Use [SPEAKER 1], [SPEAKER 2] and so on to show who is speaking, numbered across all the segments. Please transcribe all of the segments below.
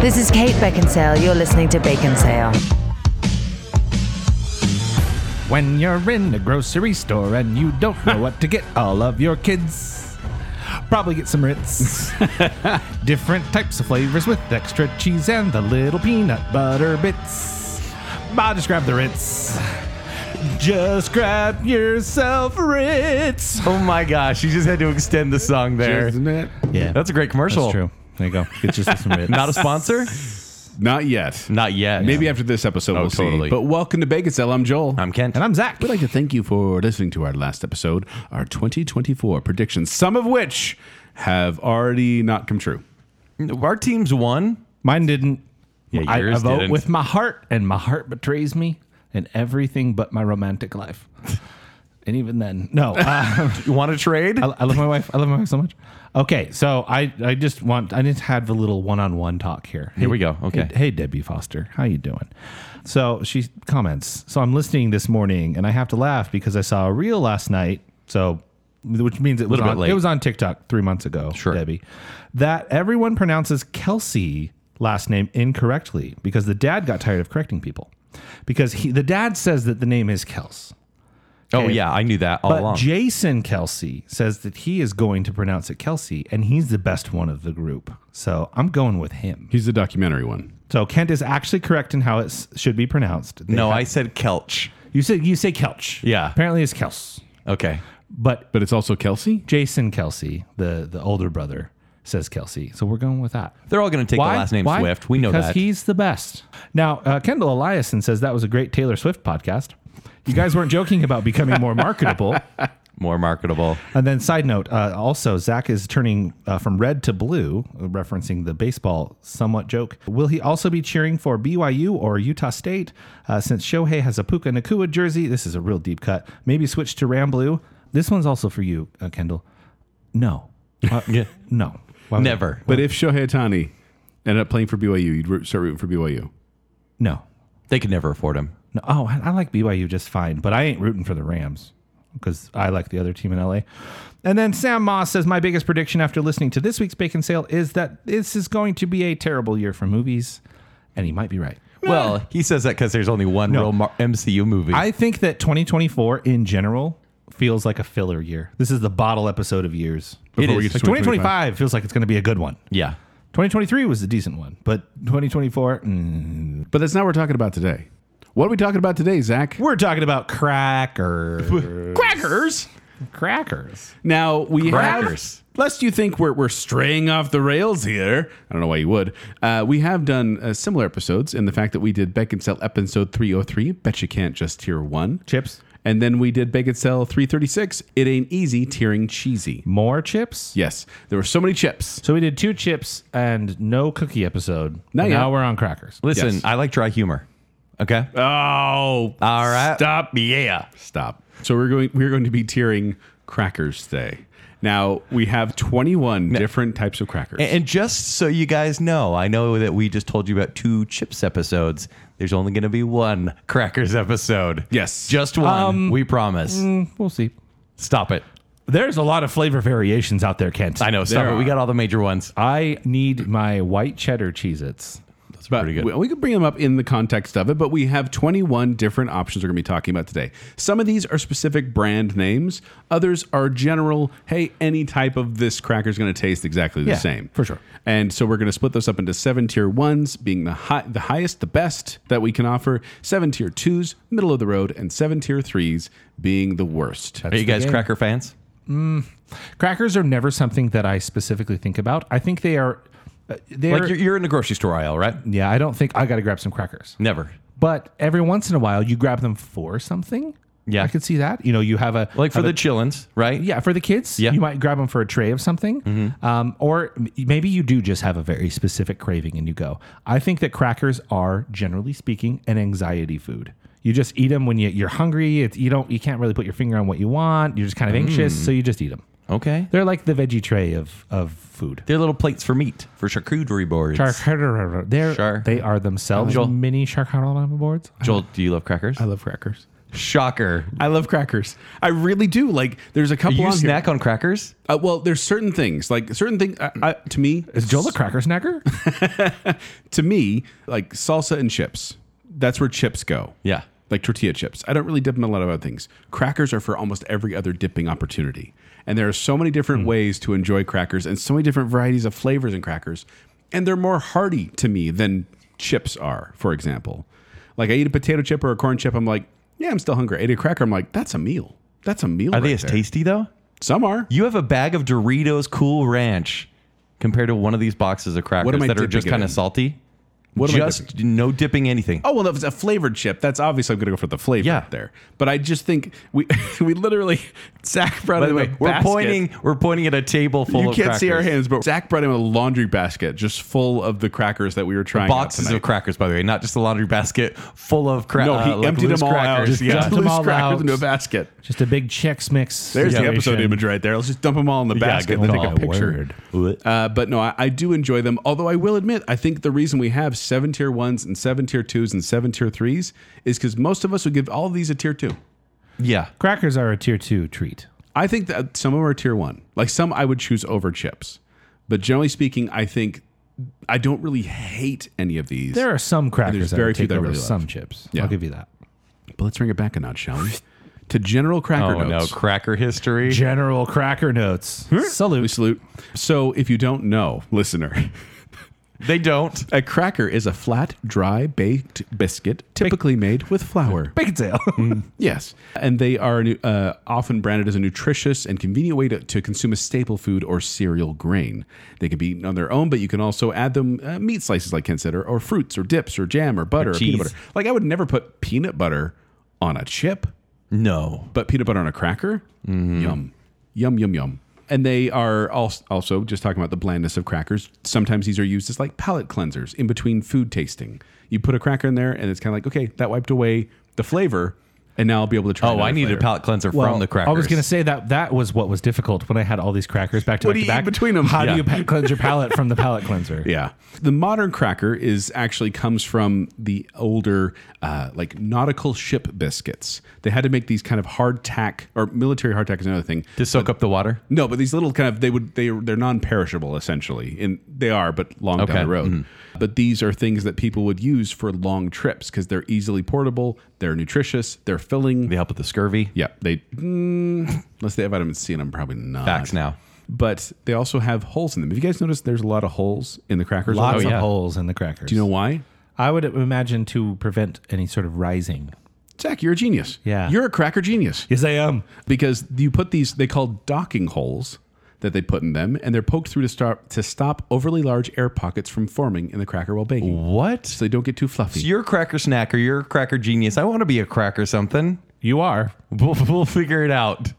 [SPEAKER 1] This is Kate Beckinsale. You're listening to Bacon Sale.
[SPEAKER 2] When you're in the grocery store and you don't know what to get all of your kids, probably get some Ritz. Different types of flavors with extra cheese and the little peanut butter bits. Bah, just grab the Ritz. Just grab yourself Ritz.
[SPEAKER 3] Oh my gosh, you just had to extend the song there.
[SPEAKER 4] Isn't it?
[SPEAKER 2] Yeah,
[SPEAKER 3] That's a great commercial.
[SPEAKER 2] That's true. There you go. Get yourself some Ritz.
[SPEAKER 3] Not a sponsor?
[SPEAKER 4] Not yet.
[SPEAKER 3] Not yet.
[SPEAKER 4] Maybe after this episode,
[SPEAKER 3] Oh,
[SPEAKER 4] we'll
[SPEAKER 3] totally.
[SPEAKER 4] see. But welcome to Bacon Cell. I'm Joel.
[SPEAKER 3] I'm Kent.
[SPEAKER 2] and I'm Zach.
[SPEAKER 4] We'd like to thank you for listening to our last episode, our 2024 predictions, some of which have already not come true.
[SPEAKER 3] Our team's won.
[SPEAKER 2] Mine didn't.
[SPEAKER 3] Yeah,
[SPEAKER 2] I,
[SPEAKER 3] yours
[SPEAKER 2] I vote
[SPEAKER 3] didn't.
[SPEAKER 2] with my heart, and my heart betrays me in everything but my romantic life. and even then, no. Uh,
[SPEAKER 3] You want to trade?
[SPEAKER 2] I, I love my wife. I love my wife so much. Okay, so I, I just want I need to have a little one on one talk here.
[SPEAKER 3] Here we go. Okay.
[SPEAKER 2] Hey, hey, Debbie Foster, how you doing? So she comments. So I'm listening this morning, and I have to laugh because I saw a reel last night. So, which means it was
[SPEAKER 3] Little bit
[SPEAKER 2] on,
[SPEAKER 3] late.
[SPEAKER 2] it was on TikTok three months ago.
[SPEAKER 3] Sure.
[SPEAKER 2] Debbie, that everyone pronounces Kelsey last name incorrectly because the dad got tired of correcting people because he, the dad says that the name is Kels.
[SPEAKER 3] oh, yeah. I knew that all
[SPEAKER 2] But
[SPEAKER 3] along.
[SPEAKER 2] Jason Kelsey says that he is going to pronounce it Kelsey, and he's the best one of the group. So I'm going with him.
[SPEAKER 4] He's the documentary one.
[SPEAKER 2] So Kent is actually correct in how it s- should be pronounced. They
[SPEAKER 3] no,
[SPEAKER 2] have-
[SPEAKER 3] I said Kelch.
[SPEAKER 2] you said you say Kelch.
[SPEAKER 3] Yeah.
[SPEAKER 2] apparently it's Kels.
[SPEAKER 3] Okay.
[SPEAKER 2] But
[SPEAKER 4] But it's also Kelsey.
[SPEAKER 2] Jason Kelsey, the the older brother, says Kelsey. So we're going with that.
[SPEAKER 3] They're all going to take the last name
[SPEAKER 2] Why?
[SPEAKER 3] Swift. We know
[SPEAKER 2] because
[SPEAKER 3] that.
[SPEAKER 2] he's the best. Now, uh, Kendall Eliason says that was a great Taylor Swift podcast. You guys weren't joking about becoming more marketable.
[SPEAKER 3] More marketable.
[SPEAKER 2] And then, side note, uh, also, Zach is turning uh, from red to blue, uh, referencing the baseball somewhat joke. Will he also be cheering for BYU or Utah State? Uh, since Shohei has a Puka Nakua jersey, this is a real deep cut. Maybe switch to Ram Blue. This one's also for you, uh, Kendall. No. Uh,
[SPEAKER 3] Yeah.
[SPEAKER 2] No. Why would-
[SPEAKER 3] Never.
[SPEAKER 4] But if Shohei Otani ended up playing for BYU, you'd root, start rooting for BYU.
[SPEAKER 2] No.
[SPEAKER 3] They could never afford him.
[SPEAKER 2] no. Oh, I, I like BYU just fine, but I ain't rooting for the Rams because I like the other team in LA. And then Sam Moss says, My biggest prediction after listening to this week's Bacon Sale is that this is going to be a terrible year for movies. And he might be right.
[SPEAKER 3] Well, he says that because there's only one real mar- MCU movie.
[SPEAKER 2] I think that 2024 in general feels like a filler year. This is the bottle episode of years.
[SPEAKER 3] It
[SPEAKER 4] Before we
[SPEAKER 3] is.
[SPEAKER 4] get to
[SPEAKER 2] Like 2025 feels like it's going to be a good one.
[SPEAKER 3] yeah.
[SPEAKER 2] 2023 was a decent one, but 2024, mm.
[SPEAKER 4] But that's not what we're talking about today. What are we talking about today, Zach?
[SPEAKER 2] we're talking about crackers.
[SPEAKER 4] Crackers.
[SPEAKER 2] crackers.
[SPEAKER 4] Now we
[SPEAKER 3] Crackers.
[SPEAKER 4] have. Lest you think we're, we're straying off the rails here, I don't know why you would. Uh, we have done uh, similar episodes in the fact that we did Beck and Sell episode 303, Bet You Can't Just Tier 1.
[SPEAKER 2] Chips.
[SPEAKER 4] And then we did Bake and Sell 336, It Ain't Easy, Tearing Cheesy.
[SPEAKER 2] More chips.
[SPEAKER 4] Yes, there were so many chips.
[SPEAKER 2] So we did two chips and no cookie episode.
[SPEAKER 4] Not
[SPEAKER 2] And
[SPEAKER 4] yet.
[SPEAKER 2] now we're on crackers.
[SPEAKER 3] Listen,
[SPEAKER 4] Yes.
[SPEAKER 3] I like dry humor. Okay.
[SPEAKER 4] Oh,
[SPEAKER 3] All right.
[SPEAKER 4] Stop.
[SPEAKER 3] Uh, Yeah.
[SPEAKER 4] Stop. So we're going we're going to be tearing crackers today. Now, we have 21 different types of crackers.
[SPEAKER 3] And, and just so you guys know, I know that we just told you about two chips episodes. There's only going to be one crackers episode.
[SPEAKER 4] Yes.
[SPEAKER 3] Just one. we promise.
[SPEAKER 2] We'll see.
[SPEAKER 3] Stop it.
[SPEAKER 2] There's a lot of flavor variations out there, Kent.
[SPEAKER 3] I know. Stop
[SPEAKER 4] There
[SPEAKER 3] it. We
[SPEAKER 4] are.
[SPEAKER 3] got all the major ones.
[SPEAKER 2] I need my white cheddar Cheez Its.
[SPEAKER 3] That's
[SPEAKER 4] But
[SPEAKER 3] pretty good.
[SPEAKER 4] We, we could bring them up in the context of it, but we have 21 different options we're going to be talking about today. Some of these are specific brand names, others are general, hey, any type of this cracker is going to taste exactly the
[SPEAKER 2] Yeah,
[SPEAKER 4] same.
[SPEAKER 2] for sure.
[SPEAKER 4] And so we're going to split those up into seven tier ones, being the, high, the highest, the best that we can offer, seven tier twos, middle of the road, and seven tier threes being the worst.
[SPEAKER 3] Are you guys
[SPEAKER 2] game.
[SPEAKER 3] cracker fans?
[SPEAKER 2] Crackers are never something that I specifically think about. I think they are. uh, They're,
[SPEAKER 3] Like you're, you're in the grocery store aisle, right?
[SPEAKER 2] yeah, I don't think I got to grab some crackers.
[SPEAKER 3] Never.
[SPEAKER 2] But every once in a while, you grab them for something.
[SPEAKER 3] Yeah.
[SPEAKER 2] I could see that. You know, you have a
[SPEAKER 3] Like for
[SPEAKER 2] have
[SPEAKER 3] the
[SPEAKER 2] a-
[SPEAKER 3] chillins, right?
[SPEAKER 2] Yeah, for the kids,
[SPEAKER 3] Yeah.
[SPEAKER 2] you might grab them for a tray of something, um, or m- maybe you do just have a very specific craving and you go. I think that crackers are, generally speaking, an anxiety food. You just eat them when you, you're hungry. It's, you don't, you can't really put your finger on what you want. You're just kind of anxious, so you just eat them.
[SPEAKER 3] Okay.
[SPEAKER 2] They're like the veggie tray of of food.
[SPEAKER 3] They're little plates for meat, for charcuterie boards.
[SPEAKER 2] They're,
[SPEAKER 3] Sure.
[SPEAKER 2] They are themselves
[SPEAKER 3] Joel.
[SPEAKER 2] mini charcuterie boards.
[SPEAKER 3] Joel, do you love crackers?
[SPEAKER 4] love crackers.
[SPEAKER 3] Shocker.
[SPEAKER 4] I love crackers. I really do. Like, there's a couple
[SPEAKER 3] You
[SPEAKER 4] on here.
[SPEAKER 3] snack on crackers?
[SPEAKER 4] Uh, well, there's certain things like certain things uh, uh, to me.
[SPEAKER 2] Is Joel a cracker snacker?
[SPEAKER 4] To me, like salsa and chips. That's where chips go.
[SPEAKER 3] Yeah.
[SPEAKER 4] Like tortilla chips. I don't really dip in a lot of other things. Crackers are for almost every other dipping opportunity. And there are so many
[SPEAKER 3] Hmm.
[SPEAKER 4] different ways to enjoy crackers and so many different varieties of flavors in crackers. And they're more hearty to me than chips are, for example. Like I eat a potato chip or a corn chip, I'm like, yeah, I'm still hungry. I ate a cracker, I'm like, that's a meal. That's a meal.
[SPEAKER 3] Are they
[SPEAKER 4] right
[SPEAKER 3] as
[SPEAKER 4] there.
[SPEAKER 3] tasty though?
[SPEAKER 4] Some are.
[SPEAKER 3] You have a bag of Doritos Cool Ranch compared to one of these boxes of crackers
[SPEAKER 4] am I
[SPEAKER 3] that are
[SPEAKER 4] dipping
[SPEAKER 3] just
[SPEAKER 4] it
[SPEAKER 3] kind
[SPEAKER 4] in?
[SPEAKER 3] of salty.
[SPEAKER 4] What am I
[SPEAKER 3] just no dipping anything.
[SPEAKER 4] Oh well, if it's a flavored chip, that's obviously I'm going to go for the flavor
[SPEAKER 3] Yeah.
[SPEAKER 4] there. But I just think we we literally Zach brought
[SPEAKER 3] By
[SPEAKER 4] in
[SPEAKER 3] the
[SPEAKER 4] a
[SPEAKER 3] way, we're
[SPEAKER 4] basket.
[SPEAKER 3] pointing we're pointing at a table full
[SPEAKER 4] You
[SPEAKER 3] of
[SPEAKER 4] can't see our
[SPEAKER 3] crackers.
[SPEAKER 4] hands, but Zach brought in a laundry basket just full of the crackers that we were trying. out
[SPEAKER 3] Boxes of
[SPEAKER 4] tonight.
[SPEAKER 3] crackers, by the way, not just a laundry basket full of crackers.
[SPEAKER 4] No, he emptied them all out.
[SPEAKER 3] uh, crackers.
[SPEAKER 4] Just
[SPEAKER 3] Yeah.
[SPEAKER 4] dumped
[SPEAKER 2] Dumped 'em
[SPEAKER 4] loose
[SPEAKER 2] all
[SPEAKER 4] crackers
[SPEAKER 2] out.
[SPEAKER 4] into a basket.
[SPEAKER 2] Just a big Chex Mix.
[SPEAKER 4] There's the
[SPEAKER 2] situation.
[SPEAKER 4] episode image right there. Let's just dump them all in the basket and then take a
[SPEAKER 2] Oh,
[SPEAKER 4] picture.
[SPEAKER 2] word.
[SPEAKER 4] Uh, but no, I, I do enjoy them. Although I will admit, I think the reason we have seven tier ones and seven tier twos and seven tier threes is because most of us would give all of these a tier two.
[SPEAKER 3] yeah.
[SPEAKER 2] Crackers are a tier two treat.
[SPEAKER 4] I think that some of them are tier one. Like some I would choose over chips. But generally speaking, I think I don't really hate any of these.
[SPEAKER 2] There are some crackers
[SPEAKER 4] there's
[SPEAKER 2] that
[SPEAKER 4] very
[SPEAKER 2] I
[SPEAKER 4] few
[SPEAKER 2] take
[SPEAKER 4] that I
[SPEAKER 2] over
[SPEAKER 4] really love.
[SPEAKER 2] some chips.
[SPEAKER 4] Yeah.
[SPEAKER 2] I'll give you that.
[SPEAKER 4] but let's bring it back a notch, shall we? to general cracker
[SPEAKER 3] Oh no,
[SPEAKER 4] notes.
[SPEAKER 3] cracker history.
[SPEAKER 2] General cracker notes.
[SPEAKER 4] We
[SPEAKER 2] Salute.
[SPEAKER 4] salute. So if you don't know, listener,
[SPEAKER 3] They don't.
[SPEAKER 4] a cracker is a flat, dry, baked biscuit typically made with flour.
[SPEAKER 2] Bacon sale.
[SPEAKER 4] Mm, Yes, and they are uh, often branded as a nutritious and convenient way to, to consume a staple food or cereal grain. They can be eaten on their own, but you can also add them uh, meat slices, like Ken said, or, or fruits, or dips, or jam, or butter, or,
[SPEAKER 3] cheese.
[SPEAKER 4] peanut butter. Like I would never put peanut butter on a chip,
[SPEAKER 3] No.
[SPEAKER 4] but peanut butter on a cracker,
[SPEAKER 3] Mm-hmm.
[SPEAKER 4] yum, yum, yum, yum. And they are also, also just talking about the blandness of crackers. Sometimes these are used as like palate cleansers in between food tasting. You put a cracker in there, and it's kind of like, okay, that wiped away the flavor. And now I'll be able to try.
[SPEAKER 3] Oh, I
[SPEAKER 4] another
[SPEAKER 3] need a
[SPEAKER 4] flavor.
[SPEAKER 3] palate cleanser
[SPEAKER 2] Well,
[SPEAKER 3] from the crackers.
[SPEAKER 2] I was going to say that that was what was difficult when I had all these crackers back to
[SPEAKER 4] What
[SPEAKER 2] back
[SPEAKER 4] do
[SPEAKER 2] to
[SPEAKER 4] you eat
[SPEAKER 2] back.
[SPEAKER 4] between 'em?
[SPEAKER 2] How
[SPEAKER 4] Yeah.
[SPEAKER 2] do you pa- cleanse your palate from the palate cleanser?
[SPEAKER 4] Yeah, the modern cracker is actually comes from the older uh, like nautical ship biscuits. They had to make these kind of hardtack or military hardtack is another thing.
[SPEAKER 3] to soak up the water.
[SPEAKER 4] No, but these little kind of they would they they're non-perishable essentially, and they are, but long
[SPEAKER 3] Okay.
[SPEAKER 4] down the road.
[SPEAKER 2] Mm-hmm.
[SPEAKER 4] But these are things that people would use for long trips because they're easily portable, they're nutritious, they're filling.
[SPEAKER 3] They help with the scurvy.
[SPEAKER 4] Yeah, they mm, unless they have vitamin C, and I'm probably not.
[SPEAKER 3] Facts now.
[SPEAKER 4] But they also have holes in them. Have you guys noticed there's a lot of holes in the crackers?
[SPEAKER 2] Lots
[SPEAKER 4] Oh, yeah.
[SPEAKER 2] of holes in the crackers.
[SPEAKER 4] Do you know why?
[SPEAKER 2] I would imagine to prevent any sort of rising.
[SPEAKER 4] Zach, you're a genius.
[SPEAKER 2] Yeah.
[SPEAKER 4] You're a cracker genius
[SPEAKER 2] Yes, I am.
[SPEAKER 4] because you put these, they call docking holes that they put in them, and they're poked through to stop, to stop overly large air pockets from forming in the cracker while baking.
[SPEAKER 3] What?
[SPEAKER 4] So they don't get too fluffy.
[SPEAKER 3] you're a cracker snacker. You're a cracker genius. I want to be a cracker something.
[SPEAKER 2] You are.
[SPEAKER 3] We'll, we'll figure it out.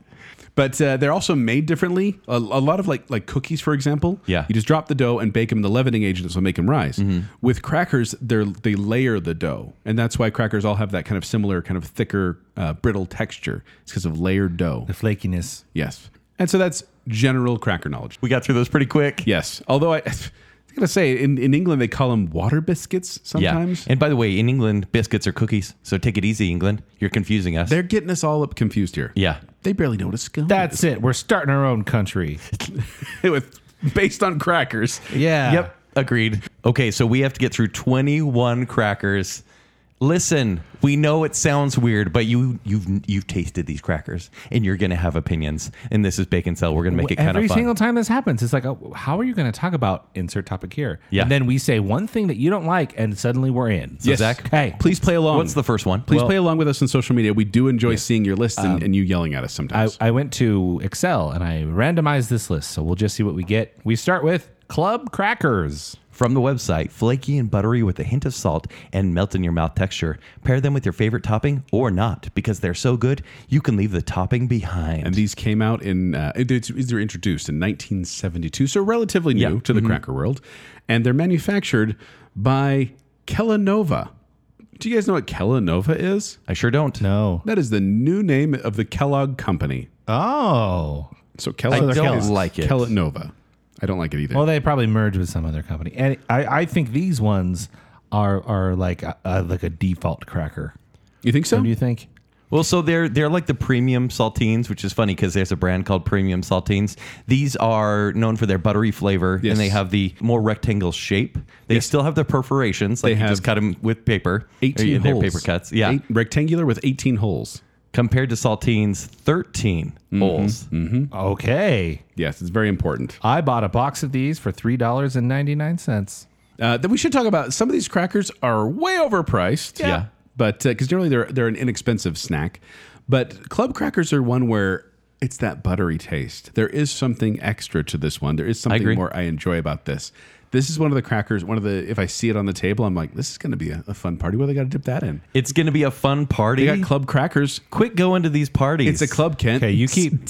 [SPEAKER 4] but uh, they're also made differently. A, a lot of like like cookies, for example.
[SPEAKER 3] Yeah. Mm-hmm.
[SPEAKER 4] You just drop the dough and bake them in the leavening agent, so make them rise. With crackers, they're they layer the dough, and that's why crackers all have that kind of similar, kind of thicker, uh, brittle texture. It's because of layered dough.
[SPEAKER 2] The flakiness.
[SPEAKER 4] Yes. And so that's general cracker knowledge.
[SPEAKER 3] We got through those pretty quick.
[SPEAKER 4] Yes. Although I, I was gonna say in, in England they call them water biscuits
[SPEAKER 3] Yeah.
[SPEAKER 4] sometimes.
[SPEAKER 3] And by the way, in England, biscuits are cookies. So take it easy, England. You're confusing us.
[SPEAKER 4] They're getting us all up confused here.
[SPEAKER 3] yeah.
[SPEAKER 4] They barely know what a scone
[SPEAKER 2] That's it. We're starting our own country.
[SPEAKER 4] is. with based on crackers.
[SPEAKER 2] Yeah.
[SPEAKER 3] Yep. Agreed. Okay. So we have to get through 21 crackers. Listen, we know it sounds weird, but you you've you've tasted these crackers, and you're gonna have opinions. And this is bacon cell. We're gonna make it kind
[SPEAKER 2] Every
[SPEAKER 3] of fun.
[SPEAKER 2] single time this happens, it's like, oh, how are you going to talk about insert topic here?
[SPEAKER 3] Yeah.
[SPEAKER 2] And then we say one thing that you don't like, and suddenly we're in.
[SPEAKER 3] So, Zach,
[SPEAKER 2] Hey,
[SPEAKER 4] Please play along.
[SPEAKER 3] what's the first one?
[SPEAKER 4] Please play along with us on social media. We do enjoy seeing your list
[SPEAKER 3] Um,
[SPEAKER 4] and, and you yelling at us
[SPEAKER 2] I,
[SPEAKER 4] sometimes.
[SPEAKER 2] I went to Excel and I randomized this list, so we'll just see what we get. We start with Club Crackers.
[SPEAKER 3] From the website, flaky and buttery with a hint of salt and melt in your mouth texture. Pair them with your favorite topping or not, because they're so good you can leave the topping behind.
[SPEAKER 4] and these came out in uh, they they were introduced in 1972, so relatively new
[SPEAKER 3] Yeah. Mm-hmm.
[SPEAKER 4] to the cracker world, and they're manufactured by Kellanova. Do you guys know what Kellanova is?
[SPEAKER 3] I sure don't.
[SPEAKER 2] No.
[SPEAKER 4] That is the new name of the Kellogg Company.
[SPEAKER 2] Oh.
[SPEAKER 4] So Kellogg
[SPEAKER 3] I don't like it.
[SPEAKER 4] Kellanova. I don't like it either.
[SPEAKER 2] Well, they probably merged with some other company, and I, I think these ones are are like a, uh, like a default cracker.
[SPEAKER 4] you think so?
[SPEAKER 2] Do you think?
[SPEAKER 3] Well, so they're they're like the premium saltines, which is funny because there's a brand called Premium Saltines. These are known for their buttery flavor,
[SPEAKER 4] Yes.
[SPEAKER 3] and they have the more rectangle shape. They still have the perforations, like
[SPEAKER 4] They
[SPEAKER 3] you just cut
[SPEAKER 4] have
[SPEAKER 3] them with paper. or,
[SPEAKER 4] 18
[SPEAKER 3] yeah, they're
[SPEAKER 4] holes.
[SPEAKER 3] paper cuts. Yeah,
[SPEAKER 4] Eight- rectangular with 18 holes.
[SPEAKER 3] compared to saltines, 13
[SPEAKER 4] Mm-hmm.
[SPEAKER 3] holes.
[SPEAKER 2] Okay.
[SPEAKER 4] Yes, it's very important.
[SPEAKER 2] I bought a box of these for $3.99.
[SPEAKER 4] Uh, then we should talk about some of these crackers are way overpriced.
[SPEAKER 3] Yeah. Yeah.
[SPEAKER 4] But because generally they're they're an inexpensive snack, but club crackers are one where it's that buttery taste. There is something extra to this one. There is something
[SPEAKER 3] agree.
[SPEAKER 4] more I enjoy about this. This is one of the crackers. One of the if I see it on the table, I'm like, this is going to be a, a fun party. Well, they got to dip that in.
[SPEAKER 3] It's going to be a fun party.
[SPEAKER 4] They got club crackers.
[SPEAKER 3] Quit going to these parties.
[SPEAKER 4] It's a club, Kent.
[SPEAKER 2] Okay, you keep.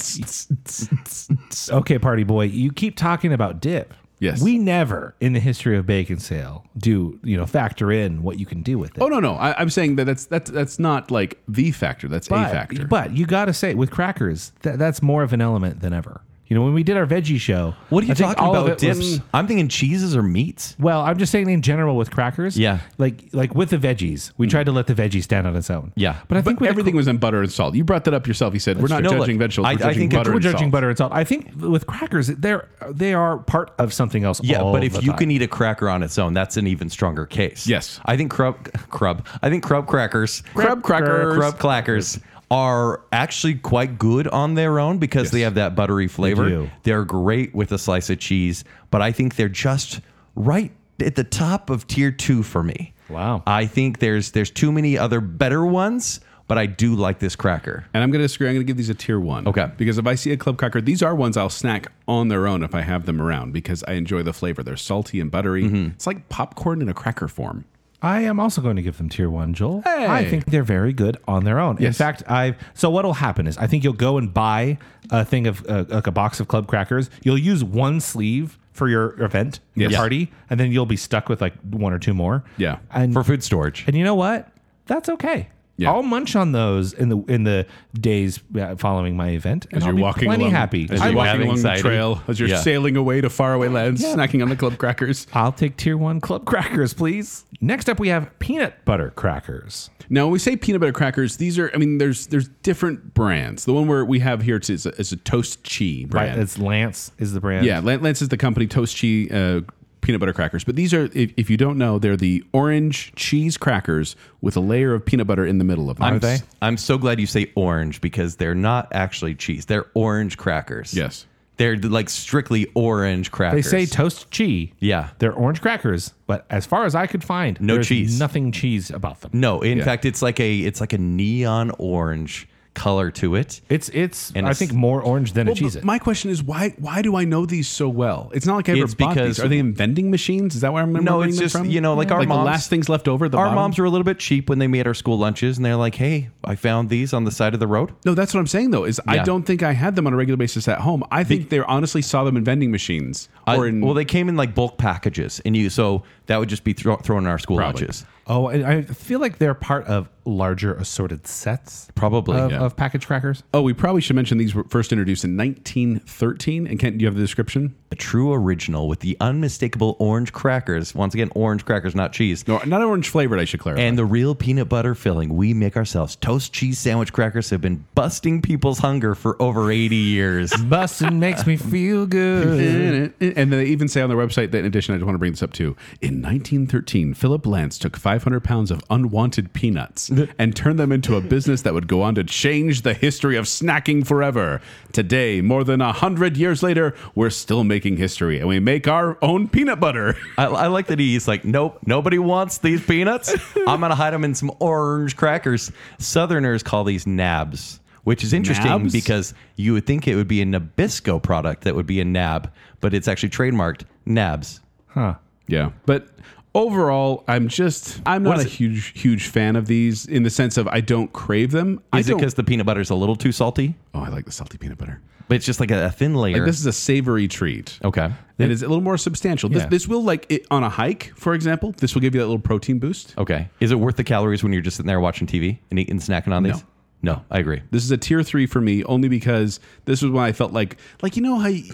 [SPEAKER 2] okay, party boy, you keep talking about dip.
[SPEAKER 4] Yes.
[SPEAKER 2] We never in the history of bacon sale do, you know, factor in what you can do with it.
[SPEAKER 4] Oh no no! I, I'm saying that that's that's that's not like the factor. That's
[SPEAKER 2] but,
[SPEAKER 4] a factor.
[SPEAKER 2] But you got to say, with crackers, tha- that's more of an element than ever. You know, when we did our veggie show,
[SPEAKER 3] What are you
[SPEAKER 2] I think
[SPEAKER 3] talking
[SPEAKER 2] all of
[SPEAKER 3] about with
[SPEAKER 2] it
[SPEAKER 3] dips?
[SPEAKER 2] was-
[SPEAKER 3] I'm thinking cheeses or meats.
[SPEAKER 2] well, I'm just saying in general with crackers.
[SPEAKER 3] Yeah. Mm.
[SPEAKER 2] Like like with the veggies, we tried to let the veggie stand on its own.
[SPEAKER 3] Yeah.
[SPEAKER 2] But I think
[SPEAKER 4] But
[SPEAKER 2] with the
[SPEAKER 4] everything was in butter and salt. You brought that up yourself. You said we're not
[SPEAKER 3] true. No,
[SPEAKER 4] judging
[SPEAKER 3] look,
[SPEAKER 4] vegetables.
[SPEAKER 3] I-
[SPEAKER 4] We're
[SPEAKER 3] I
[SPEAKER 4] judging
[SPEAKER 3] think
[SPEAKER 4] butter
[SPEAKER 2] we're
[SPEAKER 4] and
[SPEAKER 2] judging
[SPEAKER 4] salt.
[SPEAKER 2] butter and salt. I think with crackers, they're they are part of something else.
[SPEAKER 3] Yeah,
[SPEAKER 2] all
[SPEAKER 3] but if
[SPEAKER 2] the
[SPEAKER 3] you
[SPEAKER 2] time.
[SPEAKER 3] can eat a cracker on its own, that's an even stronger case.
[SPEAKER 4] Yes.
[SPEAKER 3] I think crub crub. I think crub crackers.
[SPEAKER 4] Crab crackers.
[SPEAKER 3] Crub crackers are actually quite good on their own because they
[SPEAKER 4] Yes.
[SPEAKER 3] have that buttery flavor.
[SPEAKER 2] do.
[SPEAKER 3] are great with a slice of cheese, but I think they're just right at the top of tier 2 for me.
[SPEAKER 2] Wow.
[SPEAKER 3] I think there's there's too many other better ones, but I do like this cracker.
[SPEAKER 4] And I'm going to disagree. I'm going to give these a tier one.
[SPEAKER 3] Okay.
[SPEAKER 4] Because if I see a club cracker, these are ones I'll snack on their own if I have them around because I enjoy the flavor. They're salty and buttery.
[SPEAKER 2] Mm-hmm.
[SPEAKER 4] It's like popcorn in a cracker form.
[SPEAKER 2] I am also going to give them tier one, Joel.
[SPEAKER 4] Hey.
[SPEAKER 2] I think they're very good on their own. In
[SPEAKER 4] Yes.
[SPEAKER 2] fact, I so what'll happen is I think you'll go and buy a thing of uh, like a box of club crackers. You'll use one sleeve for your event, your
[SPEAKER 4] Yes.
[SPEAKER 2] party, and then you'll be stuck with like one or two more.
[SPEAKER 4] Yeah.
[SPEAKER 2] and
[SPEAKER 3] For food storage.
[SPEAKER 2] and you know what? That's okay.
[SPEAKER 4] Yeah.
[SPEAKER 2] I'll munch on those in the in the days uh, following my event, and
[SPEAKER 4] As
[SPEAKER 2] I'll
[SPEAKER 4] you're
[SPEAKER 2] be
[SPEAKER 4] walking
[SPEAKER 2] plenty
[SPEAKER 4] along,
[SPEAKER 2] happy.
[SPEAKER 4] as
[SPEAKER 2] I
[SPEAKER 4] you're
[SPEAKER 2] will-
[SPEAKER 3] have
[SPEAKER 4] walking along
[SPEAKER 3] anxiety.
[SPEAKER 4] the trail, as you're
[SPEAKER 3] Yeah.
[SPEAKER 4] sailing away to faraway lands, snacking on the club crackers.
[SPEAKER 2] I'll take tier one club crackers, please. Next up, we have peanut butter crackers.
[SPEAKER 4] Now, when we say peanut butter crackers, these are, I mean, there's there's different brands. The one where we have here is a, is a toast chi brand.
[SPEAKER 2] Right, it's Lance is the brand.
[SPEAKER 4] Yeah, Lan- Lance is the company Toast Cheese uh, peanut butter crackers. But these are, if, if you don't know, they're the orange cheese crackers with a layer of peanut butter in the middle of them.
[SPEAKER 3] I'm, s- I'm so glad you say orange because they're not actually cheese. They're orange crackers.
[SPEAKER 4] Yes.
[SPEAKER 3] They're like strictly orange
[SPEAKER 2] They
[SPEAKER 3] crackers.
[SPEAKER 2] say toast chi.
[SPEAKER 3] Yeah.
[SPEAKER 2] They're orange crackers, but as far as I could find,
[SPEAKER 3] No
[SPEAKER 2] there's
[SPEAKER 3] cheese.
[SPEAKER 2] Nothing cheese about them.
[SPEAKER 3] no. In
[SPEAKER 4] Yeah.
[SPEAKER 3] fact, it's like a it's like a neon orange color to it.
[SPEAKER 2] It's it's
[SPEAKER 3] And
[SPEAKER 2] I
[SPEAKER 3] it's-
[SPEAKER 2] think more orange than a
[SPEAKER 4] Well,
[SPEAKER 2] cheese.
[SPEAKER 4] but my question is why? Why do I know these so well? It's not like I ever
[SPEAKER 3] It's
[SPEAKER 4] bought
[SPEAKER 3] because-
[SPEAKER 4] these. Are they in vending machines? Is that where I'm remembering
[SPEAKER 3] No, it's
[SPEAKER 4] them
[SPEAKER 3] just
[SPEAKER 4] from?
[SPEAKER 3] you know like our
[SPEAKER 4] like
[SPEAKER 3] moms.
[SPEAKER 4] the last things left over. The
[SPEAKER 3] our
[SPEAKER 4] bottom?
[SPEAKER 3] moms were a little bit cheap when they made our school lunches, and they're like, "Hey, I found these on the side of the road."
[SPEAKER 4] No, that's what I'm saying though. Is I
[SPEAKER 3] Yeah.
[SPEAKER 4] don't think I had them on a regular basis at home. I think they honestly saw them in vending machines or
[SPEAKER 3] I-
[SPEAKER 4] in
[SPEAKER 3] well, they came in like bulk packages, and you so that would just be thro- thrown in our school
[SPEAKER 4] Probably.
[SPEAKER 3] lunches.
[SPEAKER 2] oh, I, I feel like they're part of larger assorted sets
[SPEAKER 3] Probably,
[SPEAKER 2] of,
[SPEAKER 3] yeah.
[SPEAKER 2] of package crackers.
[SPEAKER 4] Oh, we probably should mention these were first introduced in 1913. And Kent, do you have the description?
[SPEAKER 3] A true original with the unmistakable orange crackers. Once again, orange crackers, not cheese.
[SPEAKER 4] No, not orange flavored. I should clarify.
[SPEAKER 3] And the real peanut butter filling we make ourselves. Toast cheese sandwich crackers have been busting people's hunger for over 80 years.
[SPEAKER 2] Bustin' makes me feel good.
[SPEAKER 4] And they even say on their website that, in addition, I just want to bring this up too. In 1913, Philip Lance took 500 pounds of unwanted peanuts and turned them into a business that would go on to change the history of snacking forever. Today, more than 100 years later, we're still making history and we make our own peanut butter.
[SPEAKER 3] I, I like that he's like, nope, nobody wants these peanuts. I'm going to hide them in some orange crackers. Southerners call these nabs, which is interesting
[SPEAKER 4] Nabs?
[SPEAKER 3] because you would think it would be a Nabisco product that would be a nab, but it's actually trademarked nabs.
[SPEAKER 2] Huh.
[SPEAKER 4] Yeah. But overall, I'm just, I'm
[SPEAKER 3] What
[SPEAKER 4] not a
[SPEAKER 3] is it?
[SPEAKER 4] huge, huge fan of these in the sense of I don't crave them. I
[SPEAKER 3] Is it
[SPEAKER 4] don't.
[SPEAKER 3] because the peanut butter's a little too salty?
[SPEAKER 4] oh, I like the salty peanut butter.
[SPEAKER 3] But it's just like a, a thin layer.
[SPEAKER 4] Like, this is a savory treat.
[SPEAKER 3] okay.
[SPEAKER 4] that is a little more substantial. This,
[SPEAKER 2] Yeah.
[SPEAKER 4] this will like it, on a hike, for example. This will give you that little protein boost.
[SPEAKER 3] Okay. Is it worth the calories when you're just sitting there watching TV and eating, snacking on these? No. I agree.
[SPEAKER 4] This is a tier three for me, only because this was when I felt like like you know how you,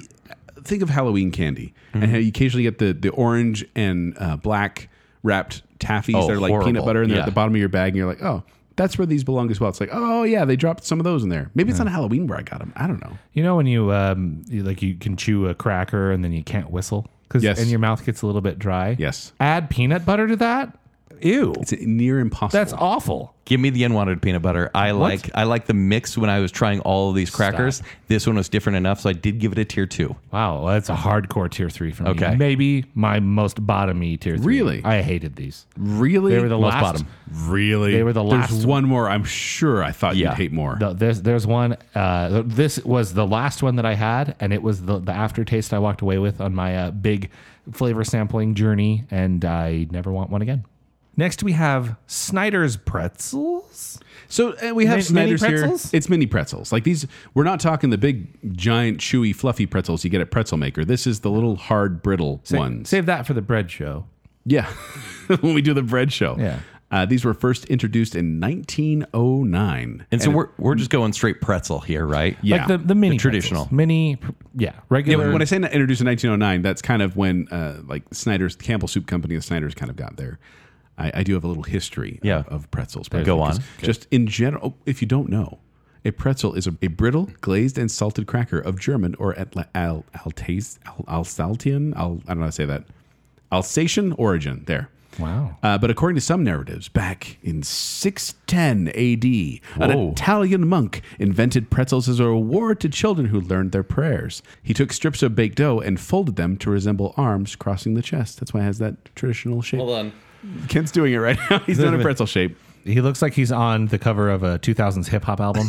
[SPEAKER 4] think of Halloween candy
[SPEAKER 2] Mm-hmm.
[SPEAKER 4] and how you occasionally get the the orange and uh, black wrapped taffies
[SPEAKER 3] Oh,
[SPEAKER 4] that are like
[SPEAKER 3] horrible.
[SPEAKER 4] peanut butter and they're
[SPEAKER 3] Yeah.
[SPEAKER 4] at the bottom of your bag and you're like oh. That's where these belong as well. It's like, oh yeah, they dropped some of those in there. Maybe it's on Halloween where I got them. I don't know.
[SPEAKER 2] You know when you um you, like you can chew a cracker and then you can't whistle because
[SPEAKER 4] Yes.
[SPEAKER 2] and your mouth gets a little bit dry.
[SPEAKER 4] Yes.
[SPEAKER 2] Add peanut butter to that. Ew.
[SPEAKER 4] It's near impossible.
[SPEAKER 2] That's awful.
[SPEAKER 3] Give me the unwanted peanut butter. I like I like the mix when I was trying all of these crackers. This one was different enough, so I did give it a tier two.
[SPEAKER 2] Wow, well, that's a hardcore tier three for me.
[SPEAKER 3] Okay.
[SPEAKER 2] Maybe my most bottomy tier three.
[SPEAKER 4] Really?
[SPEAKER 2] I hated these.
[SPEAKER 4] really
[SPEAKER 2] They were the
[SPEAKER 3] Most
[SPEAKER 2] last.
[SPEAKER 3] bottom.
[SPEAKER 4] really
[SPEAKER 2] They were the last
[SPEAKER 4] There's one more. I'm sure. I thought
[SPEAKER 3] Yeah.
[SPEAKER 4] you'd hate more.
[SPEAKER 2] No, there's there's one. Uh, this was the last one that I had, and it was the, the aftertaste I walked away with on my uh, big flavor sampling journey, and I never want one again. Next, we have Snyder's pretzels.
[SPEAKER 4] So uh, we have
[SPEAKER 2] Mini-
[SPEAKER 4] Snyder's
[SPEAKER 2] mini
[SPEAKER 4] here.
[SPEAKER 2] pretzels?
[SPEAKER 4] It's mini pretzels. Like these, we're not talking the big, giant, chewy, fluffy pretzels you get at Pretzel Maker. This is the little hard, brittle ones.
[SPEAKER 2] Save that for the bread show.
[SPEAKER 4] Yeah, when we do the bread show.
[SPEAKER 2] Yeah.
[SPEAKER 4] Uh, these were first introduced in 1909.
[SPEAKER 3] And so we're we're just going straight pretzel here, right?
[SPEAKER 4] Yeah.
[SPEAKER 2] like the the mini
[SPEAKER 3] the traditional.
[SPEAKER 2] pretzels. mini. pr- Yeah,
[SPEAKER 4] Yeah,
[SPEAKER 2] regular.
[SPEAKER 4] but when I say not introduced in 1909, that's kind of when uh, like Snyder's Campbell Soup Company, the Snyder's kind of got there. I, I do have a little history
[SPEAKER 3] Yeah.
[SPEAKER 4] of, of pretzels.
[SPEAKER 3] Go
[SPEAKER 4] because
[SPEAKER 3] on.
[SPEAKER 4] Just in general, if you don't know, a pretzel is a, a brittle, glazed, and salted cracker of German or Atla- Al- Altas- Al- Alsatian, Al- I don't know how to say that, Alsatian origin. There.
[SPEAKER 2] wow.
[SPEAKER 4] Uh, but according to some narratives, back in 610 AD, an
[SPEAKER 3] Whoa.
[SPEAKER 4] Italian monk invented pretzels as a reward to children who learned their prayers. He took strips of baked dough and folded them to resemble arms crossing the chest. That's why it has that traditional shape.
[SPEAKER 3] on.
[SPEAKER 4] Kent's doing it right now. He's doing a pretzel shape.
[SPEAKER 2] He looks like he's on the cover of a 2000s hip hop album.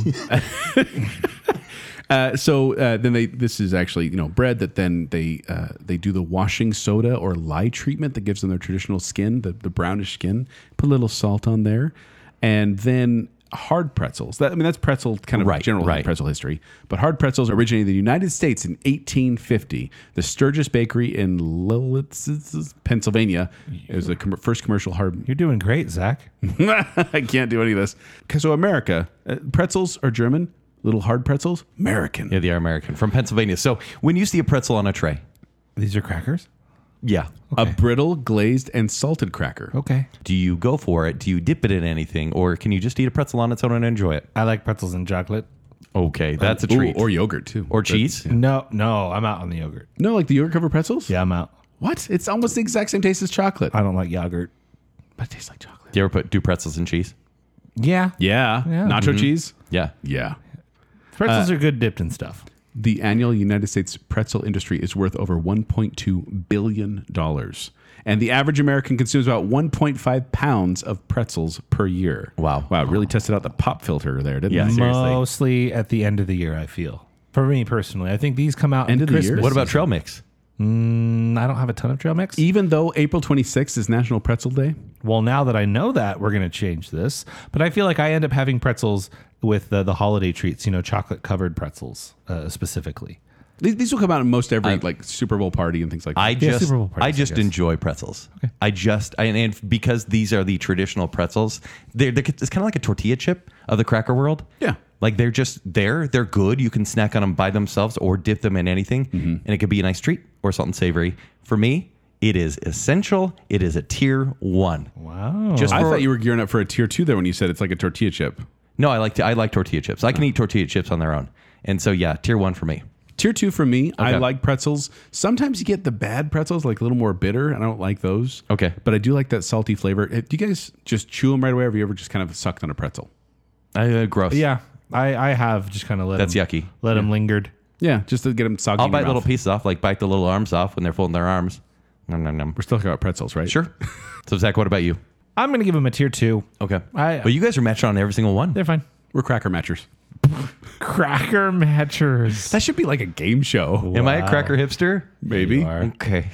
[SPEAKER 4] Uh, so uh, then they this is actually you know bread that then they uh, they do the washing soda or lye treatment that gives them their traditional skin the, the brownish skin put a little salt on there and then hard pretzels that, I mean that's pretzel kind of
[SPEAKER 3] Right,
[SPEAKER 4] general
[SPEAKER 3] right.
[SPEAKER 4] pretzel history but hard pretzels originated in the United States in 1850 the Sturgis Bakery in Lillitz Pennsylvania it was the com- first commercial hard
[SPEAKER 2] You're doing great, Zach.
[SPEAKER 4] I can't do any of this 'Cause so America uh, pretzels are German little hard pretzels American
[SPEAKER 3] Yeah, they are American from Pennsylvania. So when you see a pretzel on a tray,
[SPEAKER 2] These are crackers.
[SPEAKER 3] yeah.
[SPEAKER 4] A brittle, glazed, and salted cracker.
[SPEAKER 2] Okay.
[SPEAKER 3] Do you go for it? Do you dip it in anything, or can you just eat a pretzel on its own and enjoy it?
[SPEAKER 2] I like pretzels and chocolate.
[SPEAKER 3] Okay, that's a
[SPEAKER 4] Ooh,
[SPEAKER 3] treat.
[SPEAKER 4] or yogurt too,
[SPEAKER 3] or
[SPEAKER 4] But-
[SPEAKER 3] cheese.
[SPEAKER 2] No, no, I'm out on the yogurt.
[SPEAKER 4] No, like the yogurt covered pretzels.
[SPEAKER 2] Yeah, I'm out.
[SPEAKER 4] What? It's almost the exact same taste as chocolate,
[SPEAKER 3] Uh,
[SPEAKER 2] I don't like yogurt.
[SPEAKER 4] but it tastes like chocolate.
[SPEAKER 3] Do you ever put do pretzels and cheese?
[SPEAKER 2] Yeah.
[SPEAKER 4] Yeah.
[SPEAKER 2] Yeah.
[SPEAKER 4] Nacho cheese.
[SPEAKER 3] Mm-hmm. Yeah.
[SPEAKER 4] Yeah.
[SPEAKER 2] Pretzels are good dipped in stuff.
[SPEAKER 4] The annual United States pretzel industry is worth over 1.2 billion dollars, and the average American consumes about 1.5 pounds of pretzels per year.
[SPEAKER 3] Wow.
[SPEAKER 4] Wow. Really tested out the pop filter there, didn't
[SPEAKER 3] Yeah.
[SPEAKER 4] it?
[SPEAKER 3] Seriously.
[SPEAKER 2] Mostly at the end of the year, I feel. For me personally, I think these come out
[SPEAKER 4] End
[SPEAKER 2] in
[SPEAKER 4] of the year?
[SPEAKER 2] Christmas.
[SPEAKER 3] What about trail mix?
[SPEAKER 2] Mm, I don't have a ton of trail mix.
[SPEAKER 4] Even though April 26th is National Pretzel Day,
[SPEAKER 2] Well, now that I know that, we're going to change this. But I feel like I end up having pretzels with the, the holiday treats, you know, chocolate covered pretzels uh, specifically.
[SPEAKER 4] these, these will come out in most every
[SPEAKER 3] I-
[SPEAKER 4] like Super Bowl party and things like that.
[SPEAKER 3] I just
[SPEAKER 2] Super Bowl pretzels,
[SPEAKER 3] I
[SPEAKER 2] I
[SPEAKER 3] just
[SPEAKER 2] guess.
[SPEAKER 3] enjoy pretzels. I just and, and because these are the traditional pretzels, they're, they're it's kind of like a tortilla chip of the cracker world.
[SPEAKER 4] Yeah.
[SPEAKER 3] Like they're just there. They're good. You can snack on them by themselves or dip them in anything, and it could be a nice treat or something savory. For me, it is essential. It is a tier one.
[SPEAKER 2] Wow.
[SPEAKER 3] Just
[SPEAKER 4] I
[SPEAKER 3] for,
[SPEAKER 4] thought you were gearing up for a tier two there when you said it's like a tortilla chip.
[SPEAKER 3] no. I like to, I like tortilla chips. I can eat tortilla chips on their own, and so yeah, tier one for me.
[SPEAKER 4] Tier two for me, I
[SPEAKER 3] Okay.
[SPEAKER 4] like pretzels. Sometimes you get the bad pretzels, like a little more bitter, and I don't like those.
[SPEAKER 3] Okay.
[SPEAKER 4] But I do like that salty flavor. Eh, Do you guys just chew them right away, or have you ever just kind of sucked on a pretzel?
[SPEAKER 3] I, uh, gross.
[SPEAKER 2] yeah. I, I have just kind of let
[SPEAKER 3] That's
[SPEAKER 2] 'em-
[SPEAKER 3] yucky.
[SPEAKER 2] Let them lingered.
[SPEAKER 4] Yeah, just to get them soggy.
[SPEAKER 3] I'll
[SPEAKER 4] in
[SPEAKER 3] bite
[SPEAKER 4] your
[SPEAKER 3] little
[SPEAKER 4] mouth.
[SPEAKER 3] pieces off, like bite the little arms off when they're folding their arms. Nom, nom, nom.
[SPEAKER 4] We're still talking about pretzels, right?
[SPEAKER 3] Sure. so Zach, what about you?
[SPEAKER 2] I'm going to give them a tier two.
[SPEAKER 3] Okay.
[SPEAKER 2] I-
[SPEAKER 4] uh,
[SPEAKER 3] but you guys are matching on every single one.
[SPEAKER 2] They're fine.
[SPEAKER 4] We're cracker matchers.
[SPEAKER 2] Cracker matchers.
[SPEAKER 4] That should be like a game show,
[SPEAKER 3] Am I a cracker hipster?
[SPEAKER 4] maybe.
[SPEAKER 2] You are.
[SPEAKER 3] Okay.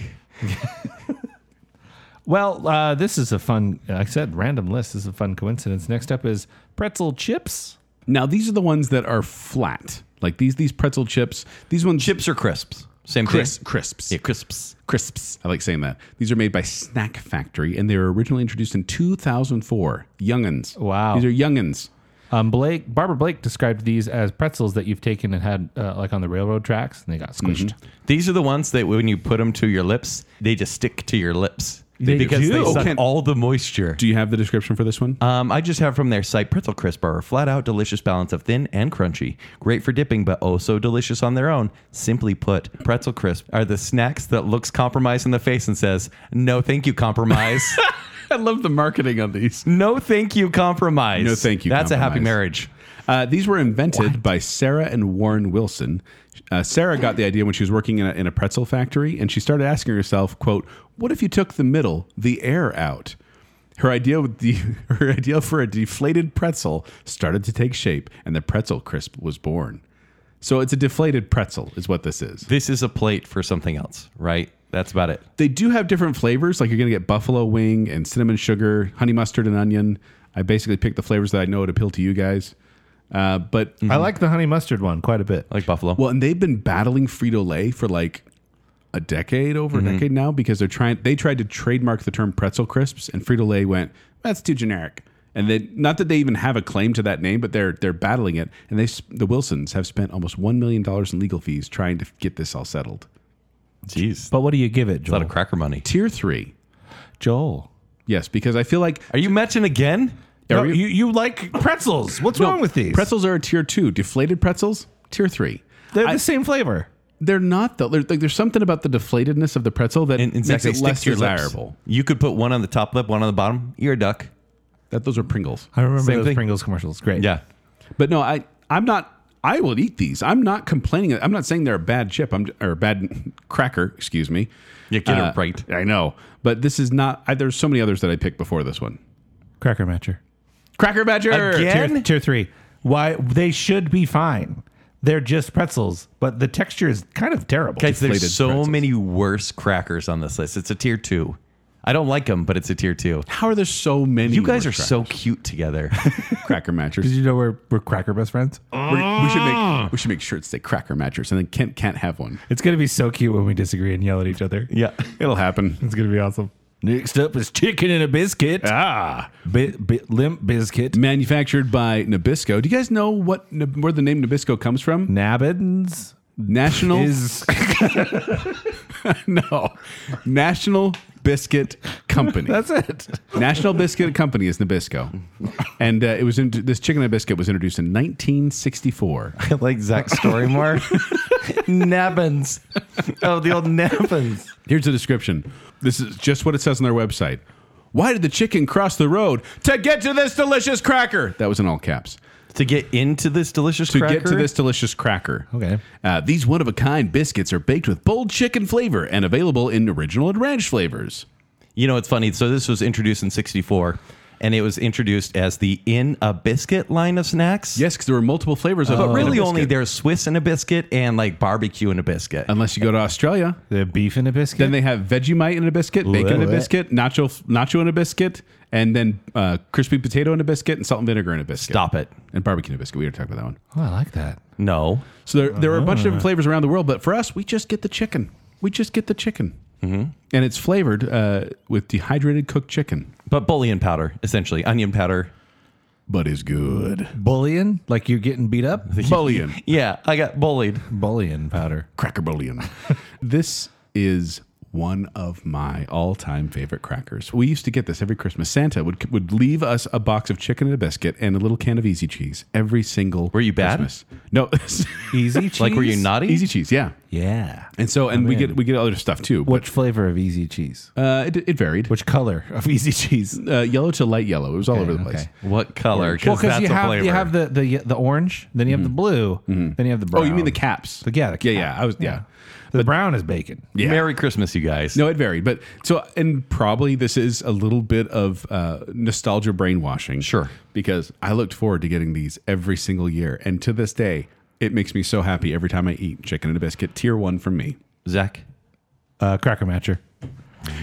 [SPEAKER 2] Well, uh, this is a fun, like I said, random list. This is a fun coincidence. Next up is pretzel chips.
[SPEAKER 4] Now these are the ones that are flat, like these these pretzel chips. These ones
[SPEAKER 3] Chips or crisps? Same
[SPEAKER 4] crisps,
[SPEAKER 3] thing.
[SPEAKER 4] crisps.
[SPEAKER 3] Yeah, crisps.
[SPEAKER 4] crisps. I like saying that. These are made by Snack Factory, and they were originally introduced in 2004. Youngins.
[SPEAKER 2] Wow.
[SPEAKER 4] These are youngins.
[SPEAKER 2] Um, Blake, Barbara Blake described these as pretzels that you've taken and had uh, like on the railroad Mm-hmm. tracks, and they got squished.
[SPEAKER 3] These are the ones that when you put them to your lips, they just stick to your lips. They-
[SPEAKER 4] They
[SPEAKER 3] because
[SPEAKER 4] do?
[SPEAKER 3] they
[SPEAKER 4] Oh,
[SPEAKER 3] suck
[SPEAKER 4] can-
[SPEAKER 3] all the moisture.
[SPEAKER 4] Do you have the description for this one?
[SPEAKER 3] Um, I just have from their site pretzel crisp are a flat out delicious balance of thin and crunchy. Great for dipping, but oh so delicious on their own. Simply put, pretzel crisp are the snacks that looks compromise in the face and says, No thank you, compromise.
[SPEAKER 4] I love the marketing on these.
[SPEAKER 3] no thank you, compromise.
[SPEAKER 4] No thank you,
[SPEAKER 3] That's a happy
[SPEAKER 4] compromise.
[SPEAKER 3] marriage.
[SPEAKER 4] Uh, these were invented by Sarah and Warren Wilson. Uh, Sarah got the idea when she was working in a, in a pretzel factory, and she started asking herself, "quote What if you took the middle, the air out?" Her idea, with the, her idea for a deflated pretzel started to take shape, and the pretzel crisp was born. So it's a deflated pretzel, is what this is.
[SPEAKER 3] This is a plate for something else, right? That's about it.
[SPEAKER 4] They do have different flavors. Like you're going to get buffalo wing and cinnamon sugar, honey mustard and onion. I basically picked the flavors that I know would appeal to you guys. Uh, but
[SPEAKER 2] I like the honey mustard one quite a bit.
[SPEAKER 3] Like buffalo.
[SPEAKER 4] well, and they've been battling Frito Lay for like a decade, over
[SPEAKER 3] Mm-hmm.
[SPEAKER 4] a decade now, because they're trying. They tried to trademark the term pretzel crisps, and Frito Lay went, "That's too generic." And then, not that they even have a claim to that name, but they're they're battling it. And they, sp- the Wilsons, have spent almost one million dollars in legal fees trying to get this all settled.
[SPEAKER 3] Jeez.
[SPEAKER 2] But what do you give it,
[SPEAKER 3] a lot
[SPEAKER 2] Joel?
[SPEAKER 3] of cracker money.
[SPEAKER 4] Tier three,
[SPEAKER 2] Joel.
[SPEAKER 4] yes, because I feel like
[SPEAKER 3] Are you matching again?
[SPEAKER 2] No,
[SPEAKER 4] we-
[SPEAKER 2] you, you like pretzels. What's
[SPEAKER 4] No,
[SPEAKER 2] wrong with these?
[SPEAKER 4] Pretzels are a tier two. Deflated pretzels, tier three.
[SPEAKER 2] They're the same flavor.
[SPEAKER 4] They're not though. They're- like, there's something about the deflatedness of the pretzel that
[SPEAKER 3] And in
[SPEAKER 4] makes
[SPEAKER 3] fact, they
[SPEAKER 4] it
[SPEAKER 3] stick
[SPEAKER 4] less
[SPEAKER 3] to your lips.
[SPEAKER 4] desirable.
[SPEAKER 3] You could put one on the top lip, one on the bottom. You're a duck.
[SPEAKER 4] That those are Pringles.
[SPEAKER 2] I remember
[SPEAKER 3] Same
[SPEAKER 2] those
[SPEAKER 3] thing.
[SPEAKER 2] Pringles commercials. Great.
[SPEAKER 3] Yeah.
[SPEAKER 4] But no, I I'm not. I will eat these. I'm not complaining. I'm not saying they're a bad chip. I'm or a bad cracker. Excuse me. Uh,
[SPEAKER 3] You get it right.
[SPEAKER 4] I know, but this is not. I, there's so many others that I picked before this one.
[SPEAKER 2] Cracker matcher.
[SPEAKER 4] Cracker Badger.
[SPEAKER 3] Again?
[SPEAKER 2] Tier, tier three. Why they should be fine. They're just pretzels, but the texture is kind of terrible.
[SPEAKER 3] Guys,
[SPEAKER 4] Deflated
[SPEAKER 3] there's so
[SPEAKER 4] pretzels.
[SPEAKER 3] many worse crackers on this list. It's a tier two. I don't like them, but it's a tier two.
[SPEAKER 4] How are there so many?
[SPEAKER 3] You guys are
[SPEAKER 4] worse
[SPEAKER 3] so cute together.
[SPEAKER 4] crack- cracker matchers.
[SPEAKER 2] Did you know we're, we're cracker best friends?
[SPEAKER 4] We're- we should make we should make shirts that say cracker matchers, and then Kent can't have one.
[SPEAKER 2] It's going to be so cute when we disagree and yell at each other.
[SPEAKER 3] yeah.
[SPEAKER 4] It'll happen.
[SPEAKER 2] It's going to be awesome. Next up is chicken and a biscuit.
[SPEAKER 4] Ah,
[SPEAKER 2] Bit, bit, limp biscuit.
[SPEAKER 4] manufactured by Nabisco. Do you guys know what Nab- where the name Nabisco comes from?
[SPEAKER 2] Nabbins
[SPEAKER 4] National
[SPEAKER 2] is
[SPEAKER 4] no, National Biscuit Company.
[SPEAKER 2] that's it.
[SPEAKER 4] National Biscuit Company is Nabisco, and uh, it was in, this chicken and biscuit was introduced in 1964.
[SPEAKER 3] like Zach story more. Nabbins. Oh, the old Nabbins.
[SPEAKER 4] Here's the description. This is just what it says on their website. Why did the chicken cross the road to get to this delicious cracker? That was in all caps.
[SPEAKER 3] To get into this delicious
[SPEAKER 4] to
[SPEAKER 3] cracker.
[SPEAKER 4] get to this delicious cracker.
[SPEAKER 2] Okay.
[SPEAKER 4] Uh, these one of a kind biscuits are baked with bold chicken flavor and available in original and ranch flavors.
[SPEAKER 3] You know, it's funny. So this was introduced in 64 and it was introduced as the in a biscuit line of snacks.
[SPEAKER 4] Yes, because there were multiple flavors of
[SPEAKER 3] But
[SPEAKER 4] it.
[SPEAKER 3] Oh. really only
[SPEAKER 4] there.
[SPEAKER 3] there's Swiss in a biscuit and like barbecue in a biscuit.
[SPEAKER 2] Um,
[SPEAKER 4] Unless you go to Australia,
[SPEAKER 2] The beef and a biscuit.
[SPEAKER 4] then they have Vegemite in a biscuit, bacon in a
[SPEAKER 2] Bleh.
[SPEAKER 4] biscuit, nacho nacho in a biscuit, and then uh, crispy potato in a biscuit, and salt and vinegar in a biscuit.
[SPEAKER 3] Stop it.
[SPEAKER 4] And barbecue in a biscuit. We already talked about that one.
[SPEAKER 2] oh, I like that.
[SPEAKER 3] No.
[SPEAKER 4] So there, there are a bunch of different flavors around the world, but for us, we just get the chicken. We just get the chicken, mm-hmm. and it's flavored uh, with dehydrated cooked chicken,
[SPEAKER 3] But bullion powder, essentially. Onion powder.
[SPEAKER 4] but is good.
[SPEAKER 2] Bullion, like you're getting beat up.
[SPEAKER 4] Bullion.
[SPEAKER 3] Yeah, I got bullied.
[SPEAKER 2] Bullion powder.
[SPEAKER 4] cracker bullion. this is one of my all-time favorite crackers. We used to get this every Christmas. Santa would would leave us a box of chicken and a biscuit and a little can of easy cheese every single
[SPEAKER 3] Were you bad?
[SPEAKER 4] Christmas. No.
[SPEAKER 2] Easy cheese.
[SPEAKER 3] Like, were you naughty?
[SPEAKER 4] easy cheese, yeah.
[SPEAKER 2] Yeah.
[SPEAKER 4] And so and we
[SPEAKER 2] in.
[SPEAKER 4] get we get other stuff too.
[SPEAKER 2] Which flavor of easy cheese?
[SPEAKER 4] but, uh it, it varied.
[SPEAKER 2] Which color of easy cheese?
[SPEAKER 4] uh, yellow to light yellow. It was all over the
[SPEAKER 2] okay.
[SPEAKER 4] place.
[SPEAKER 3] What color?
[SPEAKER 2] Well,
[SPEAKER 3] Because
[SPEAKER 2] because
[SPEAKER 3] that's
[SPEAKER 2] you
[SPEAKER 3] a
[SPEAKER 2] have
[SPEAKER 3] flavor.
[SPEAKER 2] you have the the the orange, then you have the blue, then you have the brown.
[SPEAKER 4] Mm-hmm. Oh, you mean the caps.
[SPEAKER 2] The- yeah, the
[SPEAKER 4] Yeah, yeah.
[SPEAKER 2] cap.
[SPEAKER 4] I was yeah.
[SPEAKER 2] The brown is bacon.
[SPEAKER 4] yeah.
[SPEAKER 3] Merry Christmas, you guys.
[SPEAKER 4] No, it varied, but so and probably this is a little bit of uh, nostalgia brainwashing.
[SPEAKER 3] Sure.
[SPEAKER 4] because I looked forward to getting these every single year, and to this day, it makes me so happy every time I eat chicken and a biscuit. Tier one from me.
[SPEAKER 3] Zach.
[SPEAKER 2] Uh, cracker matcher.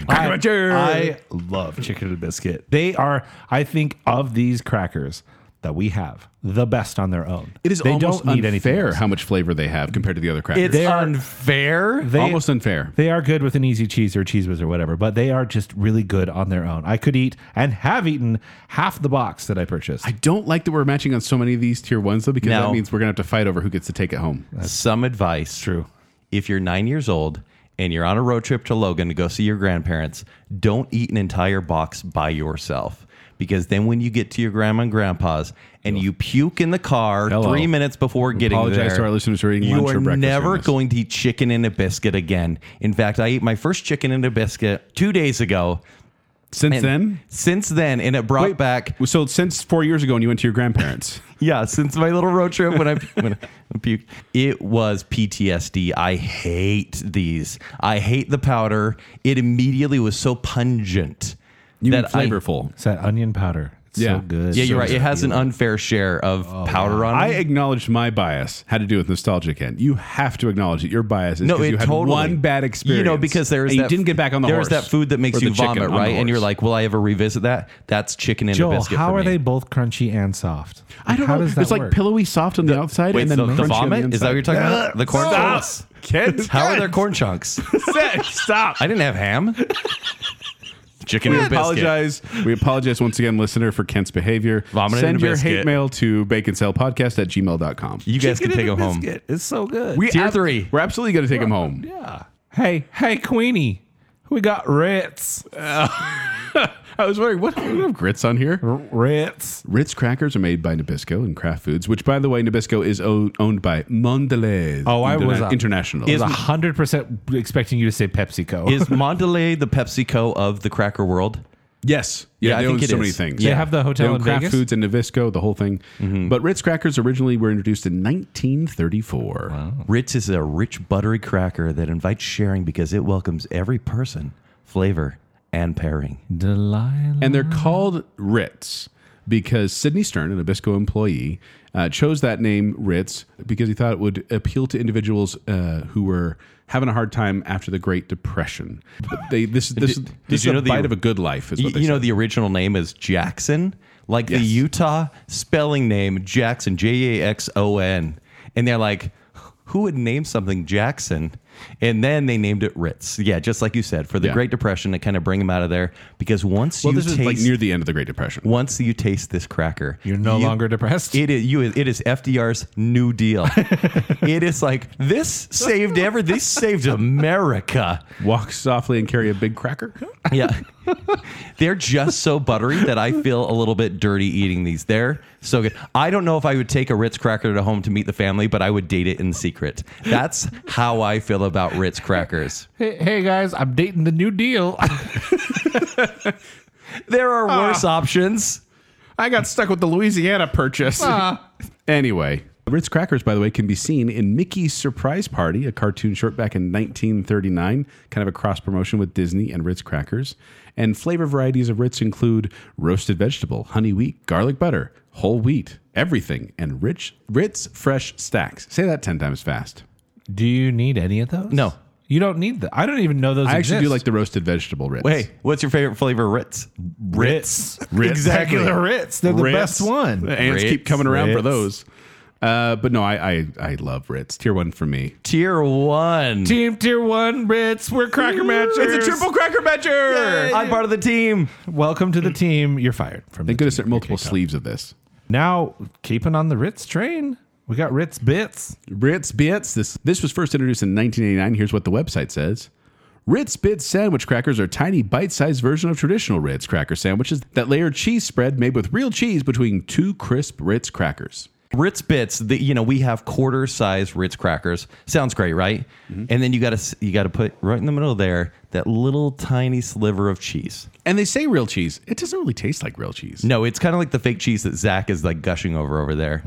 [SPEAKER 4] Cracker
[SPEAKER 2] I-
[SPEAKER 4] Matcher!
[SPEAKER 2] I love chicken and biscuit. They are, I think, of these crackers that we have, the best on their own.
[SPEAKER 4] It is
[SPEAKER 2] they
[SPEAKER 4] almost
[SPEAKER 2] don't need anything
[SPEAKER 4] unfair
[SPEAKER 2] else.
[SPEAKER 4] how much flavor they have compared to the other crackers.
[SPEAKER 3] It's
[SPEAKER 2] They are-
[SPEAKER 3] unfair.
[SPEAKER 2] They-
[SPEAKER 4] almost unfair.
[SPEAKER 2] They are good with an easy cheese or cheese whiz or whatever, but they are just really good on their own. I could eat and have eaten half the box that I purchased.
[SPEAKER 4] I don't like that we're matching on so many of these tier ones though, because
[SPEAKER 3] No.
[SPEAKER 4] that means we're gonna have to fight over who gets to take it home.
[SPEAKER 3] Some advice.
[SPEAKER 2] True.
[SPEAKER 3] If you're nine years old and you're on a road trip to Logan to go see your grandparents, don't eat an entire box by yourself. Because then when you get to your grandma and grandpa's and you puke in the car
[SPEAKER 4] Hello.
[SPEAKER 3] three minutes before getting
[SPEAKER 4] Apologize
[SPEAKER 3] there,
[SPEAKER 4] to our listeners for eating
[SPEAKER 3] you
[SPEAKER 4] lunch
[SPEAKER 3] are
[SPEAKER 4] or breakfast
[SPEAKER 3] never
[SPEAKER 4] during this.
[SPEAKER 3] going to eat chicken and a biscuit again. In fact, I ate my first chicken and a biscuit two days ago.
[SPEAKER 4] Since
[SPEAKER 3] And
[SPEAKER 4] then,
[SPEAKER 3] Since then, and it brought back
[SPEAKER 4] So since four years ago, and you went to your grandparents.
[SPEAKER 3] yeah, since my little road trip when I when I puked, it was PTSD. I hate these. I hate the powder. It immediately was so pungent.
[SPEAKER 4] You mean
[SPEAKER 3] that I-
[SPEAKER 4] flavorful?
[SPEAKER 2] It's that onion powder. It's
[SPEAKER 4] Yeah.
[SPEAKER 2] so good.
[SPEAKER 3] yeah, Oh, you're
[SPEAKER 2] So
[SPEAKER 3] right. It has an
[SPEAKER 2] appealing.
[SPEAKER 3] unfair share of powder on
[SPEAKER 4] I
[SPEAKER 3] it.
[SPEAKER 4] acknowledged my bias had to do with nostalgia, Ken. You have to acknowledge that your bias is
[SPEAKER 3] No,
[SPEAKER 4] 'cause
[SPEAKER 3] it
[SPEAKER 4] you had
[SPEAKER 3] totally
[SPEAKER 4] one bad experience.
[SPEAKER 3] You know, because there is
[SPEAKER 4] and
[SPEAKER 3] that,
[SPEAKER 4] you didn't get back on the
[SPEAKER 3] there
[SPEAKER 4] horse.
[SPEAKER 3] is that food that
[SPEAKER 4] or
[SPEAKER 3] makes
[SPEAKER 4] the
[SPEAKER 3] you
[SPEAKER 4] chicken
[SPEAKER 3] vomit,
[SPEAKER 4] on the
[SPEAKER 3] right? And you're
[SPEAKER 4] horse.
[SPEAKER 3] like, will I ever revisit that? That's chicken and a
[SPEAKER 2] Joel,
[SPEAKER 3] biscuit.
[SPEAKER 2] how
[SPEAKER 3] for
[SPEAKER 2] are
[SPEAKER 3] me.
[SPEAKER 2] they both crunchy and soft?
[SPEAKER 4] I don't
[SPEAKER 2] how
[SPEAKER 4] know.
[SPEAKER 2] Does that
[SPEAKER 4] it's like
[SPEAKER 2] work?
[SPEAKER 4] pillowy soft on the, outside,
[SPEAKER 3] Wait,
[SPEAKER 4] and then
[SPEAKER 3] the, the
[SPEAKER 4] crunchy on
[SPEAKER 3] vomit? is that what you're talking about? The corn
[SPEAKER 4] Stop.
[SPEAKER 3] chunks?
[SPEAKER 4] Kids,
[SPEAKER 3] How are
[SPEAKER 4] kids.
[SPEAKER 3] there corn chunks?
[SPEAKER 4] inside. Stop.
[SPEAKER 3] I didn't have ham. Chicken
[SPEAKER 4] We
[SPEAKER 3] and a biscuit.
[SPEAKER 4] apologize. We apologize once again, listener, for Kent's behavior.
[SPEAKER 3] Vomited
[SPEAKER 4] Send
[SPEAKER 3] in a
[SPEAKER 4] your hate
[SPEAKER 3] biscuit.
[SPEAKER 4] mail to baconsailpodcast at gmail.com.
[SPEAKER 3] You guys can take them home.
[SPEAKER 2] It's so good.
[SPEAKER 4] We
[SPEAKER 3] Tier three.
[SPEAKER 4] We're absolutely going to take him home.
[SPEAKER 2] hey, hey, Queenie, we got Ritz.
[SPEAKER 4] I was wondering, what do we have grits on here?
[SPEAKER 2] R- Ritz.
[SPEAKER 4] Ritz crackers are made by Nabisco and Kraft Foods, which, by the way, Nabisco is o- owned by Mondelez.
[SPEAKER 2] Oh, I was, uh,
[SPEAKER 4] international.
[SPEAKER 2] I was hundred percent expecting you to say PepsiCo.
[SPEAKER 3] Is Mondelez the PepsiCo of the cracker world?
[SPEAKER 4] yes, yeah,
[SPEAKER 3] Yeah, I
[SPEAKER 4] they own
[SPEAKER 3] think it
[SPEAKER 4] so many
[SPEAKER 3] is.
[SPEAKER 4] things.
[SPEAKER 2] They have the hotel
[SPEAKER 4] They own
[SPEAKER 2] in
[SPEAKER 4] Kraft
[SPEAKER 2] Vegas?
[SPEAKER 4] Foods and Nabisco, the whole thing. But Ritz crackers originally were introduced in 1934.
[SPEAKER 3] Ritz is a rich, buttery cracker that invites sharing because it welcomes every person, flavor, and pairing.
[SPEAKER 2] Delilah.
[SPEAKER 4] And they're called Ritz because Sidney Stern, an Nabisco employee, uh, chose that name Ritz because he thought it would appeal to individuals uh, who were having a hard time after the Great Depression. But they this this,
[SPEAKER 3] Did-
[SPEAKER 4] this
[SPEAKER 3] did
[SPEAKER 4] is
[SPEAKER 3] you know
[SPEAKER 4] a
[SPEAKER 3] the-
[SPEAKER 4] bite of a good life is
[SPEAKER 3] You,
[SPEAKER 4] what they
[SPEAKER 3] you know,
[SPEAKER 4] said.
[SPEAKER 3] the original name is Jackson, like the
[SPEAKER 4] Yes.
[SPEAKER 3] Utah spelling name Jackson, J A X O N. And they're like, who would name something Jackson? And then they named it Ritz. Yeah, just like you said, for the
[SPEAKER 4] Yeah.
[SPEAKER 3] Great Depression to kind of bring them out of there. Because once
[SPEAKER 4] well
[SPEAKER 3] you
[SPEAKER 4] this
[SPEAKER 3] taste
[SPEAKER 4] is like near the end of the Great Depression.
[SPEAKER 3] once you taste this cracker,
[SPEAKER 2] You're no
[SPEAKER 3] you-
[SPEAKER 2] longer depressed.
[SPEAKER 3] It is you. It is FDR's New Deal. it is like this saved ever. This saved America.
[SPEAKER 4] Walk softly and carry a big cracker.
[SPEAKER 3] Yeah, they're just so buttery that I feel a little bit dirty eating these. They're so good. I don't know if I would take a Ritz cracker to home to meet the family, but I would date it in secret. That's how I feel about Ritz crackers.
[SPEAKER 2] hey, hey guys, I'm dating the New Deal.
[SPEAKER 3] There are worse options.
[SPEAKER 4] I got stuck with the Louisiana purchase. anyway, Ah. Ritz crackers, by the way, can be seen in Mickey's Surprise Party, a cartoon short back in 1939, kind of a cross promotion with Disney and Ritz crackers. And flavor varieties of Ritz include roasted vegetable, honey wheat, garlic butter, whole wheat, everything, and rich Ritz fresh stacks. Say that ten times fast.
[SPEAKER 2] Do you need any of those?
[SPEAKER 3] No.
[SPEAKER 2] You don't need that. I don't even know those.
[SPEAKER 4] I actually do
[SPEAKER 2] exist.
[SPEAKER 4] like the roasted vegetable Ritz.
[SPEAKER 3] Hey, what's your favorite flavor, of Ritz?
[SPEAKER 2] Ritz.
[SPEAKER 4] Ritz.
[SPEAKER 2] Exactly.
[SPEAKER 4] Exactly.
[SPEAKER 2] The Ritz. They're the
[SPEAKER 4] Ritz.
[SPEAKER 2] best one.
[SPEAKER 4] The ants keep
[SPEAKER 3] Ritz,
[SPEAKER 4] coming around for
[SPEAKER 2] Ritz.
[SPEAKER 4] those. Uh, but no, I, I I love Ritz. Tier one for me.
[SPEAKER 3] Tier one.
[SPEAKER 2] Team Tier One Ritz. We're cracker matchers.
[SPEAKER 4] cracker matcher.
[SPEAKER 3] I'm part of the team.
[SPEAKER 2] Welcome to the team. You're fired from.
[SPEAKER 4] Thank
[SPEAKER 2] the
[SPEAKER 4] goodness
[SPEAKER 2] team.
[SPEAKER 4] there are multiple sleeves of this.
[SPEAKER 2] Now keeping on the Ritz train. We got Ritz bits.
[SPEAKER 4] Ritz Bits. This this was first introduced in 1989. Here's what the website says. Ritz Bits sandwich crackers are tiny bite-sized version of traditional Ritz cracker sandwiches that layer cheese spread made with real cheese between two crisp Ritz crackers.
[SPEAKER 3] Ritz bits, the, you know, we have quarter size Ritz crackers. Sounds great, right? And then you got to you got to put right in the middle there that little tiny sliver of cheese.
[SPEAKER 4] And they say real cheese. It doesn't really taste like real cheese.
[SPEAKER 3] No, it's kind of like the fake cheese that Zach is like gushing over over there.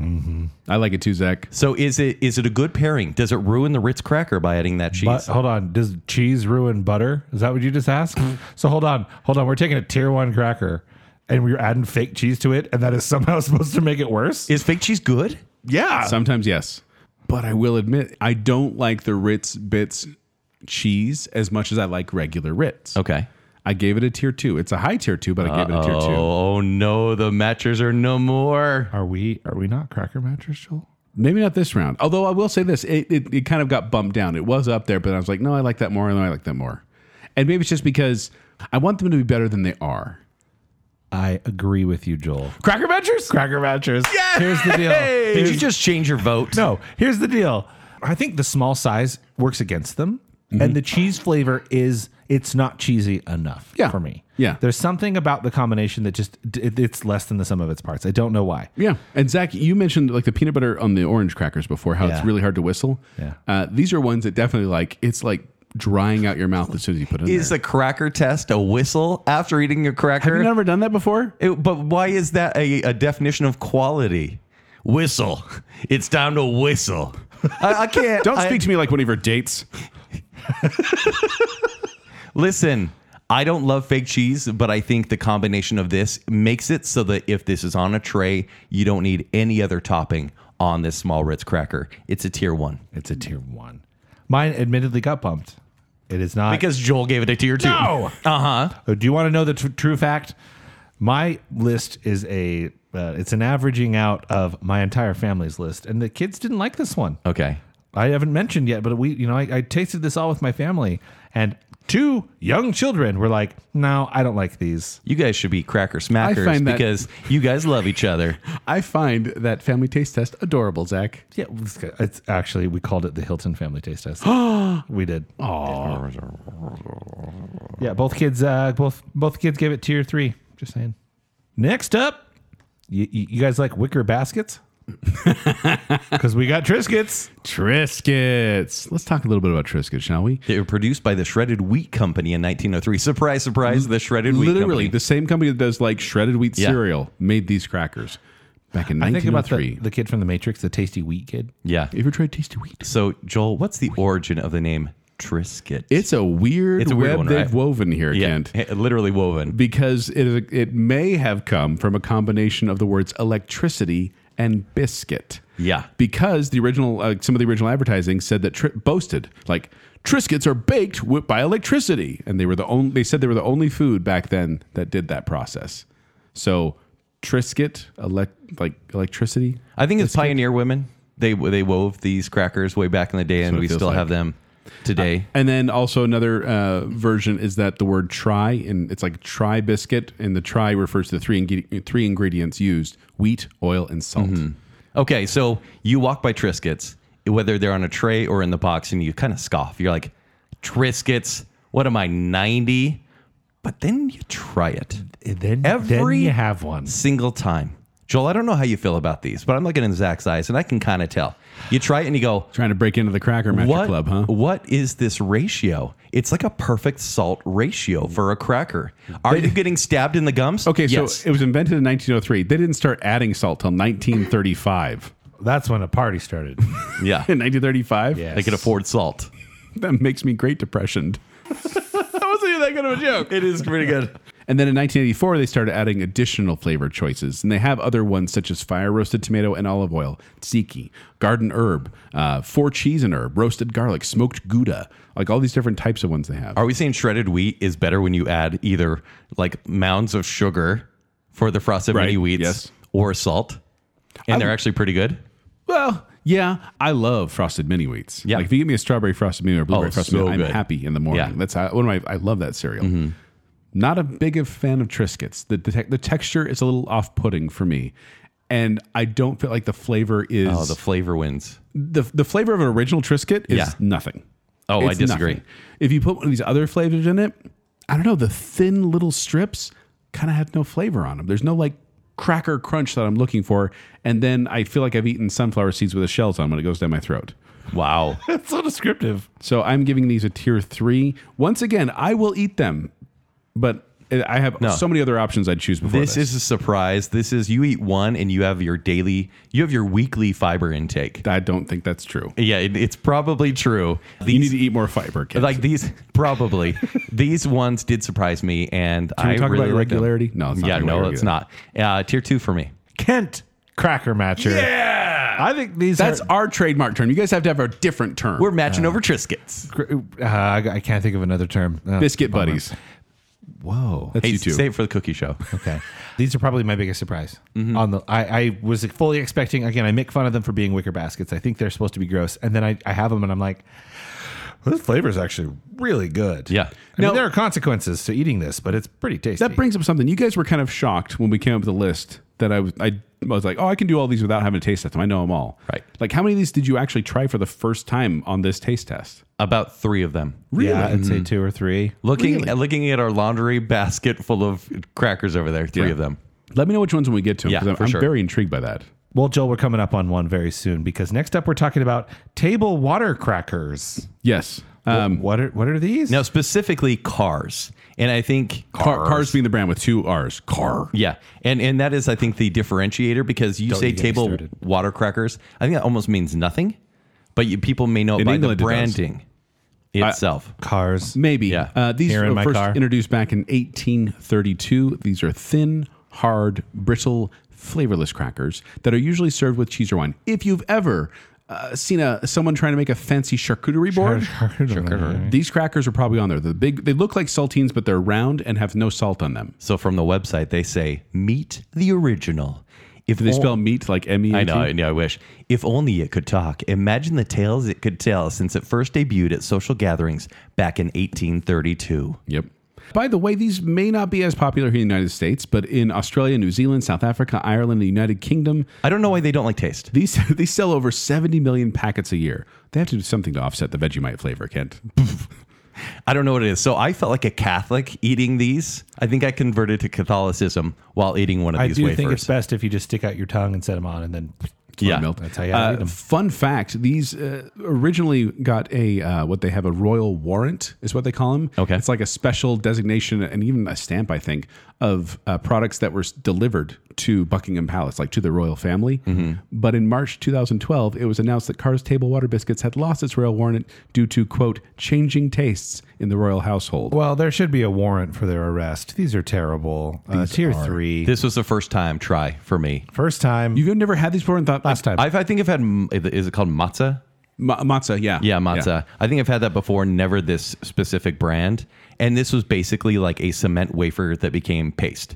[SPEAKER 4] I like it too, Zach.
[SPEAKER 3] So is it is it a good pairing? Does it ruin the Ritz cracker by adding that
[SPEAKER 2] But uh,
[SPEAKER 3] cheese?
[SPEAKER 2] hold on, does cheese ruin butter? Is that what you just asked? so hold on, hold on. We're taking a Tier One cracker, and we're adding fake cheese to it, and that is somehow supposed to make it worse.
[SPEAKER 3] Is fake cheese good?
[SPEAKER 2] yeah.
[SPEAKER 4] Sometimes yes. But I will admit I don't like the Ritz Bits cheese as much as I like regular Ritz.
[SPEAKER 3] Okay.
[SPEAKER 4] I gave it a tier 2. It's a high tier 2, but I gave it a tier 2.
[SPEAKER 3] Oh no, the matchers are no more.
[SPEAKER 2] are we are we not cracker matchers, Joel?
[SPEAKER 4] Maybe not this round. Although I will say this, it, it, it kind of got bumped down. It was up there, but I was like, no, I like that more, and I like that more. And maybe it's just because I want them to be better than they are.
[SPEAKER 2] I agree with you, Joel.
[SPEAKER 4] Cracker Matchers?
[SPEAKER 2] Cracker matchers. Here's the deal.
[SPEAKER 3] Did you just change your vote?
[SPEAKER 2] No, here's the deal. I think the small size works against them
[SPEAKER 4] Mm-hmm.
[SPEAKER 2] and the cheese flavor is it's not cheesy enough
[SPEAKER 4] Yeah.
[SPEAKER 2] for me.
[SPEAKER 4] Yeah.
[SPEAKER 2] there's something about the combination that just it, it's less than the sum of its parts. I don't know why.
[SPEAKER 4] Yeah, and Zach, you mentioned like the peanut butter on the orange crackers before, how
[SPEAKER 2] Yeah.
[SPEAKER 4] it's really hard to whistle.
[SPEAKER 2] Yeah.
[SPEAKER 4] uh, these are ones that definitely like it's like drying out your mouth as soon as you put it in.
[SPEAKER 3] Is
[SPEAKER 4] there.
[SPEAKER 3] a cracker test a whistle after eating a cracker?
[SPEAKER 4] Have you never done that before?
[SPEAKER 3] It- but why is that a, a definition of quality? Whistle. It's time to whistle. I, I can't.
[SPEAKER 4] Don't
[SPEAKER 3] I-
[SPEAKER 4] speak to me like one of your dates.
[SPEAKER 3] Listen, I don't love fake cheese, but I think the combination of this makes it so that if this is on a tray, you don't need any other topping on this small Ritz cracker. It's a tier one
[SPEAKER 2] It's a tier one. Mine admittedly got bumped. It is not
[SPEAKER 3] because Joel gave it a tier two.
[SPEAKER 2] No!
[SPEAKER 3] Uh huh.
[SPEAKER 2] Oh, do you want to know the tr- true fact? My list is a uh, it's an averaging out of my entire family's list, and the kids didn't like this one.
[SPEAKER 3] Okay.
[SPEAKER 2] I haven't mentioned yet, but we you know I, I tasted this all with my family, and two young children were like, "No, I don't like these."
[SPEAKER 3] You guys should be cracker smackers
[SPEAKER 4] find that-
[SPEAKER 3] because you guys love each other.
[SPEAKER 4] I find that family taste test adorable, Zach.
[SPEAKER 2] Yeah, it's- it's actually we called it the Hilton Family Taste Test. we did.
[SPEAKER 4] Oh,
[SPEAKER 2] Yeah, both kids. Uh, both both kids gave it tier three. Just saying. Next up, you, you you guys like wicker baskets? Because we got Triscuits.
[SPEAKER 4] Triscuits. Let's talk a little bit about Triscuits, shall we?
[SPEAKER 3] They were produced by the Shredded Wheat Company in 1903. Surprise, surprise, the Shredded Wheat
[SPEAKER 4] Literally,
[SPEAKER 3] Company.
[SPEAKER 4] the same company that does like shredded wheat
[SPEAKER 3] Yeah.
[SPEAKER 4] cereal made these crackers back in
[SPEAKER 2] I think about
[SPEAKER 4] 1903.
[SPEAKER 2] the, the kid from the Matrix, the tasty wheat kid.
[SPEAKER 3] yeah.
[SPEAKER 4] you ever tried tasty wheat?
[SPEAKER 3] So, Joel, what's the origin of the name Triscuit?
[SPEAKER 4] It's a weird
[SPEAKER 3] It's a weird
[SPEAKER 4] web
[SPEAKER 3] one,
[SPEAKER 4] they've
[SPEAKER 3] right?
[SPEAKER 4] woven here,
[SPEAKER 3] yeah,
[SPEAKER 4] Kent.
[SPEAKER 3] literally woven.
[SPEAKER 4] because it, is, it may have come from a combination of the words electricity and biscuit.
[SPEAKER 3] Yeah.
[SPEAKER 4] Because the original, uh, some of the original advertising said that tri- boasted like Triscuits are baked wi- by electricity, and they were the only. They said they were the only food back then that did that process. So Triscuit, elect like electricity.
[SPEAKER 3] I think it's pioneer women. They they wove these crackers way back in the day, and
[SPEAKER 4] what it
[SPEAKER 3] we
[SPEAKER 4] feels
[SPEAKER 3] still
[SPEAKER 4] like.
[SPEAKER 3] have them today.
[SPEAKER 4] And then also another uh, version is that the word try, and it's like try biscuit, and the try refers to the three, ingre- three ingredients used wheat, oil, and salt.
[SPEAKER 3] okay, so you walk by Triscuits, whether they're on a tray or in the box, and you kind of scoff. You're like, Triscuits, what am I, 90? But then you try it
[SPEAKER 2] Eh, Then
[SPEAKER 3] Every-
[SPEAKER 2] you have one.
[SPEAKER 3] single time. Joel, I don't know how you feel about these, but I'm looking in Zach's eyes, and I can kind of tell. You try it and you go,
[SPEAKER 4] Trying to break into the Cracker Matcher
[SPEAKER 3] what,
[SPEAKER 4] Club, huh?
[SPEAKER 3] What is this ratio? It's like a perfect salt ratio for a cracker. Are you getting stabbed in the gums?
[SPEAKER 4] Okay,
[SPEAKER 3] Yes.
[SPEAKER 4] so it was invented in 1903. They didn't start adding salt till 1935.
[SPEAKER 2] That's when a party started.
[SPEAKER 3] yeah,
[SPEAKER 4] In 1935?
[SPEAKER 2] Yeah.
[SPEAKER 3] they could afford salt.
[SPEAKER 4] That makes me great depressioned. that wasn't even that good of a joke.
[SPEAKER 3] It is pretty good.
[SPEAKER 4] And then in 1984, they started adding additional flavor choices, and they have other ones such as fire roasted tomato and olive oil, tzatziki, garden herb, uh, four cheese and herb, roasted garlic, smoked gouda, like all these different types of ones they have.
[SPEAKER 3] Are we saying shredded wheat is better when you add either like mounds of sugar for the frosted
[SPEAKER 4] Right,
[SPEAKER 3] mini wheats
[SPEAKER 4] yes.
[SPEAKER 3] or salt? And they're actually pretty good.
[SPEAKER 4] Well, yeah, I love frosted mini wheats.
[SPEAKER 3] Yeah.
[SPEAKER 4] like if you give me a strawberry frosted mini or blueberry
[SPEAKER 3] Oh,
[SPEAKER 4] frosted
[SPEAKER 3] so
[SPEAKER 4] mini, I'm
[SPEAKER 3] good.
[SPEAKER 4] happy in the morning.
[SPEAKER 3] Yeah. Mm-hmm.
[SPEAKER 4] That's how, one of my I love that cereal. Not a big a fan of Triscuits. The the, te- the texture is a little off putting for me, and I don't feel like the flavor is
[SPEAKER 3] Oh, the flavor wins.
[SPEAKER 4] the the flavor of an original Triscuit is
[SPEAKER 3] Yeah.
[SPEAKER 4] nothing.
[SPEAKER 3] Oh, I disagree.
[SPEAKER 4] nothing. If you put one of these other flavors in it, I don't know. The thin little strips kind of have no flavor on them. There's no like cracker crunch that I'm looking for. And then I feel like I've eaten sunflower seeds with the shells on 'em when it goes down my throat.
[SPEAKER 3] Wow.
[SPEAKER 2] That's so descriptive.
[SPEAKER 4] So I'm giving these a tier three. Once again, I will eat them, but eh, I have
[SPEAKER 3] No.
[SPEAKER 4] so many other options I'd choose before.
[SPEAKER 3] this is a surprise. This is you eat one and you have your daily, you have your weekly fiber intake.
[SPEAKER 4] I don't think that's true.
[SPEAKER 3] Yeah, it, it's probably true.
[SPEAKER 4] You
[SPEAKER 3] These,
[SPEAKER 4] need to eat more fiber. Kids.
[SPEAKER 3] like these, probably these ones did surprise me, and
[SPEAKER 4] Can we
[SPEAKER 3] I
[SPEAKER 4] talk
[SPEAKER 3] really
[SPEAKER 4] about
[SPEAKER 3] like them.
[SPEAKER 4] regularity? No, it's not
[SPEAKER 3] yeah, no,
[SPEAKER 4] regularity.
[SPEAKER 3] it's not. Uh, tier two for me.
[SPEAKER 2] Kent cracker matcher. Yeah, I think these.
[SPEAKER 4] That's
[SPEAKER 2] are,
[SPEAKER 4] our trademark term. You guys have to have a different term.
[SPEAKER 3] We're matching over Triscuits.
[SPEAKER 2] uh, I I can't think of another term. Uh,
[SPEAKER 4] biscuit
[SPEAKER 2] bummer.
[SPEAKER 4] buddies.
[SPEAKER 2] Whoa.
[SPEAKER 4] That's
[SPEAKER 3] Hey,
[SPEAKER 4] you two.
[SPEAKER 3] save it for the cookie show.
[SPEAKER 2] Okay, these are probably my biggest surprise.
[SPEAKER 4] Mm-hmm.
[SPEAKER 2] On the, I, I was fully expecting. Again, I make fun of them for being wicker baskets. I think they're supposed to be gross, and then I, I have them, and I'm like, this flavor is actually really good.
[SPEAKER 3] Yeah.
[SPEAKER 2] I mean,
[SPEAKER 4] Now-
[SPEAKER 2] there are consequences to eating this, but it's pretty tasty.
[SPEAKER 4] That brings up something. You guys were kind of shocked when we came up with a list that I was I was like, oh, I can do all these without having to taste test them. I know them all.
[SPEAKER 3] Right.
[SPEAKER 4] Like, how many of these did you actually try for the first time on this taste test?
[SPEAKER 3] About three of them.
[SPEAKER 2] Yeah, I'd
[SPEAKER 4] Mm-hmm.
[SPEAKER 2] say two or three.
[SPEAKER 3] Looking uh, looking at our laundry basket full of crackers over there, three
[SPEAKER 4] Yeah.
[SPEAKER 3] of them.
[SPEAKER 4] Let me know which ones when we get to them.
[SPEAKER 3] Yeah,
[SPEAKER 4] 'cause I'm,
[SPEAKER 3] for
[SPEAKER 4] I'm
[SPEAKER 3] sure.
[SPEAKER 4] very intrigued by that.
[SPEAKER 2] Well, Joel, we're coming up on one very soon because next up we're talking about table water crackers.
[SPEAKER 4] Yes. Um,
[SPEAKER 2] what are what are these?
[SPEAKER 3] Now specifically cars, and I think
[SPEAKER 4] car, cars. being the brand with two R's. Car.
[SPEAKER 3] Yeah, and and that is I think the differentiator because you
[SPEAKER 2] Don't
[SPEAKER 3] say
[SPEAKER 2] you get me
[SPEAKER 3] table
[SPEAKER 2] started.
[SPEAKER 3] water crackers. I think that almost means nothing, but you, people may know it
[SPEAKER 4] In
[SPEAKER 3] by
[SPEAKER 4] England
[SPEAKER 3] the
[SPEAKER 4] it does.
[SPEAKER 3] branding itself.
[SPEAKER 2] cars.
[SPEAKER 4] Maybe.
[SPEAKER 3] Yeah.
[SPEAKER 4] Uh, these
[SPEAKER 2] Here in
[SPEAKER 4] were
[SPEAKER 2] my
[SPEAKER 4] first
[SPEAKER 2] car.
[SPEAKER 4] introduced back in 1832. These are thin, hard, brittle, flavorless crackers that are usually served with cheese or wine. If you've ever uh, seen a someone trying to make a fancy charcuterie board, these crackers are probably on there. The big, they look like saltines, but they're round and have no salt on them.
[SPEAKER 3] so from the website they say meet the original. If
[SPEAKER 4] Do they
[SPEAKER 3] o-
[SPEAKER 4] spell meat like M E A T?
[SPEAKER 3] Oh. I know, I know, I wish. If only it could talk. Imagine the tales it could tell since it first debuted at social gatherings back in 1832.
[SPEAKER 4] Yep. By the way, these may not be as popular here in the United States, but in Australia, New Zealand, South Africa, Ireland, the United Kingdom,
[SPEAKER 3] I don't know why they don't like taste.
[SPEAKER 4] These they sell over 70 million packets a year. They have to do something to offset the Vegemite flavor, Kent.
[SPEAKER 3] I don't know what it is. So I felt like a Catholic eating these. I think I converted to Catholicism while eating one of
[SPEAKER 2] I
[SPEAKER 3] these
[SPEAKER 2] do
[SPEAKER 3] wafers.
[SPEAKER 2] think it's best if you just stick out your tongue and set them on, and then
[SPEAKER 3] yeah.
[SPEAKER 4] Milk.
[SPEAKER 2] That's how you gotta eat
[SPEAKER 4] Uh,
[SPEAKER 2] 'em.
[SPEAKER 4] fun fact: These uh, originally got a uh, what they have a royal warrant is what they call them.
[SPEAKER 3] Okay.
[SPEAKER 4] it's like a special designation and even a stamp, I think, of uh, products that were s- delivered to Buckingham Palace, like to the royal family.
[SPEAKER 2] Mm-hmm.
[SPEAKER 4] But in March 2012, it was announced that Carr's Table Water Biscuits had lost its royal warrant due to quote changing tastes in the royal household.
[SPEAKER 2] well, there should be a warrant for their arrest. These are terrible. Uh, tier three, first
[SPEAKER 3] This was the first time try for me.
[SPEAKER 2] time,
[SPEAKER 4] You've never had these before and thought
[SPEAKER 2] last time.
[SPEAKER 3] I've, I think I've had, m- is it called matzah?
[SPEAKER 4] Ma- matzah, yeah,
[SPEAKER 3] Yeah, matzah. I think I've had that before, never this specific brand. And this was basically like a cement wafer that became paste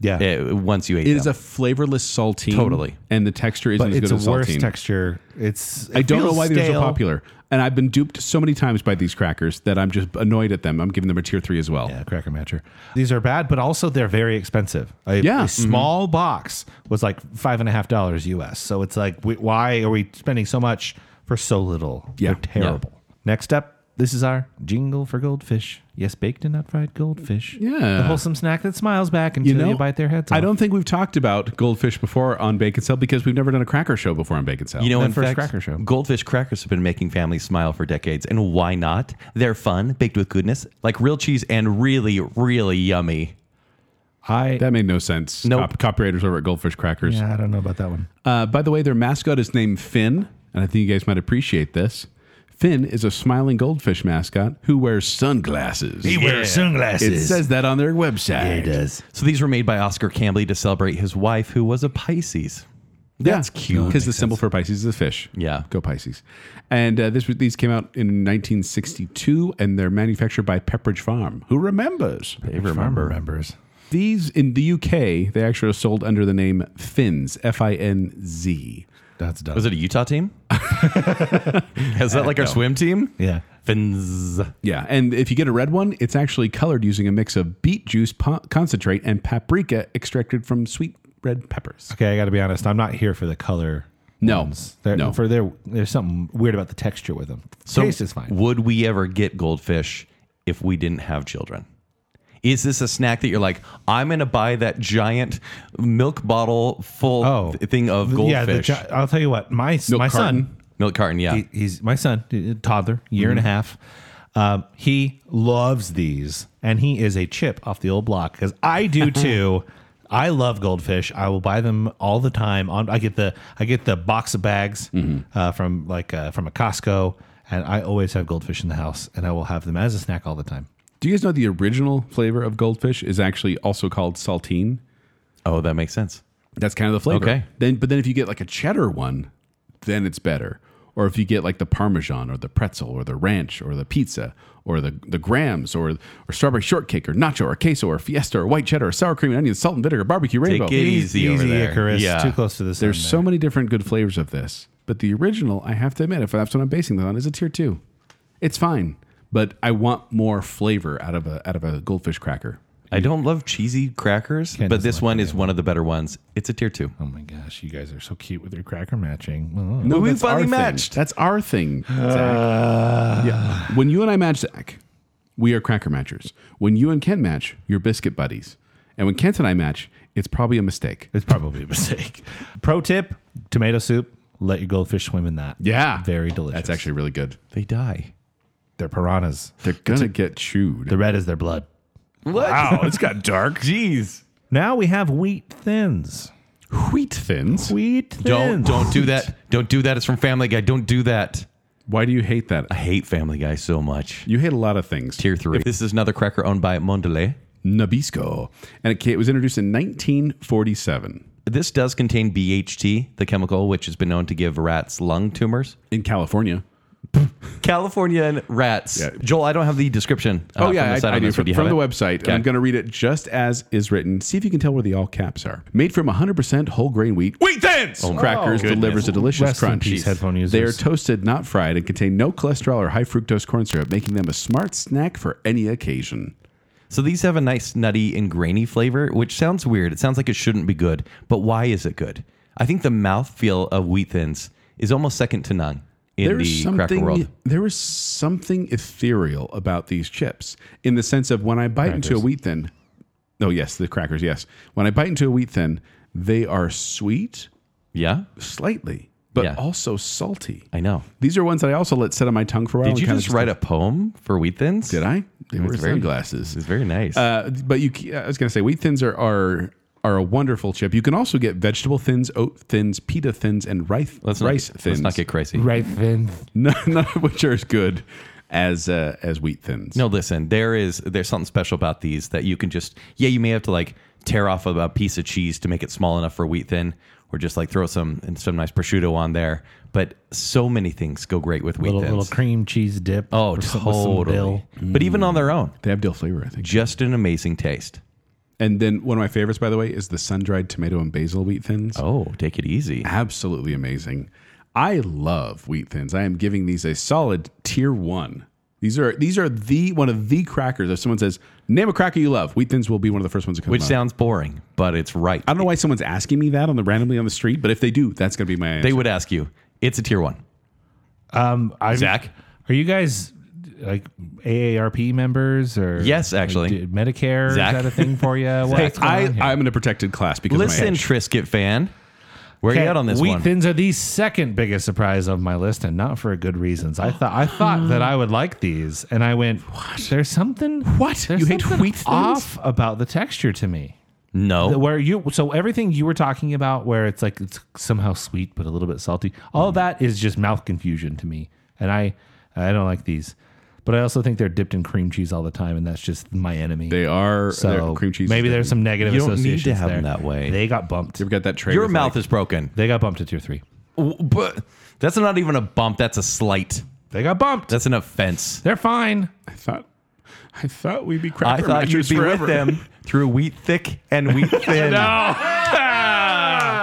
[SPEAKER 2] yeah,
[SPEAKER 3] eh, once you ate
[SPEAKER 4] It
[SPEAKER 3] them.
[SPEAKER 4] is a flavorless saltine.
[SPEAKER 3] Totally.
[SPEAKER 4] And the texture isn't
[SPEAKER 2] but
[SPEAKER 4] as
[SPEAKER 2] it's a
[SPEAKER 4] good as
[SPEAKER 2] worse
[SPEAKER 4] saltine.
[SPEAKER 2] texture. It's
[SPEAKER 4] I
[SPEAKER 2] it
[SPEAKER 4] don't know
[SPEAKER 2] feels
[SPEAKER 4] why they're so
[SPEAKER 2] stale.
[SPEAKER 4] popular. And I've been duped so many times by these crackers that I'm just annoyed at them. I'm giving them a tier three as well.
[SPEAKER 2] Yeah, cracker matcher. These are bad, but also they're very expensive. A,
[SPEAKER 4] Yeah. mm-hmm.
[SPEAKER 2] a small box was like five and a half dollars US. So it's like, we, why are we spending so much for so little?
[SPEAKER 4] Yeah.
[SPEAKER 2] They're terrible. Next up, this is our jingle for goldfish. Yes, baked and not fried goldfish.
[SPEAKER 4] Yeah.
[SPEAKER 2] the wholesome snack that smiles back until you, bite their heads off.
[SPEAKER 4] I don't think we've talked about goldfish before on Bacon Cell because we've never done a cracker show before on Bacon Cell.
[SPEAKER 3] You know,
[SPEAKER 2] That
[SPEAKER 3] in
[SPEAKER 2] first
[SPEAKER 3] fact,
[SPEAKER 2] cracker show.
[SPEAKER 3] Goldfish crackers have been making families smile for decades, and why not? They're fun, baked with goodness, like real cheese, and really, really yummy.
[SPEAKER 2] I
[SPEAKER 4] that made no sense.
[SPEAKER 3] Nope.
[SPEAKER 4] copywriters over at Goldfish Crackers.
[SPEAKER 2] yeah, I don't know about that one.
[SPEAKER 4] Uh, by the way, their mascot is named Finn, and I think you guys might appreciate this. Finn is a smiling goldfish mascot who wears sunglasses.
[SPEAKER 2] wears
[SPEAKER 4] it
[SPEAKER 2] sunglasses.
[SPEAKER 4] says that on their website.
[SPEAKER 2] does.
[SPEAKER 3] So these were made by Oscar Cambley to celebrate his wife, who was a Pisces. That's cute.
[SPEAKER 4] Because the symbol for Pisces is a fish.
[SPEAKER 3] Yeah.
[SPEAKER 4] Go Pisces. And uh, this was- these came out in 1962, and they're manufactured by Pepperidge Farm. Who remembers?
[SPEAKER 2] They remember. remembers.
[SPEAKER 4] These in the UK, they actually are sold under the name Fins, F I N Z.
[SPEAKER 2] That's dumb.
[SPEAKER 3] Was it a Utah team? Is that like our swim team?
[SPEAKER 2] yeah.
[SPEAKER 3] Fins.
[SPEAKER 4] Yeah, and if you get a red one, it's actually colored using a mix of beet juice po- concentrate and paprika extracted from sweet red peppers.
[SPEAKER 2] Okay, I got to be honest. I'm not here for the color.
[SPEAKER 4] No.
[SPEAKER 2] ones. They're-
[SPEAKER 4] No.
[SPEAKER 2] For their, there's something weird about the texture with them. Taste is fine.
[SPEAKER 3] Would we ever get goldfish if we didn't have children? Is this a snack that you're like, I'm going to buy that giant milk bottle full
[SPEAKER 2] Oh.
[SPEAKER 3] th- thing of goldfish?
[SPEAKER 2] Yeah, the, gi- I'll tell you what. My s-
[SPEAKER 4] Milk
[SPEAKER 2] my
[SPEAKER 4] carton.
[SPEAKER 2] son,
[SPEAKER 3] Milk carton, Mm-hmm. yeah.
[SPEAKER 2] he- he's my son, uh, toddler, year and a half. Um, he loves these, and he is a chip off the old block because I do too. I love goldfish. I will buy them all the time. On I get the I get the box of bags
[SPEAKER 3] Mm-hmm.
[SPEAKER 2] uh, from like uh, from a Costco, and I always have goldfish in the house, and I will have them as a snack all the time.
[SPEAKER 4] Do you guys know the original flavor of goldfish is actually also called saltine?
[SPEAKER 3] Oh, that makes sense.
[SPEAKER 4] That's kind of the flavor.
[SPEAKER 3] Okay.
[SPEAKER 4] Then, but then if you get like a cheddar one, then it's better. Or if you get like the parmesan or the pretzel or the ranch or the pizza or the the grams or or strawberry shortcake or nacho or queso or fiesta or white cheddar or sour cream and onion salt and vinegar barbecue rainbow.
[SPEAKER 3] it Easy over there.
[SPEAKER 2] Icarus.
[SPEAKER 3] Yeah.
[SPEAKER 2] Too close to the sun.
[SPEAKER 4] There's
[SPEAKER 2] there.
[SPEAKER 4] so many different good flavors of this, but the original, I have to admit, if that's what I'm basing this on, is a tier two. It's fine, but I want more flavor out of a out of a goldfish cracker.
[SPEAKER 3] I don't love cheesy crackers,
[SPEAKER 2] Ken
[SPEAKER 3] but
[SPEAKER 2] doesn't
[SPEAKER 3] this
[SPEAKER 2] like
[SPEAKER 3] one is one of the better ones. It's a tier two.
[SPEAKER 2] Oh my gosh, you guys are so cute with your cracker matching. Oh.
[SPEAKER 4] No,
[SPEAKER 3] We
[SPEAKER 4] that's
[SPEAKER 3] finally
[SPEAKER 4] our thing.
[SPEAKER 3] matched.
[SPEAKER 4] That's our thing. Zach. yeah. When you and I match, Zach, we are cracker matchers. When you and Kent match, you're biscuit buddies. And when Kent and I match, it's probably a mistake.
[SPEAKER 2] It's probably a mistake. Pro tip tomato soup, let your goldfish swim in that.
[SPEAKER 4] Yeah.
[SPEAKER 2] Very delicious.
[SPEAKER 4] That's actually really good.
[SPEAKER 3] They die.
[SPEAKER 2] They're piranhas.
[SPEAKER 4] They're going to get chewed.
[SPEAKER 2] The red is their blood.
[SPEAKER 3] What?
[SPEAKER 4] Wow, it's got dark.
[SPEAKER 3] Jeez.
[SPEAKER 2] Now we have wheat thins.
[SPEAKER 4] Wheat thins.
[SPEAKER 2] Wheat
[SPEAKER 3] Don't
[SPEAKER 2] thins.
[SPEAKER 3] don't do that. Don't do that. It's from Family Guy. Don't do that.
[SPEAKER 4] Why do you hate that?
[SPEAKER 3] I hate Family Guy so much.
[SPEAKER 4] You hate a lot of things.
[SPEAKER 3] Tier three. This is another cracker owned by Mondelez.
[SPEAKER 4] Nabisco. And it ca- it was introduced in 1947
[SPEAKER 3] This does contain BHT, the chemical which has been known to give rats lung tumors.
[SPEAKER 4] in California.
[SPEAKER 3] Californian rats.
[SPEAKER 4] Yeah.
[SPEAKER 3] Joel, I don't have the description. uh,
[SPEAKER 4] Oh,
[SPEAKER 3] from
[SPEAKER 4] yeah,
[SPEAKER 3] the site
[SPEAKER 4] I, I
[SPEAKER 3] on
[SPEAKER 4] do.
[SPEAKER 3] this
[SPEAKER 4] From,
[SPEAKER 3] one. Do you
[SPEAKER 4] from
[SPEAKER 3] have
[SPEAKER 4] the
[SPEAKER 3] it?
[SPEAKER 4] website. And I'm
[SPEAKER 3] Okay.
[SPEAKER 4] going to read it just as is written. See if you can tell where the all caps are. Made from 100% whole grain wheat. Wheat thins!
[SPEAKER 3] Oh,
[SPEAKER 4] crackers delivers a delicious
[SPEAKER 2] Rest in
[SPEAKER 4] crunch.
[SPEAKER 2] peace, headphone
[SPEAKER 4] They are
[SPEAKER 2] users.
[SPEAKER 4] toasted, not fried, and contain no cholesterol or high fructose corn syrup, making them a smart snack for any occasion.
[SPEAKER 3] So these have a nice nutty and grainy flavor, which sounds weird. It sounds like it shouldn't be good, but why is it good? I think the mouthfeel of wheat thins is almost second to none in
[SPEAKER 4] There's
[SPEAKER 3] the cracker world.
[SPEAKER 4] something there is something ethereal about these chips in the sense of when I bite into a wheat thin. Oh yes, the crackers. Yes, when I bite into a wheat thin, they are sweet
[SPEAKER 3] Yeah,
[SPEAKER 4] slightly, but
[SPEAKER 3] Yeah.
[SPEAKER 4] also salty.
[SPEAKER 3] I know.
[SPEAKER 4] These are ones that I also let sit on my tongue for a while.
[SPEAKER 3] Did you just write a poem for wheat thins?
[SPEAKER 4] Oh, Did I? They were
[SPEAKER 3] It's very-
[SPEAKER 4] sunglasses.
[SPEAKER 3] It's very nice.
[SPEAKER 4] Uh, but you, ca- I was gonna say wheat thins are are are a wonderful chip. You can also get vegetable thins, oat thins, pita thins, and rice
[SPEAKER 3] let's not,
[SPEAKER 4] rice
[SPEAKER 3] get-
[SPEAKER 4] thins.
[SPEAKER 3] Let's not get crazy.
[SPEAKER 2] Right thins.
[SPEAKER 4] none, none of which are as good as uh, as wheat thins.
[SPEAKER 3] No, listen, there is there's something special about these that you can just yeah, you may have to like tear off a, a piece of cheese to make it small enough for wheat thin, or just like throw some and some nice prosciutto on there. But so many things go great with wheat
[SPEAKER 2] Little,
[SPEAKER 3] thins.
[SPEAKER 2] little cream cheese dip.
[SPEAKER 3] oh,
[SPEAKER 2] with some- with some dill. Mm.
[SPEAKER 3] totally. But even on their own,
[SPEAKER 4] They have dill flavor, I think.
[SPEAKER 3] just an amazing taste.
[SPEAKER 4] And then one of my favorites, by the way, is the sun dried tomato and basil wheat thins.
[SPEAKER 3] Oh, take it easy.
[SPEAKER 4] Absolutely amazing. I love wheat thins. I am giving these a solid tier one. These are these are the one of the crackers. If someone says name a cracker you love, wheat thins will be one of the first ones to come.
[SPEAKER 3] Which
[SPEAKER 4] up.
[SPEAKER 3] sounds boring, but it's right.
[SPEAKER 4] I don't know why someone's asking me that on the randomly on the street, but if they do, that's going to be my answer.
[SPEAKER 3] They would ask you. It's a tier one.
[SPEAKER 2] I'm-
[SPEAKER 3] Zach?
[SPEAKER 2] Are you guys like AARP members or?
[SPEAKER 3] Yes, actually.
[SPEAKER 2] Did Medicare
[SPEAKER 3] Zach?
[SPEAKER 2] is that a thing for you?
[SPEAKER 4] Hey,
[SPEAKER 2] What's going
[SPEAKER 4] I,
[SPEAKER 2] on here?
[SPEAKER 4] I'm in a protected class because of my
[SPEAKER 3] Listen,
[SPEAKER 4] age.
[SPEAKER 3] Trisket fan. Where are
[SPEAKER 2] Okay,
[SPEAKER 3] you at on this
[SPEAKER 2] wheat
[SPEAKER 3] one?
[SPEAKER 2] thins are the second biggest surprise of my list, and not for good reasons. I thought I thought that I would like these, and I went, "What? There's something
[SPEAKER 4] What?
[SPEAKER 2] There's
[SPEAKER 4] You hate
[SPEAKER 2] something
[SPEAKER 4] wheat thins?
[SPEAKER 2] Off about the texture to me.
[SPEAKER 3] no.
[SPEAKER 2] Where you so everything you were talking about, where it's like it's somehow sweet but a little bit salty.
[SPEAKER 3] Mm.
[SPEAKER 2] All of that is just mouth confusion to me, and I I don't like these. But I also think they're dipped in cream cheese all the time, and that's just my enemy.
[SPEAKER 4] They are
[SPEAKER 2] so
[SPEAKER 4] they're cream cheese.
[SPEAKER 2] Maybe there's some negative
[SPEAKER 3] You don't need to
[SPEAKER 2] associations
[SPEAKER 3] have them
[SPEAKER 2] there.
[SPEAKER 3] that way.
[SPEAKER 2] They got bumped.
[SPEAKER 4] You ever got that tray?
[SPEAKER 3] Your
[SPEAKER 4] with,
[SPEAKER 3] mouth
[SPEAKER 4] like,
[SPEAKER 3] is broken.
[SPEAKER 2] They got bumped to tier three.
[SPEAKER 3] W- But that's not even a bump. That's a slight.
[SPEAKER 2] They got bumped.
[SPEAKER 3] That's an offense.
[SPEAKER 2] They're fine.
[SPEAKER 4] I thought, I thought we'd be
[SPEAKER 3] I
[SPEAKER 4] cracker
[SPEAKER 3] thought you'd
[SPEAKER 4] matchers
[SPEAKER 3] be
[SPEAKER 4] forever.
[SPEAKER 3] with them through wheat thick and wheat thin. no.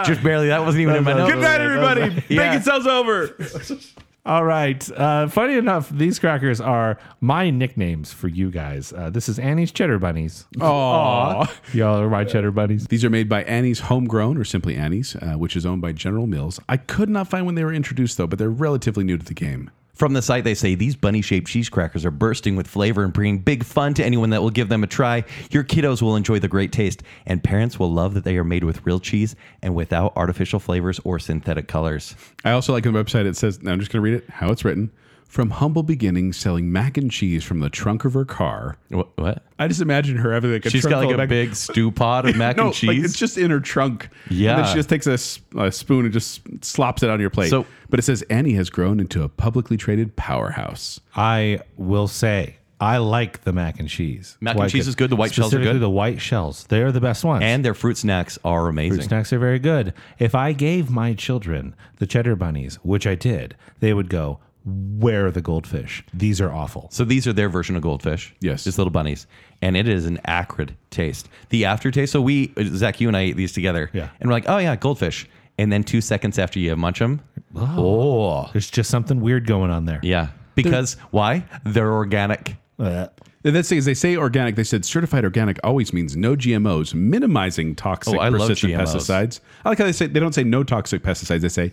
[SPEAKER 3] Just barely. That wasn't even in my notes.
[SPEAKER 2] Good night, everybody.
[SPEAKER 3] Yeah.
[SPEAKER 4] Sounds over.
[SPEAKER 2] All right. Uh, funny enough, these crackers are my nicknames for you guys. Uh, this is Annie's Cheddar Bunnies.
[SPEAKER 4] Aww.
[SPEAKER 2] Y'all are my Cheddar Bunnies.
[SPEAKER 4] These are made by Annie's Homegrown, or simply Annie's, uh, which is owned by General Mills. I could not find when they were introduced, though, but they're relatively new to the game.
[SPEAKER 3] From the site, they say these bunny shaped cheese crackers are bursting with flavor and bringing big fun to anyone that will give them a try. Your kiddos will enjoy the great taste, and parents will love that they are made with real cheese and without artificial flavors or synthetic colors.
[SPEAKER 4] I also like on the website, it says, now I'm just going to read it how it's written. From humble beginnings, selling mac and cheese from the trunk of her car.
[SPEAKER 3] What? what?
[SPEAKER 4] I just imagine her having like a
[SPEAKER 3] She's
[SPEAKER 4] trunk
[SPEAKER 3] got
[SPEAKER 4] full
[SPEAKER 3] like
[SPEAKER 4] of
[SPEAKER 3] a
[SPEAKER 4] mac-
[SPEAKER 3] big stew pot of mac
[SPEAKER 4] no,
[SPEAKER 3] and cheese.
[SPEAKER 4] Like it's just in her trunk. And then
[SPEAKER 3] Yeah.
[SPEAKER 4] she just takes a, s- a spoon and just slops it on your plate.
[SPEAKER 3] So-
[SPEAKER 4] but it says Annie has grown into a publicly traded powerhouse.
[SPEAKER 2] I will say, I like the mac and cheese.
[SPEAKER 3] Mac and
[SPEAKER 2] Like
[SPEAKER 3] cheese is good. The white shells are
[SPEAKER 2] specifically
[SPEAKER 3] good.
[SPEAKER 2] The white shells. They're the best ones.
[SPEAKER 3] and their fruit snacks are amazing.
[SPEAKER 2] snacks are very good. If I gave my children the Cheddar Bunnies, which I did, they would go, Where are the goldfish? These are awful.
[SPEAKER 3] So these are their version of goldfish.
[SPEAKER 4] Yes.
[SPEAKER 3] Just little bunnies. And it is an acrid taste. The aftertaste. So we, Zach, you and I ate these together.
[SPEAKER 2] Yeah.
[SPEAKER 3] And we're like, oh, yeah, goldfish. And then two seconds after you munch them. Oh.
[SPEAKER 2] Oh. There's just something weird going on there.
[SPEAKER 3] Yeah. Because why? They're organic.
[SPEAKER 4] That's the thing is they say organic. They said certified organic always means no GMOs, minimizing toxic
[SPEAKER 3] Oh, I love
[SPEAKER 4] persistent
[SPEAKER 3] GMOs.
[SPEAKER 4] pesticides. I like how they say they don't say no toxic pesticides. They say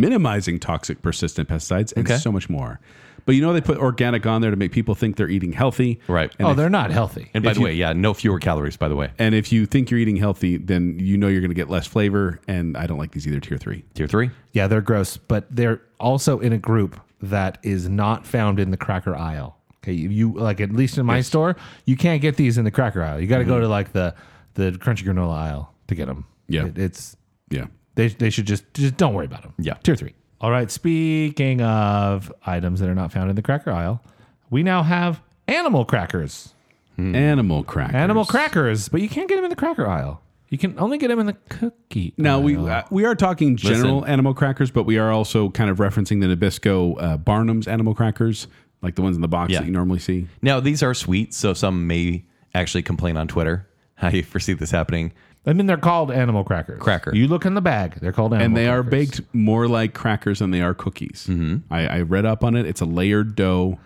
[SPEAKER 4] minimizing toxic persistent pesticides and
[SPEAKER 3] Okay.
[SPEAKER 4] so much more. But you know they put organic on there to make people think they're eating healthy,
[SPEAKER 3] Right.
[SPEAKER 4] And,
[SPEAKER 2] oh,
[SPEAKER 4] if,
[SPEAKER 2] they're not healthy.
[SPEAKER 3] And by
[SPEAKER 4] If
[SPEAKER 3] the
[SPEAKER 4] you-
[SPEAKER 3] way, yeah, no fewer calories. By the way,
[SPEAKER 4] and if you think you're eating healthy, then you know you're going to get less flavor. And I don't like these either. Tier three.
[SPEAKER 3] tier three.
[SPEAKER 2] Yeah, they're gross, but they're also in a group that is not found in the cracker aisle. Okay, you, you like at least in my store, you can't get these in the cracker aisle. You got to
[SPEAKER 4] Mm-hmm.
[SPEAKER 2] go to like the the crunchy granola aisle to get them.
[SPEAKER 4] Yeah.
[SPEAKER 2] It- it's
[SPEAKER 4] Yeah.
[SPEAKER 2] they they should just just don't worry about them.
[SPEAKER 3] Yeah.
[SPEAKER 2] tier three. All right. Speaking of items that are not found in the cracker aisle, we now have animal crackers.
[SPEAKER 3] Hmm.
[SPEAKER 4] Animal crackers.
[SPEAKER 2] Animal crackers, but you can't get them in the cracker aisle. You can only get them in the cookie.
[SPEAKER 4] Now we
[SPEAKER 2] aisle.
[SPEAKER 4] uh, we are talking general animal crackers, but we are also kind of referencing the Nabisco uh, Barnum's animal crackers, like the ones in the box
[SPEAKER 3] Yeah.
[SPEAKER 4] that you normally see.
[SPEAKER 3] Now these are sweet, so some may actually complain on Twitter. I foresee this happening.
[SPEAKER 2] I mean, they're called animal crackers.
[SPEAKER 3] Cracker.
[SPEAKER 2] You look in the bag; they're called animal.
[SPEAKER 4] And they are
[SPEAKER 2] crackers. Mm-hmm.
[SPEAKER 4] baked more like crackers than they are cookies. I, I read up on it. It's a layered dough.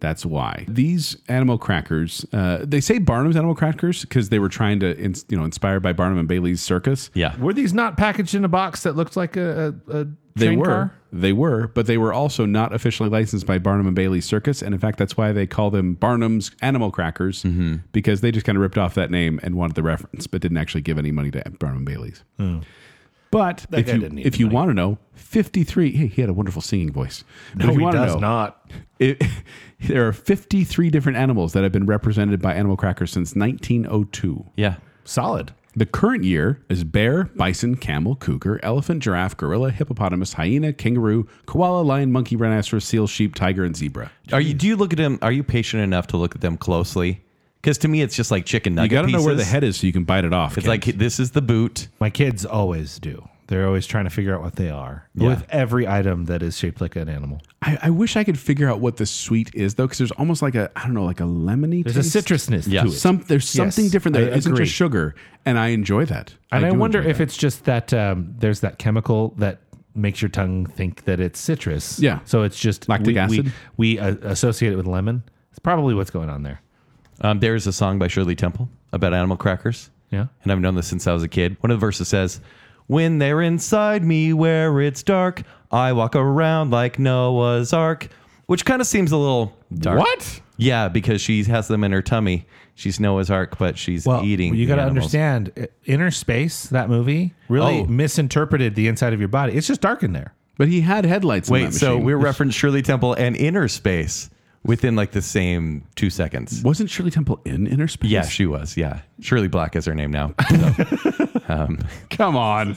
[SPEAKER 4] That's why these animal crackers. Uh, they say Barnum's animal crackers because they were trying to, ins- you know, inspired by Barnum and Bailey's circus.
[SPEAKER 3] Yeah,
[SPEAKER 2] Were these not packaged in a box that looked like a, a, a
[SPEAKER 4] They
[SPEAKER 2] train
[SPEAKER 4] were.
[SPEAKER 2] car?
[SPEAKER 4] They were, but they were also not officially licensed by Barnum and Bailey Circus. And in fact, that's why they call them Barnum's Animal Crackers
[SPEAKER 2] Mm-hmm.
[SPEAKER 4] because they just kind of ripped off that name and wanted the reference, but didn't actually give any money to Barnum and Bailey's. But if
[SPEAKER 2] Oh. guy
[SPEAKER 4] you,
[SPEAKER 2] didn't need
[SPEAKER 4] if
[SPEAKER 2] the
[SPEAKER 4] you
[SPEAKER 2] money.
[SPEAKER 4] want to know, 53, hey, he had a wonderful singing voice. But if you wanna know,
[SPEAKER 2] not.
[SPEAKER 4] it, there are 53 different animals that have been represented by animal crackers since 1902.
[SPEAKER 3] yeah.
[SPEAKER 2] Solid.
[SPEAKER 4] The current year is bear, bison, camel, cougar, elephant, giraffe, gorilla, hippopotamus, hyena, kangaroo, koala, lion, monkey, rhinoceros, seal, sheep, tiger, and zebra.
[SPEAKER 3] Are you? Do you look at them? Are you patient enough to look at them closely? Because to me, it's just like chicken
[SPEAKER 4] You
[SPEAKER 3] nugget
[SPEAKER 4] got to know where the
[SPEAKER 3] pieces.
[SPEAKER 4] head is so you can bite it off.
[SPEAKER 3] It's
[SPEAKER 4] Ken.
[SPEAKER 3] like this is the boot.
[SPEAKER 2] My kids always do. They're always trying to figure out what they are with every item that is shaped like an animal.
[SPEAKER 4] I, I wish I could figure out what the sweet is though, because there's almost like a I don't know, like a lemony.
[SPEAKER 2] There's
[SPEAKER 4] taste.
[SPEAKER 2] a citrusness
[SPEAKER 3] Yeah.
[SPEAKER 2] to it.
[SPEAKER 4] Some there's something
[SPEAKER 2] Yes,
[SPEAKER 4] different there.
[SPEAKER 2] I
[SPEAKER 4] It's not
[SPEAKER 2] agree.
[SPEAKER 4] just sugar, and I enjoy that.
[SPEAKER 2] and I,
[SPEAKER 4] do
[SPEAKER 2] wonder
[SPEAKER 4] enjoy
[SPEAKER 2] if
[SPEAKER 4] that.
[SPEAKER 2] it's just that um, there's that chemical that makes your tongue think that it's citrus.
[SPEAKER 4] Yeah.
[SPEAKER 2] So it's just
[SPEAKER 4] Lactic
[SPEAKER 2] we,
[SPEAKER 4] acid?
[SPEAKER 2] We, we uh, associate it with lemon. It's probably what's going on there.
[SPEAKER 3] Um, there is a song by Shirley Temple about animal crackers.
[SPEAKER 2] Yeah.
[SPEAKER 3] And I've known this since I was a kid. One of the verses says, When they're inside me where it's dark, I walk around like Noah's Ark, which kind of seems a little dark.
[SPEAKER 4] what
[SPEAKER 3] Yeah, because she has them in her tummy. She's Noah's Ark, but she's eating.
[SPEAKER 2] You
[SPEAKER 3] the
[SPEAKER 2] got to
[SPEAKER 3] animals.
[SPEAKER 2] understand, i- Inner Space, that movie, really
[SPEAKER 3] Oh.
[SPEAKER 2] misinterpreted the inside of your body. It's just dark in there.
[SPEAKER 4] But he had headlights. in
[SPEAKER 3] Wait,
[SPEAKER 4] that
[SPEAKER 3] so
[SPEAKER 4] machine.
[SPEAKER 3] we're referencing Shirley Temple and Inner Space within like the same two seconds.
[SPEAKER 4] wasn't Shirley Temple in Inner Space?
[SPEAKER 3] Yeah, she was. Yeah. Shirley Black is her name now.
[SPEAKER 4] come on.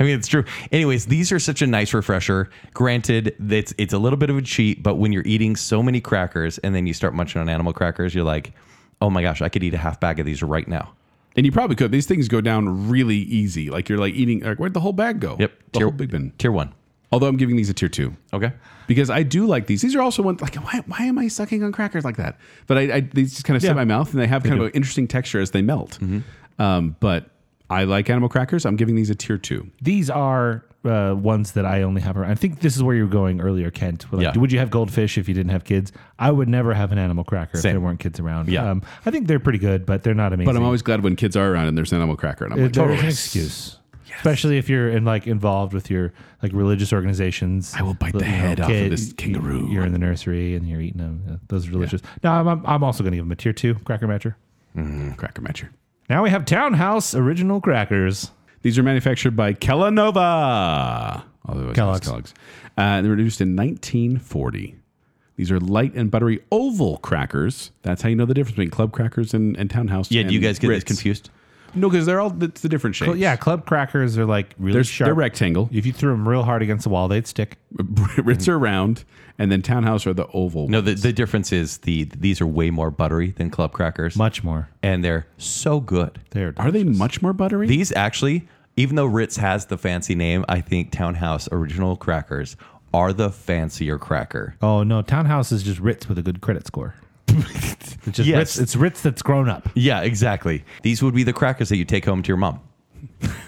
[SPEAKER 3] I mean, it's true. Anyways, these are such a nice refresher. Granted, it's it's a little bit of a cheat, but when you're eating so many crackers and then you start munching on animal crackers, you're like, oh my gosh, I could eat a half bag of these right now.
[SPEAKER 4] And you probably could. These things go down really easy. Like you're like eating. Like where'd the whole bag go?
[SPEAKER 3] Yep.
[SPEAKER 4] the whole big bin.
[SPEAKER 3] Tier one.
[SPEAKER 4] Although I'm giving these a tier two
[SPEAKER 3] Okay.
[SPEAKER 4] because I do like these. These are also one like why, why am I sucking on crackers like that? But I, I these just kind of sit in my mouth and they have kind of an interesting texture as they melt.
[SPEAKER 3] Mm-hmm.
[SPEAKER 4] Um, but I like animal crackers. I'm giving these a tier two.
[SPEAKER 2] These are uh, ones that I only have around. I think this is where you were going earlier, Kent. Like,
[SPEAKER 3] Yeah.
[SPEAKER 2] Would you have goldfish if you didn't have kids? I would never have an animal cracker
[SPEAKER 3] Same.
[SPEAKER 2] if there weren't kids around. Um,
[SPEAKER 3] Yeah.
[SPEAKER 2] I think they're pretty good, but they're not amazing.
[SPEAKER 4] But I'm always glad when kids are around and there's an animal cracker and I'm
[SPEAKER 2] They're-
[SPEAKER 4] like "Oh,
[SPEAKER 2] they're
[SPEAKER 4] totally.
[SPEAKER 2] an excuse. Especially if you're in like involved with your like religious organizations, I
[SPEAKER 4] will bite the head off of this kangaroo.
[SPEAKER 2] You're in the nursery and you're eating them. Yeah, Those are delicious. Now I'm, I'm, I'm also going to give them a tier two cracker matcher.
[SPEAKER 4] cracker matcher.
[SPEAKER 2] Now we have Townhouse Original Crackers.
[SPEAKER 4] These are manufactured by Kellanova. Otherwise known as
[SPEAKER 2] Kellogg's.
[SPEAKER 4] Kellogg's. Uh, and they were introduced in 1940. These are light and buttery oval crackers. That's how you know the difference between club crackers and, and townhouse.
[SPEAKER 3] Yeah, do you
[SPEAKER 4] and
[SPEAKER 3] guys get this
[SPEAKER 4] Ritz.
[SPEAKER 3] confused?
[SPEAKER 4] No, because they're all it's the different shapes.
[SPEAKER 2] Well, yeah, club crackers are like really
[SPEAKER 4] they're,
[SPEAKER 2] sharp.
[SPEAKER 4] they're rectangle.
[SPEAKER 2] If you threw them real hard against the wall, they'd stick.
[SPEAKER 4] Ritz are round, and then townhouse are the oval.
[SPEAKER 3] No, the, the difference is the these are way more buttery than club crackers.
[SPEAKER 2] Much more.
[SPEAKER 3] and they're so good.
[SPEAKER 2] There.
[SPEAKER 4] are they much more buttery?
[SPEAKER 3] These actually, even though Ritz has the fancy name, I think Townhouse Original Crackers are the fancier cracker.
[SPEAKER 2] Oh no, Townhouse is just Ritz with a good credit score. it's just
[SPEAKER 3] Yes.
[SPEAKER 2] Ritz. It's Ritz that's grown up.
[SPEAKER 3] Yeah, exactly. These would be the crackers that you take home to your mom.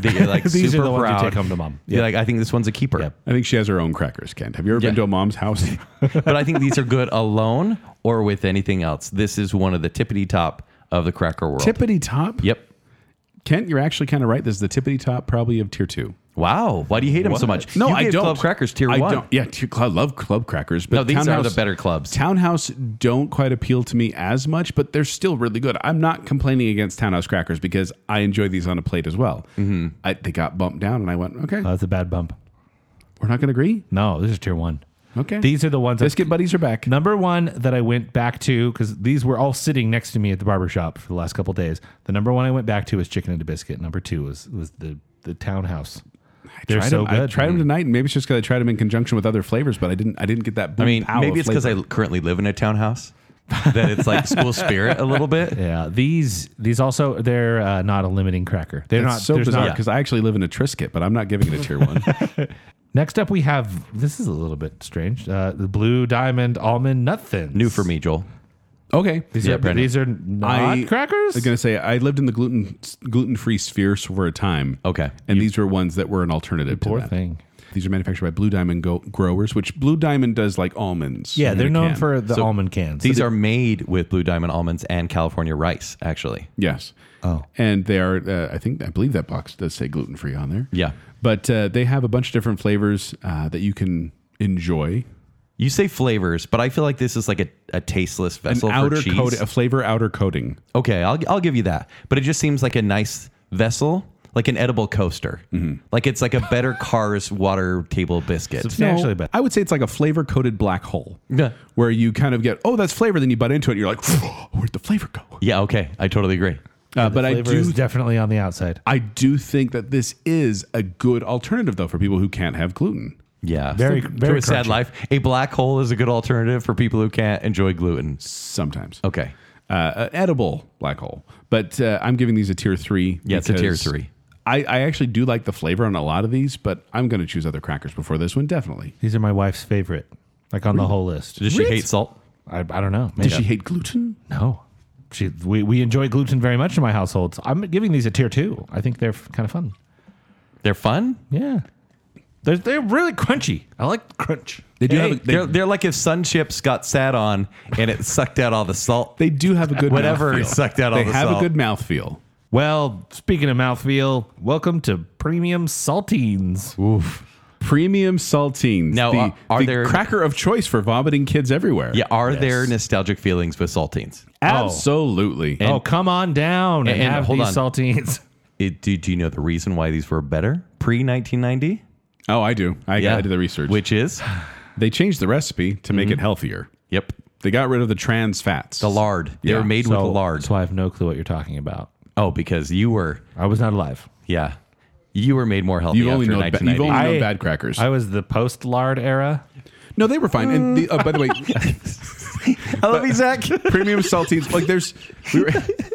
[SPEAKER 3] that you're like
[SPEAKER 2] These are
[SPEAKER 3] super
[SPEAKER 2] the ones you
[SPEAKER 3] proud.
[SPEAKER 2] take home to mom.
[SPEAKER 3] You're like, I think this one's a keeper.
[SPEAKER 2] Yep.
[SPEAKER 4] I think she has her own crackers, Kent. Have you ever
[SPEAKER 3] Yeah.
[SPEAKER 4] been to a mom's house?
[SPEAKER 3] but I think these are good alone or with anything else. This is one of the tippity top of the cracker world.
[SPEAKER 4] tippity top?
[SPEAKER 3] Yep.
[SPEAKER 4] Kent, you're actually kind of right. This is the tippity top probably of tier two.
[SPEAKER 3] Wow. Why do you hate them so much?
[SPEAKER 4] No,
[SPEAKER 3] You
[SPEAKER 4] I
[SPEAKER 3] gave
[SPEAKER 4] don't.
[SPEAKER 3] Club crackers tier
[SPEAKER 4] I
[SPEAKER 3] one.
[SPEAKER 4] Don't, yeah, tier, I love club crackers. But
[SPEAKER 3] No, these are
[SPEAKER 4] townhouse,
[SPEAKER 3] the better clubs.
[SPEAKER 4] Townhouse don't quite appeal to me as much, but they're still really good. I'm not complaining against townhouse crackers because I enjoy these on a plate as well. Mm-hmm. I, they got bumped down, and I went, okay,
[SPEAKER 2] Oh,
[SPEAKER 3] Uh,
[SPEAKER 2] that's a bad bump.
[SPEAKER 4] we're not going to agree.
[SPEAKER 2] No, this is tier one.
[SPEAKER 4] Okay,
[SPEAKER 2] These are the ones.
[SPEAKER 4] biscuit buddies are back.
[SPEAKER 2] Number one that I went back to because these were all sitting next to me at the barber shop for the last couple days. The number one I went back to was chicken and a biscuit. Number two was was the the townhouse. They're
[SPEAKER 4] tried
[SPEAKER 2] so
[SPEAKER 4] them,
[SPEAKER 2] good.
[SPEAKER 4] I
[SPEAKER 3] Mm-hmm.
[SPEAKER 4] tried them tonight, and maybe it's just because I tried them in conjunction with other flavors, but I didn't. I didn't get that.
[SPEAKER 3] I mean,
[SPEAKER 4] pow
[SPEAKER 3] maybe
[SPEAKER 4] of
[SPEAKER 3] it's because
[SPEAKER 4] flavor.
[SPEAKER 3] I currently live in a townhouse that it's like school spirit a little bit.
[SPEAKER 2] yeah, these these also they're uh, not a limiting cracker. They're
[SPEAKER 4] That's
[SPEAKER 2] not
[SPEAKER 4] so
[SPEAKER 2] there's
[SPEAKER 4] bizarre
[SPEAKER 2] not-
[SPEAKER 4] because I actually live in a Triscuit, but I'm not giving it a tier one.
[SPEAKER 2] Next up, we have this is a little bit strange. Uh, the blue diamond almond nut thins.
[SPEAKER 3] New for me, Joel.
[SPEAKER 4] okay,
[SPEAKER 2] These
[SPEAKER 3] Yeah,
[SPEAKER 2] are
[SPEAKER 3] Brendan.
[SPEAKER 2] these are not crackers.
[SPEAKER 4] I was gonna say I lived in the gluten gluten free sphere for a time.
[SPEAKER 3] Okay.
[SPEAKER 4] and these were ones that were an alternative.
[SPEAKER 2] Poor
[SPEAKER 4] to that.
[SPEAKER 2] thing.
[SPEAKER 4] These are manufactured by Blue Diamond go- growers, which Blue Diamond does like almonds.
[SPEAKER 2] Yeah,
[SPEAKER 4] in
[SPEAKER 2] they're
[SPEAKER 4] a
[SPEAKER 2] known
[SPEAKER 4] can.
[SPEAKER 2] for the almond cans.
[SPEAKER 3] These are made with blue diamond almonds and California rice, actually.
[SPEAKER 4] yes.
[SPEAKER 2] Oh.
[SPEAKER 4] and they are. Uh, I think I believe that box does say gluten free on there.
[SPEAKER 3] Yeah.
[SPEAKER 4] but uh, they have a bunch of different flavors uh, that you can enjoy.
[SPEAKER 3] You say flavors, but I feel like this is like a, a tasteless
[SPEAKER 4] An
[SPEAKER 3] vessel for
[SPEAKER 4] outer
[SPEAKER 3] cheese.
[SPEAKER 4] coat, a flavor outer coating.
[SPEAKER 3] Okay, I'll, I'll give you that. But it just seems like a nice vessel, like an edible coaster. Like it's like a better Cars water table biscuit.
[SPEAKER 2] substantially
[SPEAKER 4] No,
[SPEAKER 2] better.
[SPEAKER 4] I would say Mm-hmm. it's like a flavor coated black hole.
[SPEAKER 3] Yeah.
[SPEAKER 4] Where you kind of get, oh, that's flavor. Then you butt into it. And you're like, where'd the flavor go?
[SPEAKER 3] Yeah, okay. I totally agree.
[SPEAKER 4] Uh, but I
[SPEAKER 2] Flavor
[SPEAKER 4] do,
[SPEAKER 2] is definitely on the outside.
[SPEAKER 4] I do think that this is a good alternative though for people who can't have gluten.
[SPEAKER 3] Yeah.
[SPEAKER 2] Very-
[SPEAKER 3] To
[SPEAKER 2] very
[SPEAKER 3] a sad
[SPEAKER 2] crunchy.
[SPEAKER 3] life. A black hole is a good alternative for people who can't enjoy gluten.
[SPEAKER 4] Sometimes,
[SPEAKER 3] Okay.
[SPEAKER 4] uh, uh, edible black hole. But uh, I'm giving these a tier three.
[SPEAKER 3] Yeah, it's a tier
[SPEAKER 4] because
[SPEAKER 3] three.
[SPEAKER 4] I, I actually do like the flavor on a lot of these, but I'm going to choose other crackers before this one. Definitely.
[SPEAKER 2] These are my wife's favorite, like on the whole list.
[SPEAKER 3] Does she hate salt?
[SPEAKER 2] I, I don't know.
[SPEAKER 4] Does
[SPEAKER 2] Maybe.
[SPEAKER 4] she hate gluten?
[SPEAKER 2] No. She, we, we enjoy gluten very much in my household. So I'm giving these a tier two. I think they're kind of fun.
[SPEAKER 3] They're fun.
[SPEAKER 2] Yeah. They're, they're really crunchy. I like crunch.
[SPEAKER 4] They do
[SPEAKER 3] Hey,
[SPEAKER 4] have. A,
[SPEAKER 3] they,
[SPEAKER 4] they,
[SPEAKER 3] are they're like if sun chips got sat on and it sucked out all the salt.
[SPEAKER 4] they do have a good
[SPEAKER 3] Whatever
[SPEAKER 4] mouthfeel.
[SPEAKER 3] sucked out all
[SPEAKER 4] They
[SPEAKER 3] the
[SPEAKER 4] have
[SPEAKER 3] salt.
[SPEAKER 4] a good mouthfeel.
[SPEAKER 2] Well, speaking of mouthfeel, welcome to premium saltines. Oof.
[SPEAKER 4] Premium saltines.
[SPEAKER 3] Now,
[SPEAKER 4] the,
[SPEAKER 3] uh, are
[SPEAKER 4] the
[SPEAKER 3] there-
[SPEAKER 4] cracker of choice for vomiting kids everywhere?
[SPEAKER 3] Yeah, Oh. are there nostalgic feelings with saltines?
[SPEAKER 4] absolutely.
[SPEAKER 2] oh, come on down and,
[SPEAKER 3] and
[SPEAKER 2] have
[SPEAKER 3] hold
[SPEAKER 2] these
[SPEAKER 3] on.
[SPEAKER 2] saltines.
[SPEAKER 3] It, do, do you know the reason why these were better pre 1990?
[SPEAKER 4] Oh, I do. I, I did the research.
[SPEAKER 3] Which is,
[SPEAKER 4] they changed the recipe to make it healthier.
[SPEAKER 3] yep,
[SPEAKER 4] They got rid of the trans fats.
[SPEAKER 3] the lard. They
[SPEAKER 4] Yeah,
[SPEAKER 3] were made with
[SPEAKER 2] So-
[SPEAKER 3] the lard.
[SPEAKER 2] So I have no clue what you're talking about.
[SPEAKER 3] Oh, because you were,
[SPEAKER 2] I was not alive.
[SPEAKER 3] yeah, you were made more healthy
[SPEAKER 4] You've
[SPEAKER 3] after
[SPEAKER 4] only known ba- you've
[SPEAKER 3] 1990.
[SPEAKER 4] only- I know
[SPEAKER 2] I-
[SPEAKER 4] bad crackers.
[SPEAKER 2] I was the post lard era.
[SPEAKER 4] no, they were fine. And the, uh, by the way,
[SPEAKER 3] I love you, Zach.
[SPEAKER 4] premium saltines. Like there's, we were,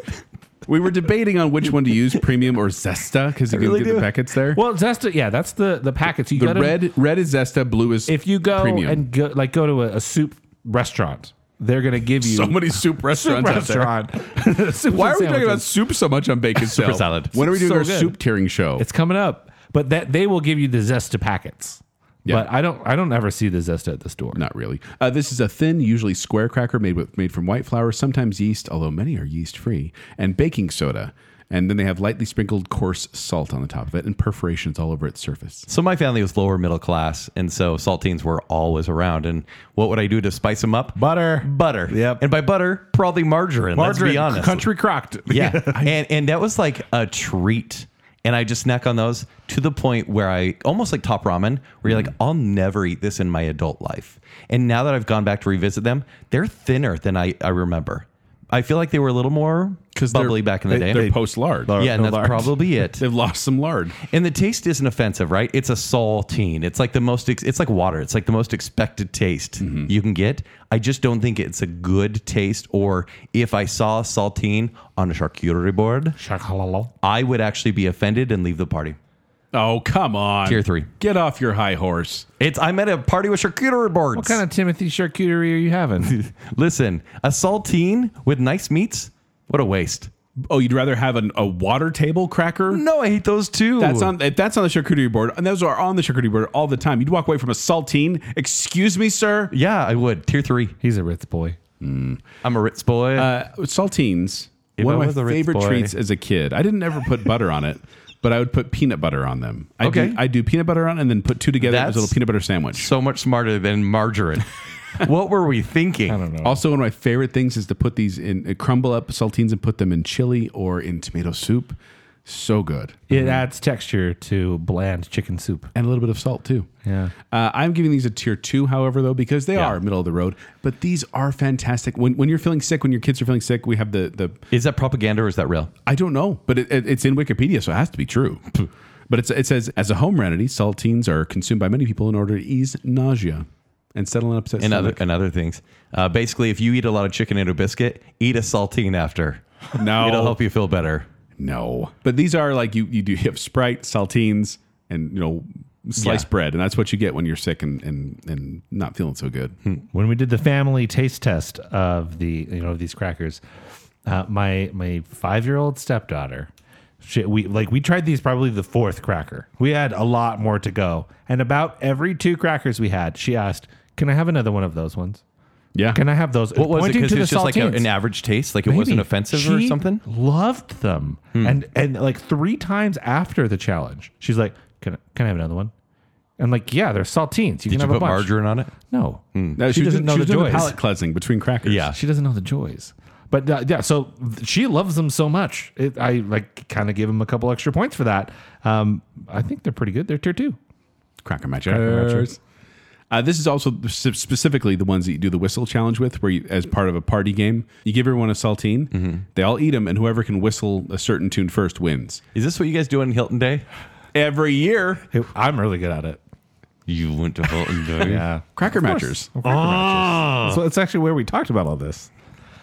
[SPEAKER 4] we were debating on which one to use, premium or Zesta, because you can
[SPEAKER 3] really
[SPEAKER 4] get the
[SPEAKER 3] do.
[SPEAKER 4] packets there.
[SPEAKER 2] Well, Zesta, yeah, that's the the packets. You
[SPEAKER 4] the
[SPEAKER 2] gotta-
[SPEAKER 4] red, red is Zesta, blue is
[SPEAKER 2] if you go
[SPEAKER 4] premium.
[SPEAKER 2] and go, like go to a, a soup restaurant, they're gonna give you
[SPEAKER 4] so many soup
[SPEAKER 2] soup
[SPEAKER 4] restaurants. out there.
[SPEAKER 2] restaurant. Soups
[SPEAKER 4] Why are
[SPEAKER 2] and
[SPEAKER 4] we talking about
[SPEAKER 2] sandwiches.
[SPEAKER 4] soup so much on Bacon Super
[SPEAKER 3] salad.
[SPEAKER 4] When are we doing
[SPEAKER 2] So
[SPEAKER 4] our
[SPEAKER 2] good.
[SPEAKER 4] soup tiering show?
[SPEAKER 2] It's coming up, but that they will give you the Zesta packets.
[SPEAKER 4] Yeah.
[SPEAKER 2] But I don't, I don't ever see the Zesta at the store.
[SPEAKER 4] Not really. Uh, this is a thin, usually square cracker made with made from white flour, sometimes yeast, although many are yeast free, and baking soda. And then they have lightly sprinkled coarse salt on the top of it and perforations all over its surface.
[SPEAKER 3] So my family was lower middle class, and so saltines were always around. And what would I do to spice them up?
[SPEAKER 2] Butter.
[SPEAKER 3] butter.
[SPEAKER 2] Yep.
[SPEAKER 3] And by butter, probably margarine. let's be honest.
[SPEAKER 2] country crocked.
[SPEAKER 3] Yeah, and and that was like a treat. And I just snack on those to the point where I almost like top ramen, where you're like, I'll never eat this in my adult life. And now that I've gone back to revisit them, they're thinner than I, I remember. I feel like they were a little more bubbly back in the day.
[SPEAKER 4] They're post lard.
[SPEAKER 3] yeah, and that's probably it.
[SPEAKER 4] They've lost some lard.
[SPEAKER 3] And the taste isn't offensive, right? It's a saltine. It's like the most. Ex- it's like water. It's like the most expected taste you can get. I just don't think it's a good taste. Or if I saw saltine on a charcuterie board,
[SPEAKER 2] Shakalala.
[SPEAKER 3] I would actually be offended and leave the party.
[SPEAKER 4] Oh, come on.
[SPEAKER 3] Tier three.
[SPEAKER 4] Get off your high horse.
[SPEAKER 3] It's I'm at a party with charcuterie boards.
[SPEAKER 2] What kind of Timothy charcuterie are you having?
[SPEAKER 3] Listen, a saltine with nice meats. What a waste.
[SPEAKER 4] Oh, you'd rather have an, a water table cracker?
[SPEAKER 3] No, I hate those too.
[SPEAKER 4] That's on if that's on the charcuterie board, and those are on the charcuterie board all the time. You'd walk away from a saltine. Excuse me, sir.
[SPEAKER 3] Yeah, I would. Tier three.
[SPEAKER 2] He's a Ritz boy.
[SPEAKER 3] I'm a Ritz boy.
[SPEAKER 4] Uh, saltines.
[SPEAKER 3] If
[SPEAKER 4] one
[SPEAKER 3] I
[SPEAKER 4] of
[SPEAKER 3] was
[SPEAKER 4] my
[SPEAKER 3] a rich
[SPEAKER 4] favorite
[SPEAKER 3] boy.
[SPEAKER 4] treats as a kid. I didn't ever put butter on it, but I would put peanut butter on them. I
[SPEAKER 3] Okay.
[SPEAKER 4] do, I do peanut butter on, and then put two together as
[SPEAKER 3] That's-
[SPEAKER 4] a little peanut butter sandwich.
[SPEAKER 3] so much smarter than margarine. what were we thinking?
[SPEAKER 2] I don't know.
[SPEAKER 4] Also, one of my favorite things is to put these in, uh, crumble up saltines and put them in chili or in tomato soup. So good.
[SPEAKER 2] It adds texture to bland chicken soup.
[SPEAKER 4] And a little bit of salt, too.
[SPEAKER 2] Yeah.
[SPEAKER 4] Uh, I'm giving these a tier two, however, though, because they are middle of the road. But these are fantastic. When, when you're feeling sick, when your kids are feeling sick, we have the, the
[SPEAKER 3] Is that propaganda or is that real?
[SPEAKER 4] I don't know, but it, it- it's in Wikipedia, so it has to be true. but it's, it says, as a home remedy, saltines are consumed by many people in order to ease nausea and settle an upset
[SPEAKER 3] And other
[SPEAKER 4] stomach.
[SPEAKER 3] and other things. Uh, basically, if you eat a lot of chicken and a biscuit, eat a saltine after.
[SPEAKER 4] No.
[SPEAKER 3] it'll help you feel better.
[SPEAKER 4] No, but these are like you you do you have Sprite, saltines, and you know sliced
[SPEAKER 3] Yeah.
[SPEAKER 4] bread, and that's what you get when you're sick and and and not feeling so good.
[SPEAKER 2] when we did the family taste test of the you know of these crackers uh, my my five year old stepdaughter she, we like we tried these probably the fourth cracker we had a lot more to go and about every two crackers we had she asked can i have another one of those ones
[SPEAKER 4] Yeah,
[SPEAKER 2] can i have those
[SPEAKER 3] What was it? Because it's just like a-
[SPEAKER 2] saltines.
[SPEAKER 3] an average taste, like it wasn't
[SPEAKER 2] Maybe.
[SPEAKER 3] offensive or
[SPEAKER 2] She
[SPEAKER 3] something. Hmm.
[SPEAKER 2] loved them and and like three times after the challenge she's like can, I- can i have another one and like yeah they're saltines you can
[SPEAKER 3] Did you
[SPEAKER 2] have a
[SPEAKER 3] put
[SPEAKER 2] bunch
[SPEAKER 3] margarine Hmm. on it?
[SPEAKER 2] no
[SPEAKER 4] No,
[SPEAKER 2] she,
[SPEAKER 4] was-
[SPEAKER 2] doesn't know the
[SPEAKER 4] she was
[SPEAKER 2] joys
[SPEAKER 4] doing palate cleansing between crackers.
[SPEAKER 3] Yeah.
[SPEAKER 2] she doesn't know the joys. But uh, yeah, so th- she loves them so much. It, I like kind of give them a couple extra points for that. Um, I think they're pretty good. They're tier two.
[SPEAKER 4] cracker
[SPEAKER 2] matchers.
[SPEAKER 4] matchers. Uh, this is also sp- specifically the ones that you do the whistle challenge with, where you, as part of a party game, you give everyone a saltine. They all eat them, and whoever can whistle a certain tune first wins.
[SPEAKER 3] Is this what you guys do on Hilton Day?
[SPEAKER 4] Every year,
[SPEAKER 2] It- I'm really good at it.
[SPEAKER 3] You went to Hilton Day.
[SPEAKER 2] Yeah. Ah.
[SPEAKER 4] cracker matchers.
[SPEAKER 2] So it's actually where we talked about all this.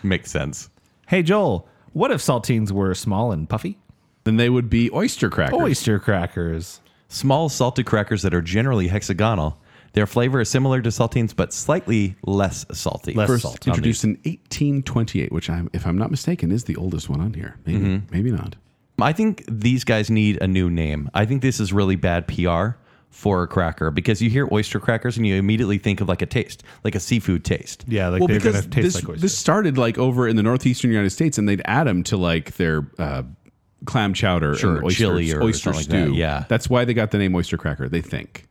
[SPEAKER 3] Makes sense.
[SPEAKER 2] Hey Joel, what if saltines were small and puffy?
[SPEAKER 4] Then they would be oyster crackers.
[SPEAKER 2] Oyster crackers.
[SPEAKER 3] Small salted crackers that are generally hexagonal. Their flavor is similar to saltines, but slightly less salty.
[SPEAKER 2] Less
[SPEAKER 4] first
[SPEAKER 2] salt.
[SPEAKER 4] introduced in 1828, which I'm, if I'm not mistaken, is the oldest one on here. Maybe, maybe not.
[SPEAKER 3] I think these guys need a new name. I think this is really bad PR for a cracker because you hear oyster crackers and you immediately think of like a taste, like a seafood taste.
[SPEAKER 2] Yeah, like they're gonna taste
[SPEAKER 4] this,
[SPEAKER 2] like oysters.
[SPEAKER 4] this started like over in the northeastern United States, and they'd add them to like their uh, clam chowder
[SPEAKER 3] Sure,
[SPEAKER 4] and oyster,
[SPEAKER 3] chili or
[SPEAKER 4] oyster
[SPEAKER 3] something like
[SPEAKER 4] stew.
[SPEAKER 3] that, yeah. Mm-hmm.
[SPEAKER 4] that's why they got the name oyster cracker. They think.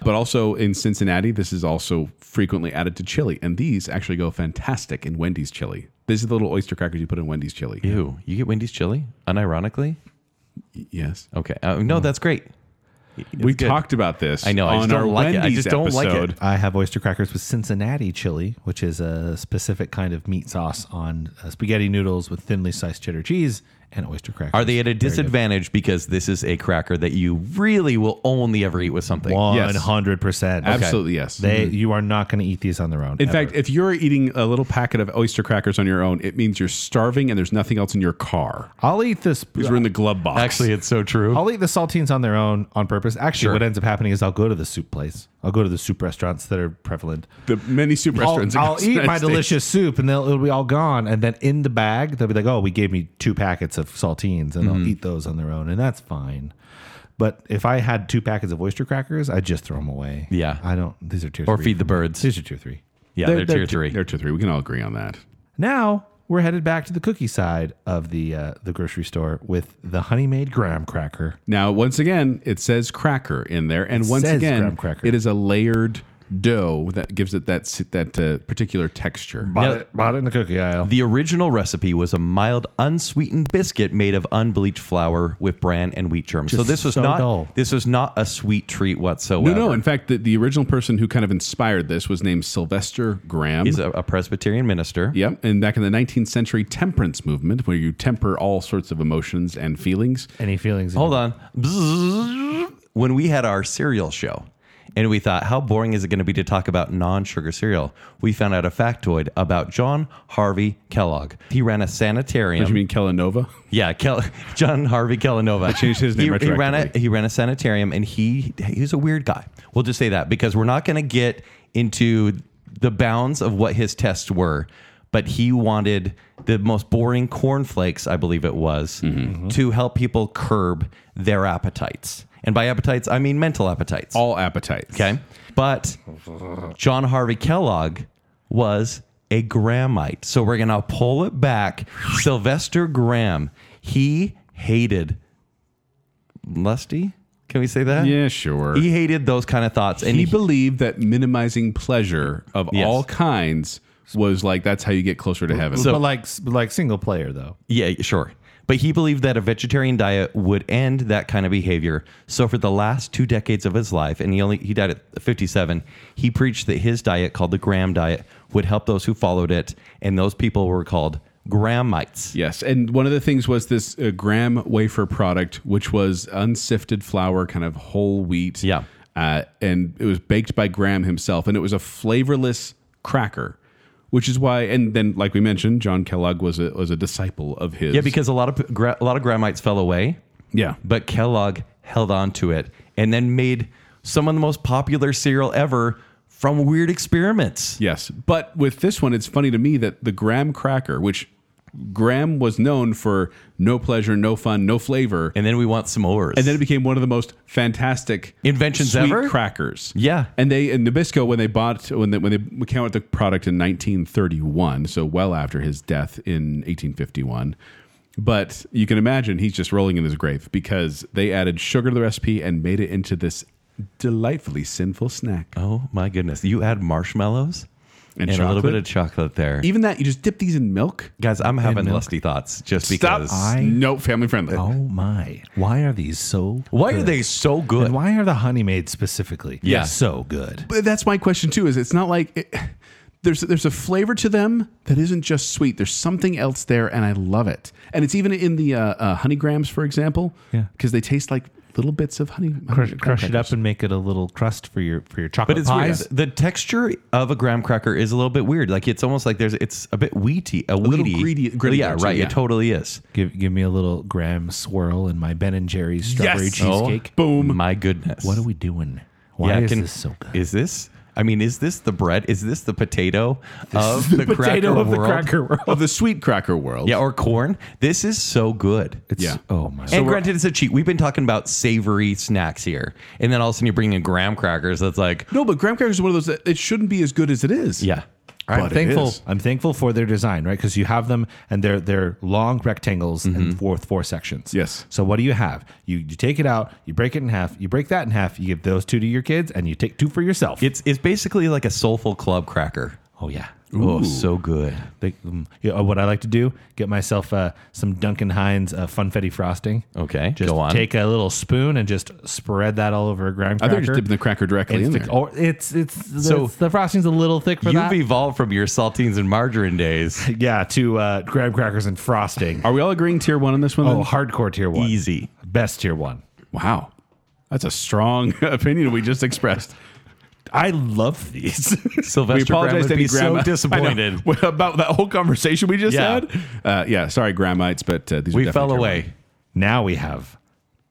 [SPEAKER 4] But also in Cincinnati, this is also frequently added to chili, and these actually go fantastic in Wendy's chili. These are the little oyster crackers you put in Wendy's chili.
[SPEAKER 3] Ew, you get Wendy's chili? Unironically?
[SPEAKER 4] Yes,
[SPEAKER 3] Okay. Uh,
[SPEAKER 2] Mm.
[SPEAKER 3] no, that's great.
[SPEAKER 4] we
[SPEAKER 3] good.
[SPEAKER 4] talked about this.
[SPEAKER 3] I know, I
[SPEAKER 4] on
[SPEAKER 3] just don't
[SPEAKER 4] our
[SPEAKER 3] like it. I
[SPEAKER 4] Wendy's
[SPEAKER 3] just don't like it.
[SPEAKER 4] episode.
[SPEAKER 2] I have oyster crackers with Cincinnati chili, which is a specific kind of meat sauce on uh, spaghetti noodles with thinly sliced cheddar cheese and oyster crackers.
[SPEAKER 3] Are they at a disadvantage because this is a cracker that you really will only ever eat with something?
[SPEAKER 2] One
[SPEAKER 4] Yes.
[SPEAKER 2] hundred percent.
[SPEAKER 4] Absolutely, yes. Mm-hmm.
[SPEAKER 2] They, you are not going to eat these on their own.
[SPEAKER 4] In
[SPEAKER 2] ever.
[SPEAKER 4] fact, if you're eating a little packet of oyster crackers on your own, it means you're starving and there's nothing else in your car
[SPEAKER 2] I'll eat this.
[SPEAKER 4] because we're in the glove box.
[SPEAKER 3] Actually, it's so true.
[SPEAKER 2] I'll eat the saltines on their own on purpose. Actually, what ends up happening is I'll go to the soup place. I'll go to the soup restaurants that are prevalent.
[SPEAKER 4] the many soup
[SPEAKER 2] I'll,
[SPEAKER 4] restaurants.
[SPEAKER 2] I'll
[SPEAKER 4] across the
[SPEAKER 2] eat
[SPEAKER 4] United
[SPEAKER 2] my
[SPEAKER 4] States.
[SPEAKER 2] delicious soup, and they'll, it'll be all gone. And then in the bag, they'll be like, "Oh, we gave me two packets of saltines," and
[SPEAKER 4] Mm-hmm.
[SPEAKER 2] I'll eat those on their own, and that's fine. But if I had two packets of oyster crackers, I'd just throw them away.
[SPEAKER 3] Yeah.
[SPEAKER 2] I don't. These are tier
[SPEAKER 3] or
[SPEAKER 2] three.
[SPEAKER 3] feed the birds.
[SPEAKER 2] These are tier three.
[SPEAKER 3] Yeah,
[SPEAKER 4] They're-
[SPEAKER 3] they're,
[SPEAKER 4] they're
[SPEAKER 3] tier
[SPEAKER 4] two-
[SPEAKER 3] three.
[SPEAKER 4] They're tier three. We can all agree on that.
[SPEAKER 2] Now we're headed back to the cookie side of the uh, the grocery store with the honey made graham cracker.
[SPEAKER 4] Now, once again, it says cracker in there, and once
[SPEAKER 2] says graham
[SPEAKER 4] again,
[SPEAKER 2] cracker.
[SPEAKER 4] it is a layered dough that gives it that si- that uh, particular texture.
[SPEAKER 2] Bought,
[SPEAKER 3] Now-
[SPEAKER 2] it, bought it in the cookie aisle.
[SPEAKER 3] The original recipe was a mild, unsweetened biscuit made of unbleached flour with bran and wheat germ. so this was
[SPEAKER 2] so
[SPEAKER 3] not
[SPEAKER 2] dull.
[SPEAKER 3] this was not a sweet treat
[SPEAKER 4] No,
[SPEAKER 3] whatsoever.
[SPEAKER 4] no. In fact, the, the original person who kind of inspired this was named Sylvester Graham.
[SPEAKER 3] he's a, a Presbyterian minister.
[SPEAKER 4] Yep. And back in the 19th century temperance movement, where you temper all sorts of emotions and feelings.
[SPEAKER 2] Any feelings?
[SPEAKER 3] Hold on. Bzzz. When we had our cereal show, and we thought, how boring is it going to be to talk about non-sugar cereal? We found out a factoid about John Harvey Kellogg. He ran a sanitarium.
[SPEAKER 4] You mean Kellanova?
[SPEAKER 3] Yeah, Kel- John Harvey Kellanova.
[SPEAKER 4] changed his name
[SPEAKER 3] He, he ran a
[SPEAKER 4] retroactively.
[SPEAKER 3] he ran a sanitarium, and he he's a weird guy. We'll just say that because we're not going to get into the bounds of what his tests were. but he wanted the most boring cornflakes, I believe it was,
[SPEAKER 4] Mm-hmm.
[SPEAKER 3] to help people curb their appetites. And by appetites, I mean mental appetites.
[SPEAKER 4] All appetites.
[SPEAKER 3] Okay. But John Harvey Kellogg was a Grahamite. So we're going to pull it back. Sylvester Graham, he hated lusty. Can we say that?
[SPEAKER 4] Yeah, sure.
[SPEAKER 3] He hated those kind of thoughts. And
[SPEAKER 4] he
[SPEAKER 3] he,
[SPEAKER 4] believed that minimizing pleasure of
[SPEAKER 3] Yes.
[SPEAKER 4] all kinds was like that's how you get closer to heaven.
[SPEAKER 3] So-
[SPEAKER 2] but like but like single player though.
[SPEAKER 3] yeah, sure. But he believed that a vegetarian diet would end that kind of behavior. So for the last two decades of his life, and he only he died at 57, he preached that his diet called the Graham diet would help those who followed it, and those people were called Grahamites.
[SPEAKER 4] yes, and one of the things was this uh, Graham wafer product, which was unsifted flour, kind of whole wheat.
[SPEAKER 3] Yeah.
[SPEAKER 4] uh, and it was baked by Graham himself, and it was a flavorless cracker, which is why. And then, like we mentioned, John Kellogg was a was a disciple of his.
[SPEAKER 3] Yeah, because a lot of gra- a lot of Grahamites fell away,
[SPEAKER 4] yeah,
[SPEAKER 3] but Kellogg held on to it and then made some of the most popular cereal ever from weird experiments.
[SPEAKER 4] Yes, but with this one, it's funny to me that the Graham cracker, which Graham was known for no pleasure, no fun, no flavor, and
[SPEAKER 3] And then we want s'mores.
[SPEAKER 4] then it became one of the most fantastic
[SPEAKER 3] Inventions
[SPEAKER 4] sweet
[SPEAKER 3] ever?
[SPEAKER 4] Crackers,
[SPEAKER 3] Yeah.
[SPEAKER 4] And they and Nabisco when they bought when they when they came out with the product in 1931, so well after his death in 1851. But you can imagine he's just rolling in his grave because they added sugar to the recipe and made it into this delightfully sinful snack.
[SPEAKER 3] oh my goodness! You add marshmallows
[SPEAKER 4] And
[SPEAKER 3] and, a little
[SPEAKER 4] chocolate?
[SPEAKER 3] bit of chocolate there,
[SPEAKER 4] Even that, you just dip these in milk.
[SPEAKER 3] guys. I'm having
[SPEAKER 2] milk.
[SPEAKER 3] lusty thoughts just because.
[SPEAKER 2] I-
[SPEAKER 4] no family friendly.
[SPEAKER 2] Oh my! Why are these so?
[SPEAKER 3] Why are
[SPEAKER 2] good?
[SPEAKER 3] they so good?
[SPEAKER 2] And why are the honey made specifically?
[SPEAKER 3] Yeah.
[SPEAKER 2] so good.
[SPEAKER 4] But that's my question too. Is it's not like it, there's there's a flavor to them that isn't just sweet. There's something else there, and I love it. And it's even in the uh, uh, honeygrams, for example,
[SPEAKER 2] Yeah.
[SPEAKER 4] because they taste like little bits of honey.
[SPEAKER 2] Crush,
[SPEAKER 4] honey
[SPEAKER 2] crush it up
[SPEAKER 4] crackers.
[SPEAKER 2] and make it a little crust for your for your chocolate
[SPEAKER 3] But it's
[SPEAKER 2] pies.
[SPEAKER 3] weird. The texture of a graham cracker is a little bit weird. Like it's almost like there's it's a bit wheaty, a,
[SPEAKER 4] little
[SPEAKER 3] weedy.
[SPEAKER 4] greedy- gritty
[SPEAKER 3] yeah,
[SPEAKER 4] there, too,
[SPEAKER 3] right.
[SPEAKER 4] yeah.
[SPEAKER 3] It totally is.
[SPEAKER 2] Give give me a little graham swirl in my Ben and Jerry's strawberry
[SPEAKER 4] Yes! Oh,
[SPEAKER 2] cheesecake.
[SPEAKER 4] Boom.
[SPEAKER 3] My goodness.
[SPEAKER 2] What are we doing? Why
[SPEAKER 3] Yeah,
[SPEAKER 2] is
[SPEAKER 3] can-
[SPEAKER 2] this so good?
[SPEAKER 3] Is this? I mean, is this the bread? Is this the potato of the, cracker
[SPEAKER 2] potato of
[SPEAKER 3] world?
[SPEAKER 2] the cracker world.
[SPEAKER 4] of the sweet cracker world.
[SPEAKER 3] Yeah, or corn. This is so good.
[SPEAKER 4] yeah.
[SPEAKER 2] Oh my!
[SPEAKER 3] and granted, it's a cheat. We've been talking about savory snacks here, and then all of a sudden you bring in graham crackers. That's like,
[SPEAKER 4] No, but graham crackers is one of those that it shouldn't be as good as it is.
[SPEAKER 3] yeah,
[SPEAKER 2] I'm
[SPEAKER 4] But it
[SPEAKER 2] thankful.
[SPEAKER 4] is.
[SPEAKER 2] I'm thankful for their design, right? Because you have them, and they're they're long rectangles and four four sections.
[SPEAKER 4] Mm-hmm. Yes.
[SPEAKER 2] So what do you have? You you take it out, you break it in half, you break that in half, you give those two to your kids, and you take two for yourself.
[SPEAKER 3] it's it's basically like a soulful club cracker.
[SPEAKER 2] oh yeah.
[SPEAKER 3] Oh, so good.
[SPEAKER 2] They, um, you know, what I like to do, get myself uh, some Duncan Hines uh, funfetti frosting.
[SPEAKER 3] Okay,
[SPEAKER 2] Just
[SPEAKER 3] go on.
[SPEAKER 2] take a little spoon and just spread that all over a graham
[SPEAKER 4] I
[SPEAKER 2] cracker.
[SPEAKER 4] think just dipping the cracker directly
[SPEAKER 2] it's
[SPEAKER 4] in
[SPEAKER 2] the,
[SPEAKER 4] there.
[SPEAKER 2] Or it's it's so
[SPEAKER 3] So-
[SPEAKER 2] the frosting's a little thick for
[SPEAKER 3] You've
[SPEAKER 2] that.
[SPEAKER 3] evolved from your saltines and margarine days.
[SPEAKER 2] yeah, to uh, graham crackers and frosting.
[SPEAKER 4] Are we all agreeing tier one on this one?
[SPEAKER 2] Oh,
[SPEAKER 4] then?
[SPEAKER 2] hardcore tier one.
[SPEAKER 3] Easy.
[SPEAKER 2] Best tier one.
[SPEAKER 4] Wow. That's a strong opinion we just expressed.
[SPEAKER 2] I love these.
[SPEAKER 3] Sylvester
[SPEAKER 4] we apologize
[SPEAKER 3] Graham would
[SPEAKER 4] to
[SPEAKER 3] be
[SPEAKER 4] any
[SPEAKER 3] so
[SPEAKER 4] grandma-
[SPEAKER 3] disappointed.
[SPEAKER 4] I know. about that whole conversation we just
[SPEAKER 3] Yeah.
[SPEAKER 4] had. Uh, yeah, sorry, grandmites, but uh, these are
[SPEAKER 3] We
[SPEAKER 4] definitely
[SPEAKER 3] fell
[SPEAKER 4] terrible.
[SPEAKER 3] away.
[SPEAKER 2] now we have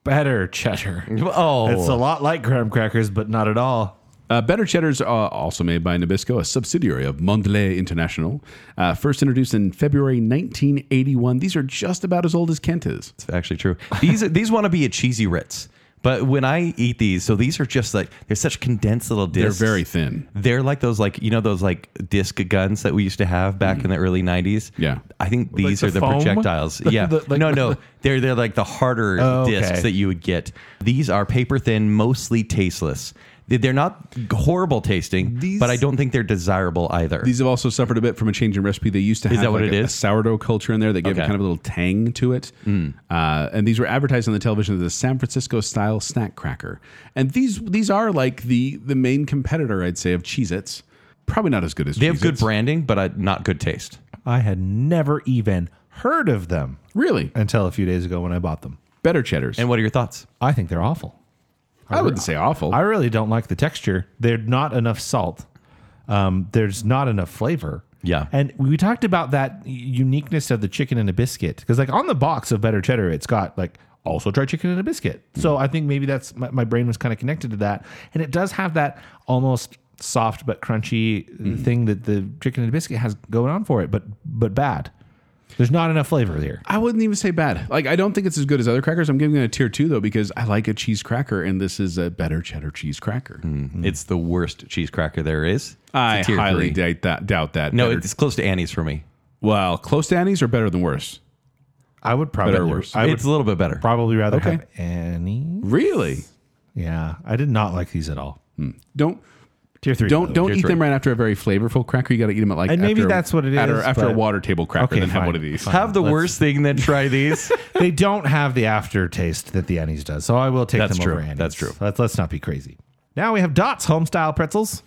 [SPEAKER 2] better cheddar.
[SPEAKER 3] Oh,
[SPEAKER 2] It's a lot like graham crackers, but not at all.
[SPEAKER 4] Uh, Better Cheddars are also made by Nabisco, a subsidiary of Mondelez International. Uh, first introduced in February 1981. These are just about as old as Kent is.
[SPEAKER 3] It's actually true. These these want to be a cheesy Ritz, but when I eat these, so these are just like they're such condensed little
[SPEAKER 4] They're
[SPEAKER 3] discs.
[SPEAKER 4] very thin.
[SPEAKER 3] They're like those like you know those like disc guns that we used to have back in the early '90s.
[SPEAKER 4] Mm. Yeah.
[SPEAKER 3] I think these
[SPEAKER 2] the
[SPEAKER 3] are the
[SPEAKER 2] foam?
[SPEAKER 3] projectiles. yeah,
[SPEAKER 2] the- like-
[SPEAKER 3] no, no, they're they're like the harder
[SPEAKER 2] Oh, okay.
[SPEAKER 3] discs that you would get. These are paper thin, mostly tasteless. They- They're not horrible tasting,
[SPEAKER 4] These-
[SPEAKER 3] but I don't think they're desirable either.
[SPEAKER 4] These have also suffered a bit from a change in recipe. They used to have
[SPEAKER 3] that what
[SPEAKER 4] like
[SPEAKER 3] it
[SPEAKER 4] a, a
[SPEAKER 3] is?
[SPEAKER 4] sourdough culture in there that gave it
[SPEAKER 3] Okay. Hmm.
[SPEAKER 4] kind of a little tang to it. Uh, and these were advertised on the television as a San Francisco style snack cracker. And these these are like the the main competitor, I'd say, of Cheez Its. Probably not as good as
[SPEAKER 3] they have good
[SPEAKER 4] Cheez-Its.
[SPEAKER 3] branding, but uh, not good taste.
[SPEAKER 2] I had never even heard of them
[SPEAKER 4] Really?
[SPEAKER 2] until a few days ago when I bought them.
[SPEAKER 4] Better cheddars.
[SPEAKER 3] And what are your thoughts?
[SPEAKER 2] I think they're awful.
[SPEAKER 4] I wouldn't say awful.
[SPEAKER 2] I really don't like the texture. There's not enough salt. Um, there's not enough flavor.
[SPEAKER 3] Yeah.
[SPEAKER 2] And we talked about that uniqueness of the chicken and a biscuit because, like, on the box of Better Cheddar, it's got like also try chicken and a biscuit. So I think maybe that's my, my brain was kind of connected to that, and it does have that almost soft but crunchy thing that the chicken and biscuit has going on for it, but but bad. There's not enough flavor there.
[SPEAKER 4] I wouldn't even say bad. Like I don't think it's as good as other crackers. I'm giving it a tier two though because I like a cheese cracker, and this is a better cheddar cheese cracker.
[SPEAKER 3] It's the worst cheese cracker there is. Hmm. It's a
[SPEAKER 4] Mm. I
[SPEAKER 3] tier
[SPEAKER 4] highly
[SPEAKER 3] three.
[SPEAKER 4] doubt that. Doubt that.
[SPEAKER 3] No,
[SPEAKER 4] Better-
[SPEAKER 3] it's close to Annie's for me.
[SPEAKER 4] well, close to Annie's or better than worse.
[SPEAKER 2] I would probably
[SPEAKER 4] Better or worse?
[SPEAKER 2] I would
[SPEAKER 3] it's a little bit better.
[SPEAKER 2] probably rather
[SPEAKER 4] Okay.
[SPEAKER 2] have any.
[SPEAKER 4] Really?
[SPEAKER 2] Yeah, I did not like these at all.
[SPEAKER 4] Don't
[SPEAKER 2] Tier three. by
[SPEAKER 4] don't
[SPEAKER 2] the way.
[SPEAKER 4] don't eat
[SPEAKER 3] three.
[SPEAKER 4] them right after a very flavorful cracker. You got to eat them at like
[SPEAKER 2] And maybe
[SPEAKER 4] after-
[SPEAKER 2] that's what it
[SPEAKER 4] at-
[SPEAKER 2] is,
[SPEAKER 4] after a
[SPEAKER 2] but-
[SPEAKER 4] water table cracker.
[SPEAKER 2] Okay,
[SPEAKER 4] then have
[SPEAKER 2] fine,
[SPEAKER 4] one of these.
[SPEAKER 2] fine.
[SPEAKER 3] Have the
[SPEAKER 2] Let's-
[SPEAKER 3] worst thing, then try these.
[SPEAKER 2] they don't have the aftertaste that the Annie's does, so I will take
[SPEAKER 3] That's
[SPEAKER 2] them
[SPEAKER 3] true.
[SPEAKER 2] over Annie's.
[SPEAKER 3] That's true.
[SPEAKER 2] Let's, let's not be crazy. Now we have Dots home style pretzels.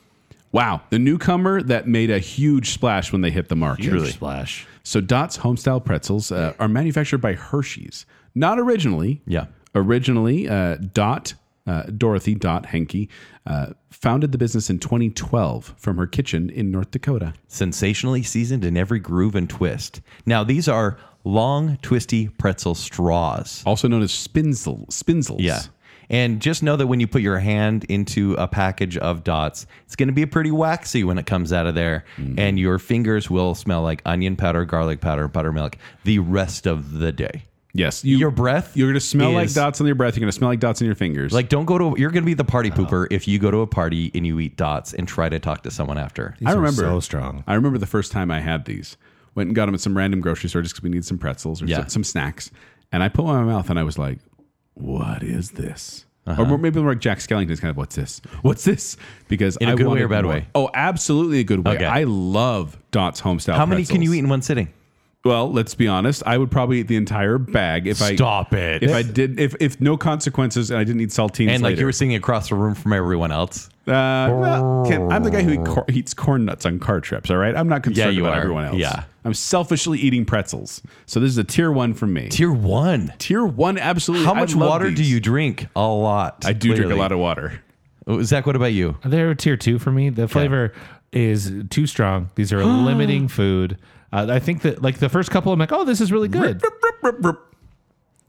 [SPEAKER 4] Wow, the newcomer that made a huge splash when they hit the market.
[SPEAKER 2] Huge splash.
[SPEAKER 4] So Dot's homestyle pretzels uh, are manufactured by Hershey's, not originally.
[SPEAKER 3] Yeah.
[SPEAKER 4] Originally, uh, Dot uh, Dorothy Dot Henke uh, founded the business in 2012 from her kitchen in North Dakota.
[SPEAKER 3] sensationally seasoned in every groove and twist. Now, these are long, twisty pretzel straws.
[SPEAKER 4] Also known as spinzel, spinzels.
[SPEAKER 3] Yeah. And just know that when you put your hand into a package of dots, it's going to be pretty waxy when it comes out of there.
[SPEAKER 4] Mm.
[SPEAKER 3] And your fingers will smell like onion powder, garlic powder, buttermilk the rest of the day.
[SPEAKER 4] Yes. You,
[SPEAKER 3] Your breath
[SPEAKER 4] You're going to smell like
[SPEAKER 3] is-
[SPEAKER 4] dots on your breath. You're going to smell like dots on your fingers.
[SPEAKER 3] Like, don't go to, you're going to be the party pooper if you go to a party and you eat dots and try to talk to someone after.
[SPEAKER 4] I
[SPEAKER 2] These are
[SPEAKER 4] remember
[SPEAKER 2] so strong.
[SPEAKER 4] I remember the first time I had these. Went and got them at some random grocery store just because we needed some pretzels or
[SPEAKER 3] Yeah.
[SPEAKER 4] some, some snacks. And I put one in my mouth and I was like, "What is this?"
[SPEAKER 3] Uh-huh.
[SPEAKER 4] Or maybe more like Jack Skellington's kind of, "What's this? What's this?" Because
[SPEAKER 3] In a
[SPEAKER 4] I
[SPEAKER 3] good way
[SPEAKER 4] wanted
[SPEAKER 3] or bad
[SPEAKER 4] more.
[SPEAKER 3] way?
[SPEAKER 4] Oh, absolutely a good way.
[SPEAKER 3] Okay.
[SPEAKER 4] I love Dot's homestyle.
[SPEAKER 3] How many can you
[SPEAKER 4] pretzels.
[SPEAKER 3] eat in one sitting?
[SPEAKER 4] Well, let's be honest. I would probably eat the entire bag if I
[SPEAKER 3] Stop it.
[SPEAKER 4] If I did, if if no consequences and I didn't eat saltines
[SPEAKER 3] And like
[SPEAKER 4] later.
[SPEAKER 3] you were sitting across the room from everyone else.
[SPEAKER 4] Uh, well, Ken, I'm the guy who eat cor- eats corn nuts on car trips. All right, I'm not concerned
[SPEAKER 3] Yeah, you
[SPEAKER 4] about
[SPEAKER 3] are.
[SPEAKER 4] everyone else.
[SPEAKER 3] Yeah.
[SPEAKER 4] I'm selfishly eating pretzels. So this is a tier one from me. Tier,
[SPEAKER 3] Tier one.
[SPEAKER 4] one, absolutely.
[SPEAKER 3] How
[SPEAKER 4] I
[SPEAKER 3] much
[SPEAKER 4] love
[SPEAKER 3] water do
[SPEAKER 4] these.
[SPEAKER 3] you drink? A lot.
[SPEAKER 4] I do drink a lot of water.
[SPEAKER 3] of. Zach, what about you?
[SPEAKER 2] They're tier two for me. The flavor is too strong. These are limiting food. Uh, I think that like the first couple, I'm like, oh, this is really good.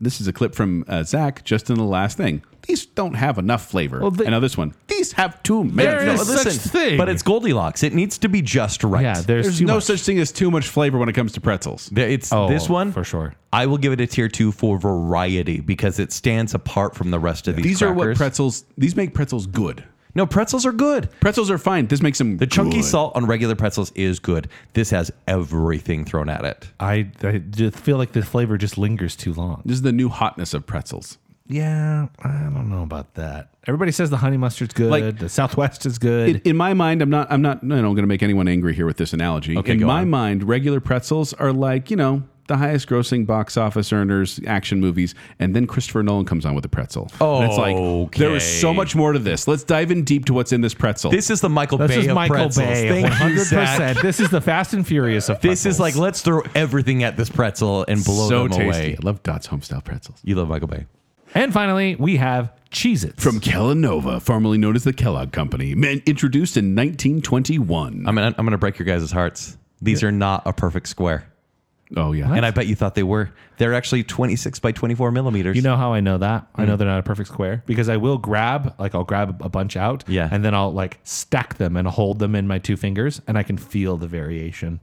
[SPEAKER 4] This is a clip from uh, Zach just in the last thing. These don't have enough flavor.
[SPEAKER 2] Well, they-
[SPEAKER 4] and now this one. These have too much.
[SPEAKER 2] There
[SPEAKER 4] No,
[SPEAKER 2] is
[SPEAKER 4] listen,
[SPEAKER 2] such thing.
[SPEAKER 3] But it's Goldilocks. It needs to be just right.
[SPEAKER 2] yeah, there's,
[SPEAKER 4] there's
[SPEAKER 2] too
[SPEAKER 4] no
[SPEAKER 2] much.
[SPEAKER 4] such thing as too much flavor when it comes to pretzels.
[SPEAKER 3] There- It's
[SPEAKER 2] Oh,
[SPEAKER 3] this one
[SPEAKER 2] for sure.
[SPEAKER 3] I will give it a tier two for variety because it stands apart from the rest of these.
[SPEAKER 4] These are what
[SPEAKER 3] crackers.
[SPEAKER 4] pretzels. These make pretzels good.
[SPEAKER 3] No, pretzels are good.
[SPEAKER 4] Pretzels are fine. This makes them
[SPEAKER 3] The chunky
[SPEAKER 4] good.
[SPEAKER 3] salt on regular pretzels is good. This has everything thrown at it.
[SPEAKER 2] I, I just feel like the flavor just lingers too long.
[SPEAKER 4] This is the new hotness of pretzels.
[SPEAKER 2] Yeah, I don't know about that. Everybody says the honey mustard's good.
[SPEAKER 4] Like-
[SPEAKER 2] the Southwest is good.
[SPEAKER 4] in my mind, I'm not, I'm not, you know, going to make anyone angry here with this analogy.
[SPEAKER 3] Okay,
[SPEAKER 4] in
[SPEAKER 3] go
[SPEAKER 4] my
[SPEAKER 3] on.
[SPEAKER 4] mind, regular pretzels are like, you know, the highest grossing box office earners, action movies, and then Christopher Nolan comes on with a pretzel. Oh, and it's like there is so
[SPEAKER 3] Okay.
[SPEAKER 4] much more to this. Let's dive in deep to what's in this pretzel.
[SPEAKER 3] This is the Michael
[SPEAKER 2] this
[SPEAKER 3] Bay
[SPEAKER 2] is
[SPEAKER 3] of
[SPEAKER 2] Michael
[SPEAKER 3] pretzels.
[SPEAKER 2] Bay,
[SPEAKER 3] Thank you,
[SPEAKER 2] 100.
[SPEAKER 3] Zach.
[SPEAKER 2] percent This is the Fast and Furious of
[SPEAKER 3] This is
[SPEAKER 2] pretzels.
[SPEAKER 3] like let's throw everything at this pretzel and blow
[SPEAKER 4] so
[SPEAKER 3] them
[SPEAKER 4] tasty.
[SPEAKER 3] away.
[SPEAKER 4] I love Dot's homestyle pretzels
[SPEAKER 3] You love Michael Bay.
[SPEAKER 2] And finally, we have Cheez-Its.
[SPEAKER 4] from Kellanova, formerly known as the Kellogg Company, man, introduced in 1921.
[SPEAKER 3] I'm gonna, I'm gonna break your guys' hearts. These are not a perfect square.
[SPEAKER 4] oh yeah,
[SPEAKER 3] And I bet you thought they were. They're actually 26 by 24 millimeters.
[SPEAKER 2] You know how I know that? I
[SPEAKER 3] Mm.
[SPEAKER 2] know they're not a perfect square because I will grab, like, I'll grab a bunch out,
[SPEAKER 3] Yeah.
[SPEAKER 2] and then I'll like stack them and hold them in my two fingers, and I can feel the variation.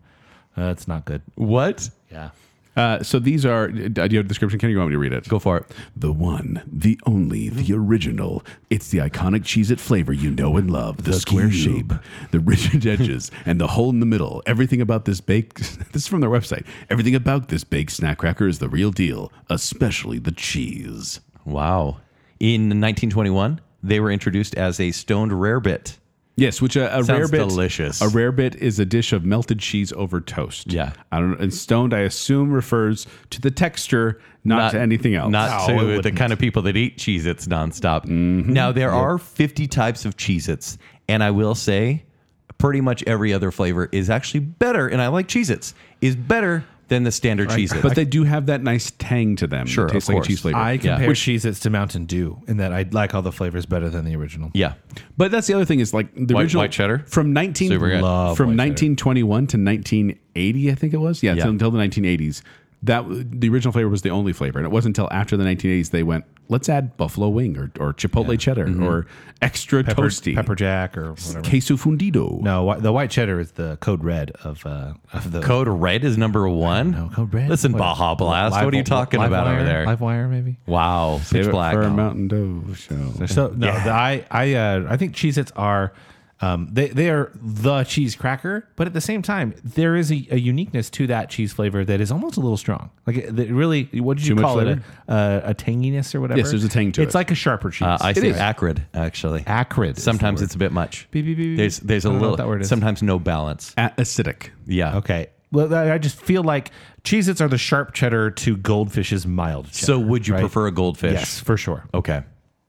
[SPEAKER 2] Uh, it's not good.
[SPEAKER 3] what?
[SPEAKER 2] Yeah,
[SPEAKER 4] Uh, so these are. Do you have a description? Can you want me to read it?
[SPEAKER 3] Go for it.
[SPEAKER 4] The one, the only, the original. It's the iconic Cheez It flavor you know and love. The, square shape, the rigid edges, and the hole in the middle. Everything about this baked. This is from their website. Everything about this baked snack cracker is the real deal, especially the cheese.
[SPEAKER 3] Wow. In 1921, they were introduced as a stoned rare bit.
[SPEAKER 4] Yes, which a, a
[SPEAKER 3] Sounds
[SPEAKER 4] rare bit
[SPEAKER 3] delicious.
[SPEAKER 4] A rare bit is a dish of melted cheese over toast.
[SPEAKER 3] Yeah.
[SPEAKER 4] I don't. And stoned, I assume, refers to the texture, not, to anything else.
[SPEAKER 3] Not
[SPEAKER 2] No, it
[SPEAKER 3] to the
[SPEAKER 2] wouldn't.
[SPEAKER 3] kind of people that eat Cheez Its nonstop.
[SPEAKER 2] Mm-hmm.
[SPEAKER 3] Now, there are 50 types of Cheez Its, and I will say pretty much every other flavor is actually better, and I like Cheez Its, is better than the standard Cheez Its.
[SPEAKER 4] But they do have that nice tang to them.
[SPEAKER 3] Sure,
[SPEAKER 4] it tastes
[SPEAKER 3] of
[SPEAKER 4] like a
[SPEAKER 3] course.
[SPEAKER 4] cheese flavor.
[SPEAKER 2] I
[SPEAKER 3] Yeah.
[SPEAKER 2] compare Cheez-Its to Mountain Dew in that I like all the flavors better than the original.
[SPEAKER 3] yeah.
[SPEAKER 4] But that's the other thing is like the
[SPEAKER 3] White-
[SPEAKER 4] original
[SPEAKER 3] white cheddar?
[SPEAKER 4] from nineteen
[SPEAKER 3] Super good.
[SPEAKER 2] Love
[SPEAKER 4] from
[SPEAKER 2] white cheddar.
[SPEAKER 4] nineteen twenty one to nineteen eighty, I think it was. Yeah,
[SPEAKER 3] Yeah.
[SPEAKER 4] Until, until the nineteen eighties. that the original flavor was the only flavor, and it wasn't until after the 1980s they went, let's add buffalo wing or, or chipotle cheddar or extra
[SPEAKER 2] Mm-hmm. pepper,
[SPEAKER 4] toasty
[SPEAKER 2] pepper jack or whatever.
[SPEAKER 4] queso fundido.
[SPEAKER 2] No, whi- the white cheddar is the code red of uh, of the
[SPEAKER 3] Code Red is number one.
[SPEAKER 2] No, code red.
[SPEAKER 3] Listen,
[SPEAKER 2] What-
[SPEAKER 3] Baja Blast.
[SPEAKER 2] Live-
[SPEAKER 3] what are you talking
[SPEAKER 2] Live
[SPEAKER 3] about
[SPEAKER 2] Wire?
[SPEAKER 3] over there?
[SPEAKER 2] Live wire, maybe.
[SPEAKER 3] wow,
[SPEAKER 4] Save
[SPEAKER 3] pitch
[SPEAKER 4] it
[SPEAKER 3] black.
[SPEAKER 4] for a Mountain Dew show.
[SPEAKER 2] So no, the- I I uh, I think Cheez-Its are um, they they are the cheese cracker, but at the same time, there is a, a uniqueness to that cheese flavor that is almost a little strong. Like it, it really, what did you
[SPEAKER 4] Too much
[SPEAKER 2] call it?
[SPEAKER 4] flavor?
[SPEAKER 2] A, uh, a tanginess or whatever.
[SPEAKER 4] Yes, there's a tang to
[SPEAKER 2] it's
[SPEAKER 4] it.
[SPEAKER 2] like a sharper cheese.
[SPEAKER 3] Uh, I say
[SPEAKER 4] is.
[SPEAKER 3] acrid actually.
[SPEAKER 2] Acrid. is the
[SPEAKER 3] Sometimes
[SPEAKER 2] word.
[SPEAKER 3] it's a bit much.
[SPEAKER 2] Beep, beep, beep, beep.
[SPEAKER 3] There's there's a
[SPEAKER 2] I don't know
[SPEAKER 3] little.
[SPEAKER 2] what that word is.
[SPEAKER 3] Sometimes no balance.
[SPEAKER 4] A- acidic.
[SPEAKER 3] Yeah.
[SPEAKER 2] okay. Well, I I just feel like Cheez-Its are the sharp cheddar to Goldfish's mild. Cheddar,
[SPEAKER 3] So would you
[SPEAKER 2] right?
[SPEAKER 3] prefer a goldfish?
[SPEAKER 2] Yes, for sure.
[SPEAKER 3] Okay.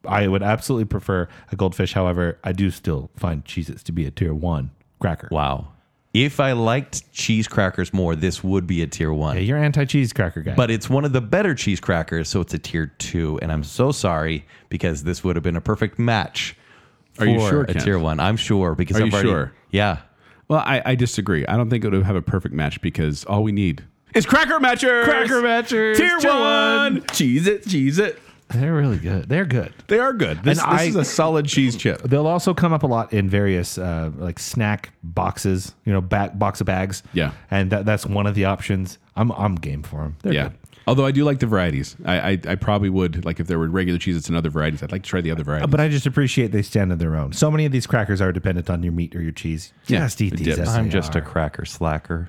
[SPEAKER 2] I would absolutely prefer a goldfish. However, I do still find Cheez-Its to be a tier one cracker.
[SPEAKER 3] Wow. If I liked cheese crackers more, this would be a tier one.
[SPEAKER 2] Hey, you're anti cheese cracker guy.
[SPEAKER 3] But it's one of the better cheese crackers, so it's a tier two. And I'm so sorry because this would have been a perfect match.
[SPEAKER 4] Are you
[SPEAKER 3] for
[SPEAKER 4] sure,
[SPEAKER 3] A
[SPEAKER 4] Kent?
[SPEAKER 3] tier one. I'm sure because
[SPEAKER 4] Are
[SPEAKER 3] I've
[SPEAKER 4] you
[SPEAKER 3] already.
[SPEAKER 4] sure?
[SPEAKER 3] Yeah.
[SPEAKER 4] Well, I, I disagree. I don't think it would have a perfect match because all we need is cracker matchers.
[SPEAKER 2] Cracker Matchers,
[SPEAKER 4] Tier
[SPEAKER 2] tier
[SPEAKER 4] one.
[SPEAKER 2] one.
[SPEAKER 4] Cheese it, cheese it.
[SPEAKER 2] they're really good. They're good.
[SPEAKER 4] They are good. This, this
[SPEAKER 2] I-
[SPEAKER 4] is a solid cheese chip.
[SPEAKER 2] They'll also come up a lot in various uh, like snack boxes, you know, back box of bags.
[SPEAKER 4] Yeah.
[SPEAKER 2] and that, that's one of the options. I'm I'm game for them. They're
[SPEAKER 4] Yeah.
[SPEAKER 2] good.
[SPEAKER 4] Although I do like the varieties. I, I, I probably would like if there were regular cheese it's and other varieties. I'd like to try the other varieties.
[SPEAKER 2] But I just appreciate they stand on their own. So many of these crackers are dependent on your meat or your cheese.
[SPEAKER 4] Yeah,
[SPEAKER 2] Just eat
[SPEAKER 4] the
[SPEAKER 2] these.
[SPEAKER 4] dips.
[SPEAKER 2] as
[SPEAKER 3] I'm
[SPEAKER 2] they
[SPEAKER 3] just
[SPEAKER 2] are.
[SPEAKER 3] a cracker slacker.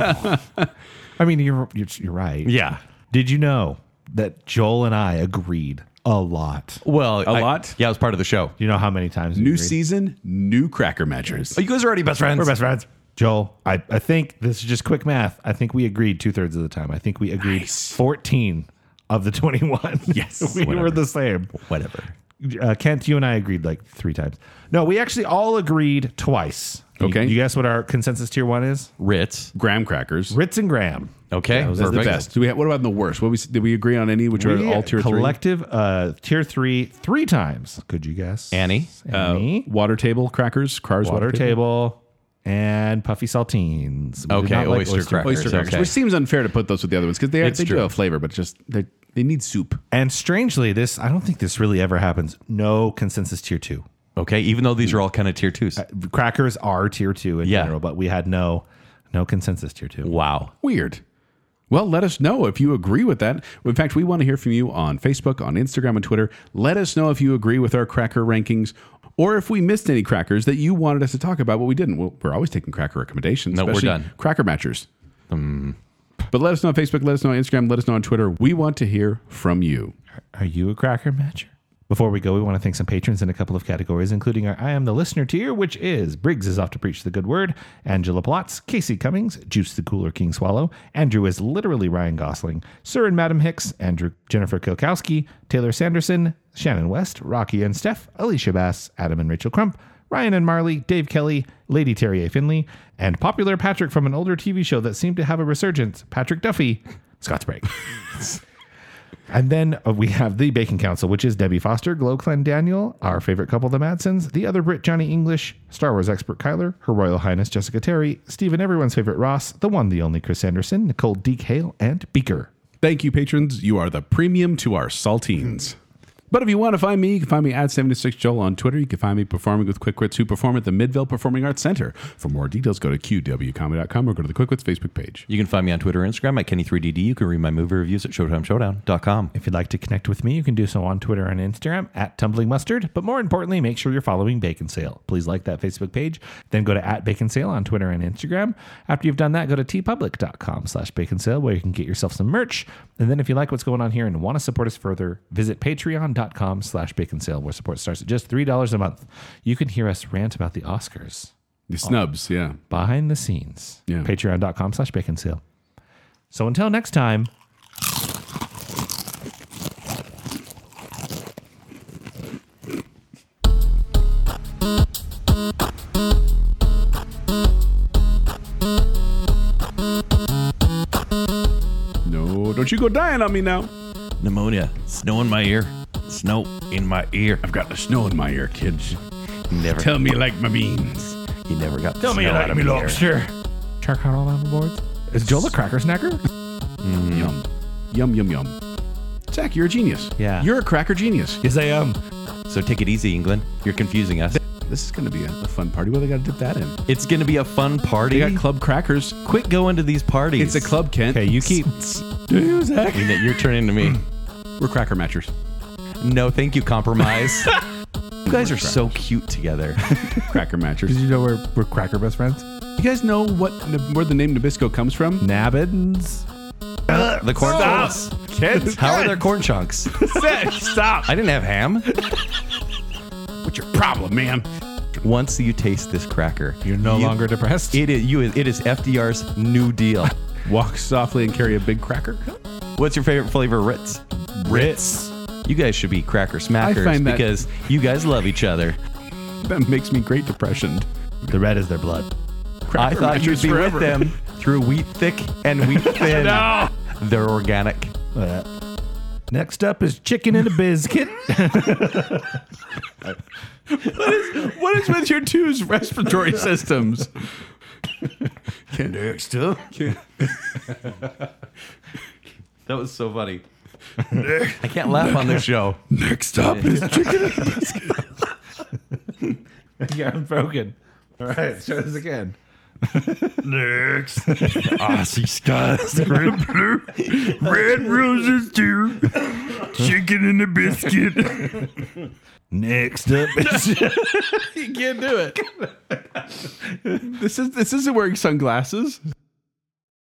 [SPEAKER 2] I mean, you're, you're you're right.
[SPEAKER 3] Yeah.
[SPEAKER 2] Did you know that Joel and I agreed a lot?
[SPEAKER 3] Well, a
[SPEAKER 4] lot?
[SPEAKER 3] Yeah, it was part of the show.
[SPEAKER 2] You know how many times we
[SPEAKER 4] new
[SPEAKER 2] agreed?
[SPEAKER 4] season, new cracker matchers.
[SPEAKER 3] Oh, you guys are already best friends.
[SPEAKER 2] We're best friends. Joel, I, I think this is just quick math. I think we agreed two thirds of the time. I think we agreed 14 of the 21. Yes. we were
[SPEAKER 3] whatever.
[SPEAKER 2] the same.
[SPEAKER 3] Whatever.
[SPEAKER 2] Uh, Kent, you and I agreed like three times. No, we actually all agreed twice. You-
[SPEAKER 4] Okay.
[SPEAKER 2] You, guess what our consensus tier one is?
[SPEAKER 3] Ritz.
[SPEAKER 4] Graham crackers.
[SPEAKER 2] Ritz and Graham.
[SPEAKER 3] Okay.
[SPEAKER 2] That was
[SPEAKER 4] the
[SPEAKER 3] perfect.
[SPEAKER 4] best. Do we have, what about the worst? What we did we agree on any which are all tier
[SPEAKER 2] collective uh, tier three three times. Could you guess?
[SPEAKER 3] Annie. Oh.
[SPEAKER 2] Annie.
[SPEAKER 4] three? Water table crackers, cars
[SPEAKER 2] water, table. and puffy saltines. We did
[SPEAKER 3] Okay,
[SPEAKER 2] not like
[SPEAKER 3] oyster crackers.
[SPEAKER 4] oyster
[SPEAKER 3] Okay.
[SPEAKER 4] crackers, which seems unfair to put those with the other ones because they, are,
[SPEAKER 3] It's
[SPEAKER 4] they do
[SPEAKER 3] true.
[SPEAKER 4] have flavor, but just they they need soup.
[SPEAKER 2] And strangely, this I don't think this really ever happens. No consensus tier two.
[SPEAKER 3] Okay. Even though these are all kind of tier twos.
[SPEAKER 2] Crackers are tier two in
[SPEAKER 3] Yeah.
[SPEAKER 2] general, but we had no no consensus tier two.
[SPEAKER 3] wow.
[SPEAKER 4] Weird. Well, let us know if you agree with that. In fact, we want to hear from you on Facebook, on Instagram, and Twitter. Let us know if you agree with our cracker rankings or if we missed any crackers that you wanted us to talk about, but we didn't. Well, we're always taking cracker recommendations.
[SPEAKER 3] No, we're
[SPEAKER 4] especially
[SPEAKER 3] done. Um.
[SPEAKER 4] Cracker matchers. But let us know on Facebook, let us know on Instagram, let us know on Twitter. We want to hear from you.
[SPEAKER 2] Are you a cracker matcher? Before we go, we want to thank some patrons in a couple of categories, including our I Am the Listener tier, which is Briggs is off to preach the good word, Angela Plotz, Casey Cummings, Juice the Cooler King Swallow, Andrew is literally Ryan Gosling, Sir and Madam Hicks, Andrew, Jennifer Kilkowski, Taylor Sanderson, Shannon West, Rocky and Steph, Alicia Bass, Adam and Rachel Crump, Ryan and Marley, Dave Kelly, Lady Terry A. Finley, and popular Patrick from an older TV show that seemed to have a resurgence, Patrick Duffy, Scott's Break. And then uh, we have the Bacon Council, which is Debbie Foster, Glow Clan Daniel, our favorite couple, the Madsons, the other Brit, Johnny English, Star Wars expert Kyler, Her Royal Highness Jessica Terry, Stephen, everyone's favorite Ross, the one, the only Chris Anderson, Nicole Deke Hale, and Beaker.
[SPEAKER 4] Thank you, patrons. You are the premium to our saltines. But if you want to find me, you can find me at 76Joel on Twitter. You can find me performing with Quick Wits, who perform at the Midvale Performing Arts Center. For more details, go to qwcomedy.com or go to the Quick Wits Facebook page.
[SPEAKER 3] You can find me on Twitter and Instagram at Kenny3DD. You can read my movie reviews at ShowtimeShowdown.com.
[SPEAKER 2] If you'd like to connect with me, you can do so on Twitter and Instagram at Tumbling Mustard. But more importantly, make sure you're following Bacon Sale. Please like that Facebook page. Then go to at Bacon Sale on Twitter and Instagram. After you've done that, go to tpublic.com slash bacon sale where you can get yourself some merch. And then if you like what's going on here and want to support us further, visit patreon.com slash bacon sale where support starts at just $3 a month. You can hear us rant about the Oscars
[SPEAKER 4] The snubs, yeah.
[SPEAKER 2] behind the scenes.
[SPEAKER 4] Yeah.
[SPEAKER 2] Patreon.com slash bacon sale. So until next time,
[SPEAKER 4] No, don't you go dying on me now.
[SPEAKER 3] Pneumonia. Snow in my ear. Snow in my ear.
[SPEAKER 4] I've got the snow in my ear, kids.
[SPEAKER 3] Never.
[SPEAKER 4] Tell me like my beans.
[SPEAKER 3] you never got.
[SPEAKER 2] Tell me you
[SPEAKER 3] snow
[SPEAKER 2] like
[SPEAKER 3] out of
[SPEAKER 2] me
[SPEAKER 3] ear.
[SPEAKER 2] lobster. Charcoal on the boards? Is Joel a cracker snacker?
[SPEAKER 4] Yum. Yum, yum, yum. Zach, you're a genius.
[SPEAKER 3] Yeah.
[SPEAKER 4] You're a cracker genius.
[SPEAKER 2] Yes, I am.
[SPEAKER 3] So take it easy, England. You're confusing us.
[SPEAKER 4] This is going to be a, a fun party. Well, they got to dip that in.
[SPEAKER 3] It's going to be a fun
[SPEAKER 4] They
[SPEAKER 3] party.
[SPEAKER 4] got club crackers.
[SPEAKER 3] Quit going to these parties.
[SPEAKER 4] It's a club, Kent.
[SPEAKER 2] Okay, you keep.
[SPEAKER 4] you, Zach.
[SPEAKER 3] You know, You're turning to me.
[SPEAKER 4] We're cracker matchers.
[SPEAKER 3] No, thank you, compromise. you guys are so cute together.
[SPEAKER 4] Cracker matchers.
[SPEAKER 2] Did you know we're, we're cracker best friends?
[SPEAKER 4] You guys know what where the name Nabisco comes from?
[SPEAKER 2] Nabbins.
[SPEAKER 3] The corn chunks.
[SPEAKER 2] Kids.
[SPEAKER 3] How are their corn chunks?
[SPEAKER 4] Stop.
[SPEAKER 3] I didn't have ham.
[SPEAKER 4] What's your problem, man?
[SPEAKER 3] Once you taste this cracker,
[SPEAKER 2] You're no
[SPEAKER 3] you-
[SPEAKER 2] longer depressed.
[SPEAKER 3] It is you. It is FDR's new deal.
[SPEAKER 4] Walk softly and carry a big cracker.
[SPEAKER 3] What's your favorite flavor, of Ritz?
[SPEAKER 2] Ritz.
[SPEAKER 3] You guys should be cracker smackers
[SPEAKER 4] find that-
[SPEAKER 3] because you guys love each other.
[SPEAKER 4] That makes me great depressioned.
[SPEAKER 2] The red is their blood.
[SPEAKER 3] I
[SPEAKER 4] Cracker
[SPEAKER 3] thought you'd
[SPEAKER 4] matchers
[SPEAKER 3] be
[SPEAKER 4] forever.
[SPEAKER 3] with them through wheat thick and wheat thin.
[SPEAKER 4] No.
[SPEAKER 3] They're organic.
[SPEAKER 2] Look at that. Next up is chicken and a biscuit.
[SPEAKER 4] What is with your two's respiratory systems? Can do still.
[SPEAKER 3] That was so funny. I can't laugh on this show.
[SPEAKER 4] Next up is
[SPEAKER 2] yeah, I'm broken. All right, let's try this again.
[SPEAKER 5] Next, Aussie skies, red, blue, red roses too, chicken and a biscuit. Next up is
[SPEAKER 4] you can't do it. this is this isn't wearing sunglasses.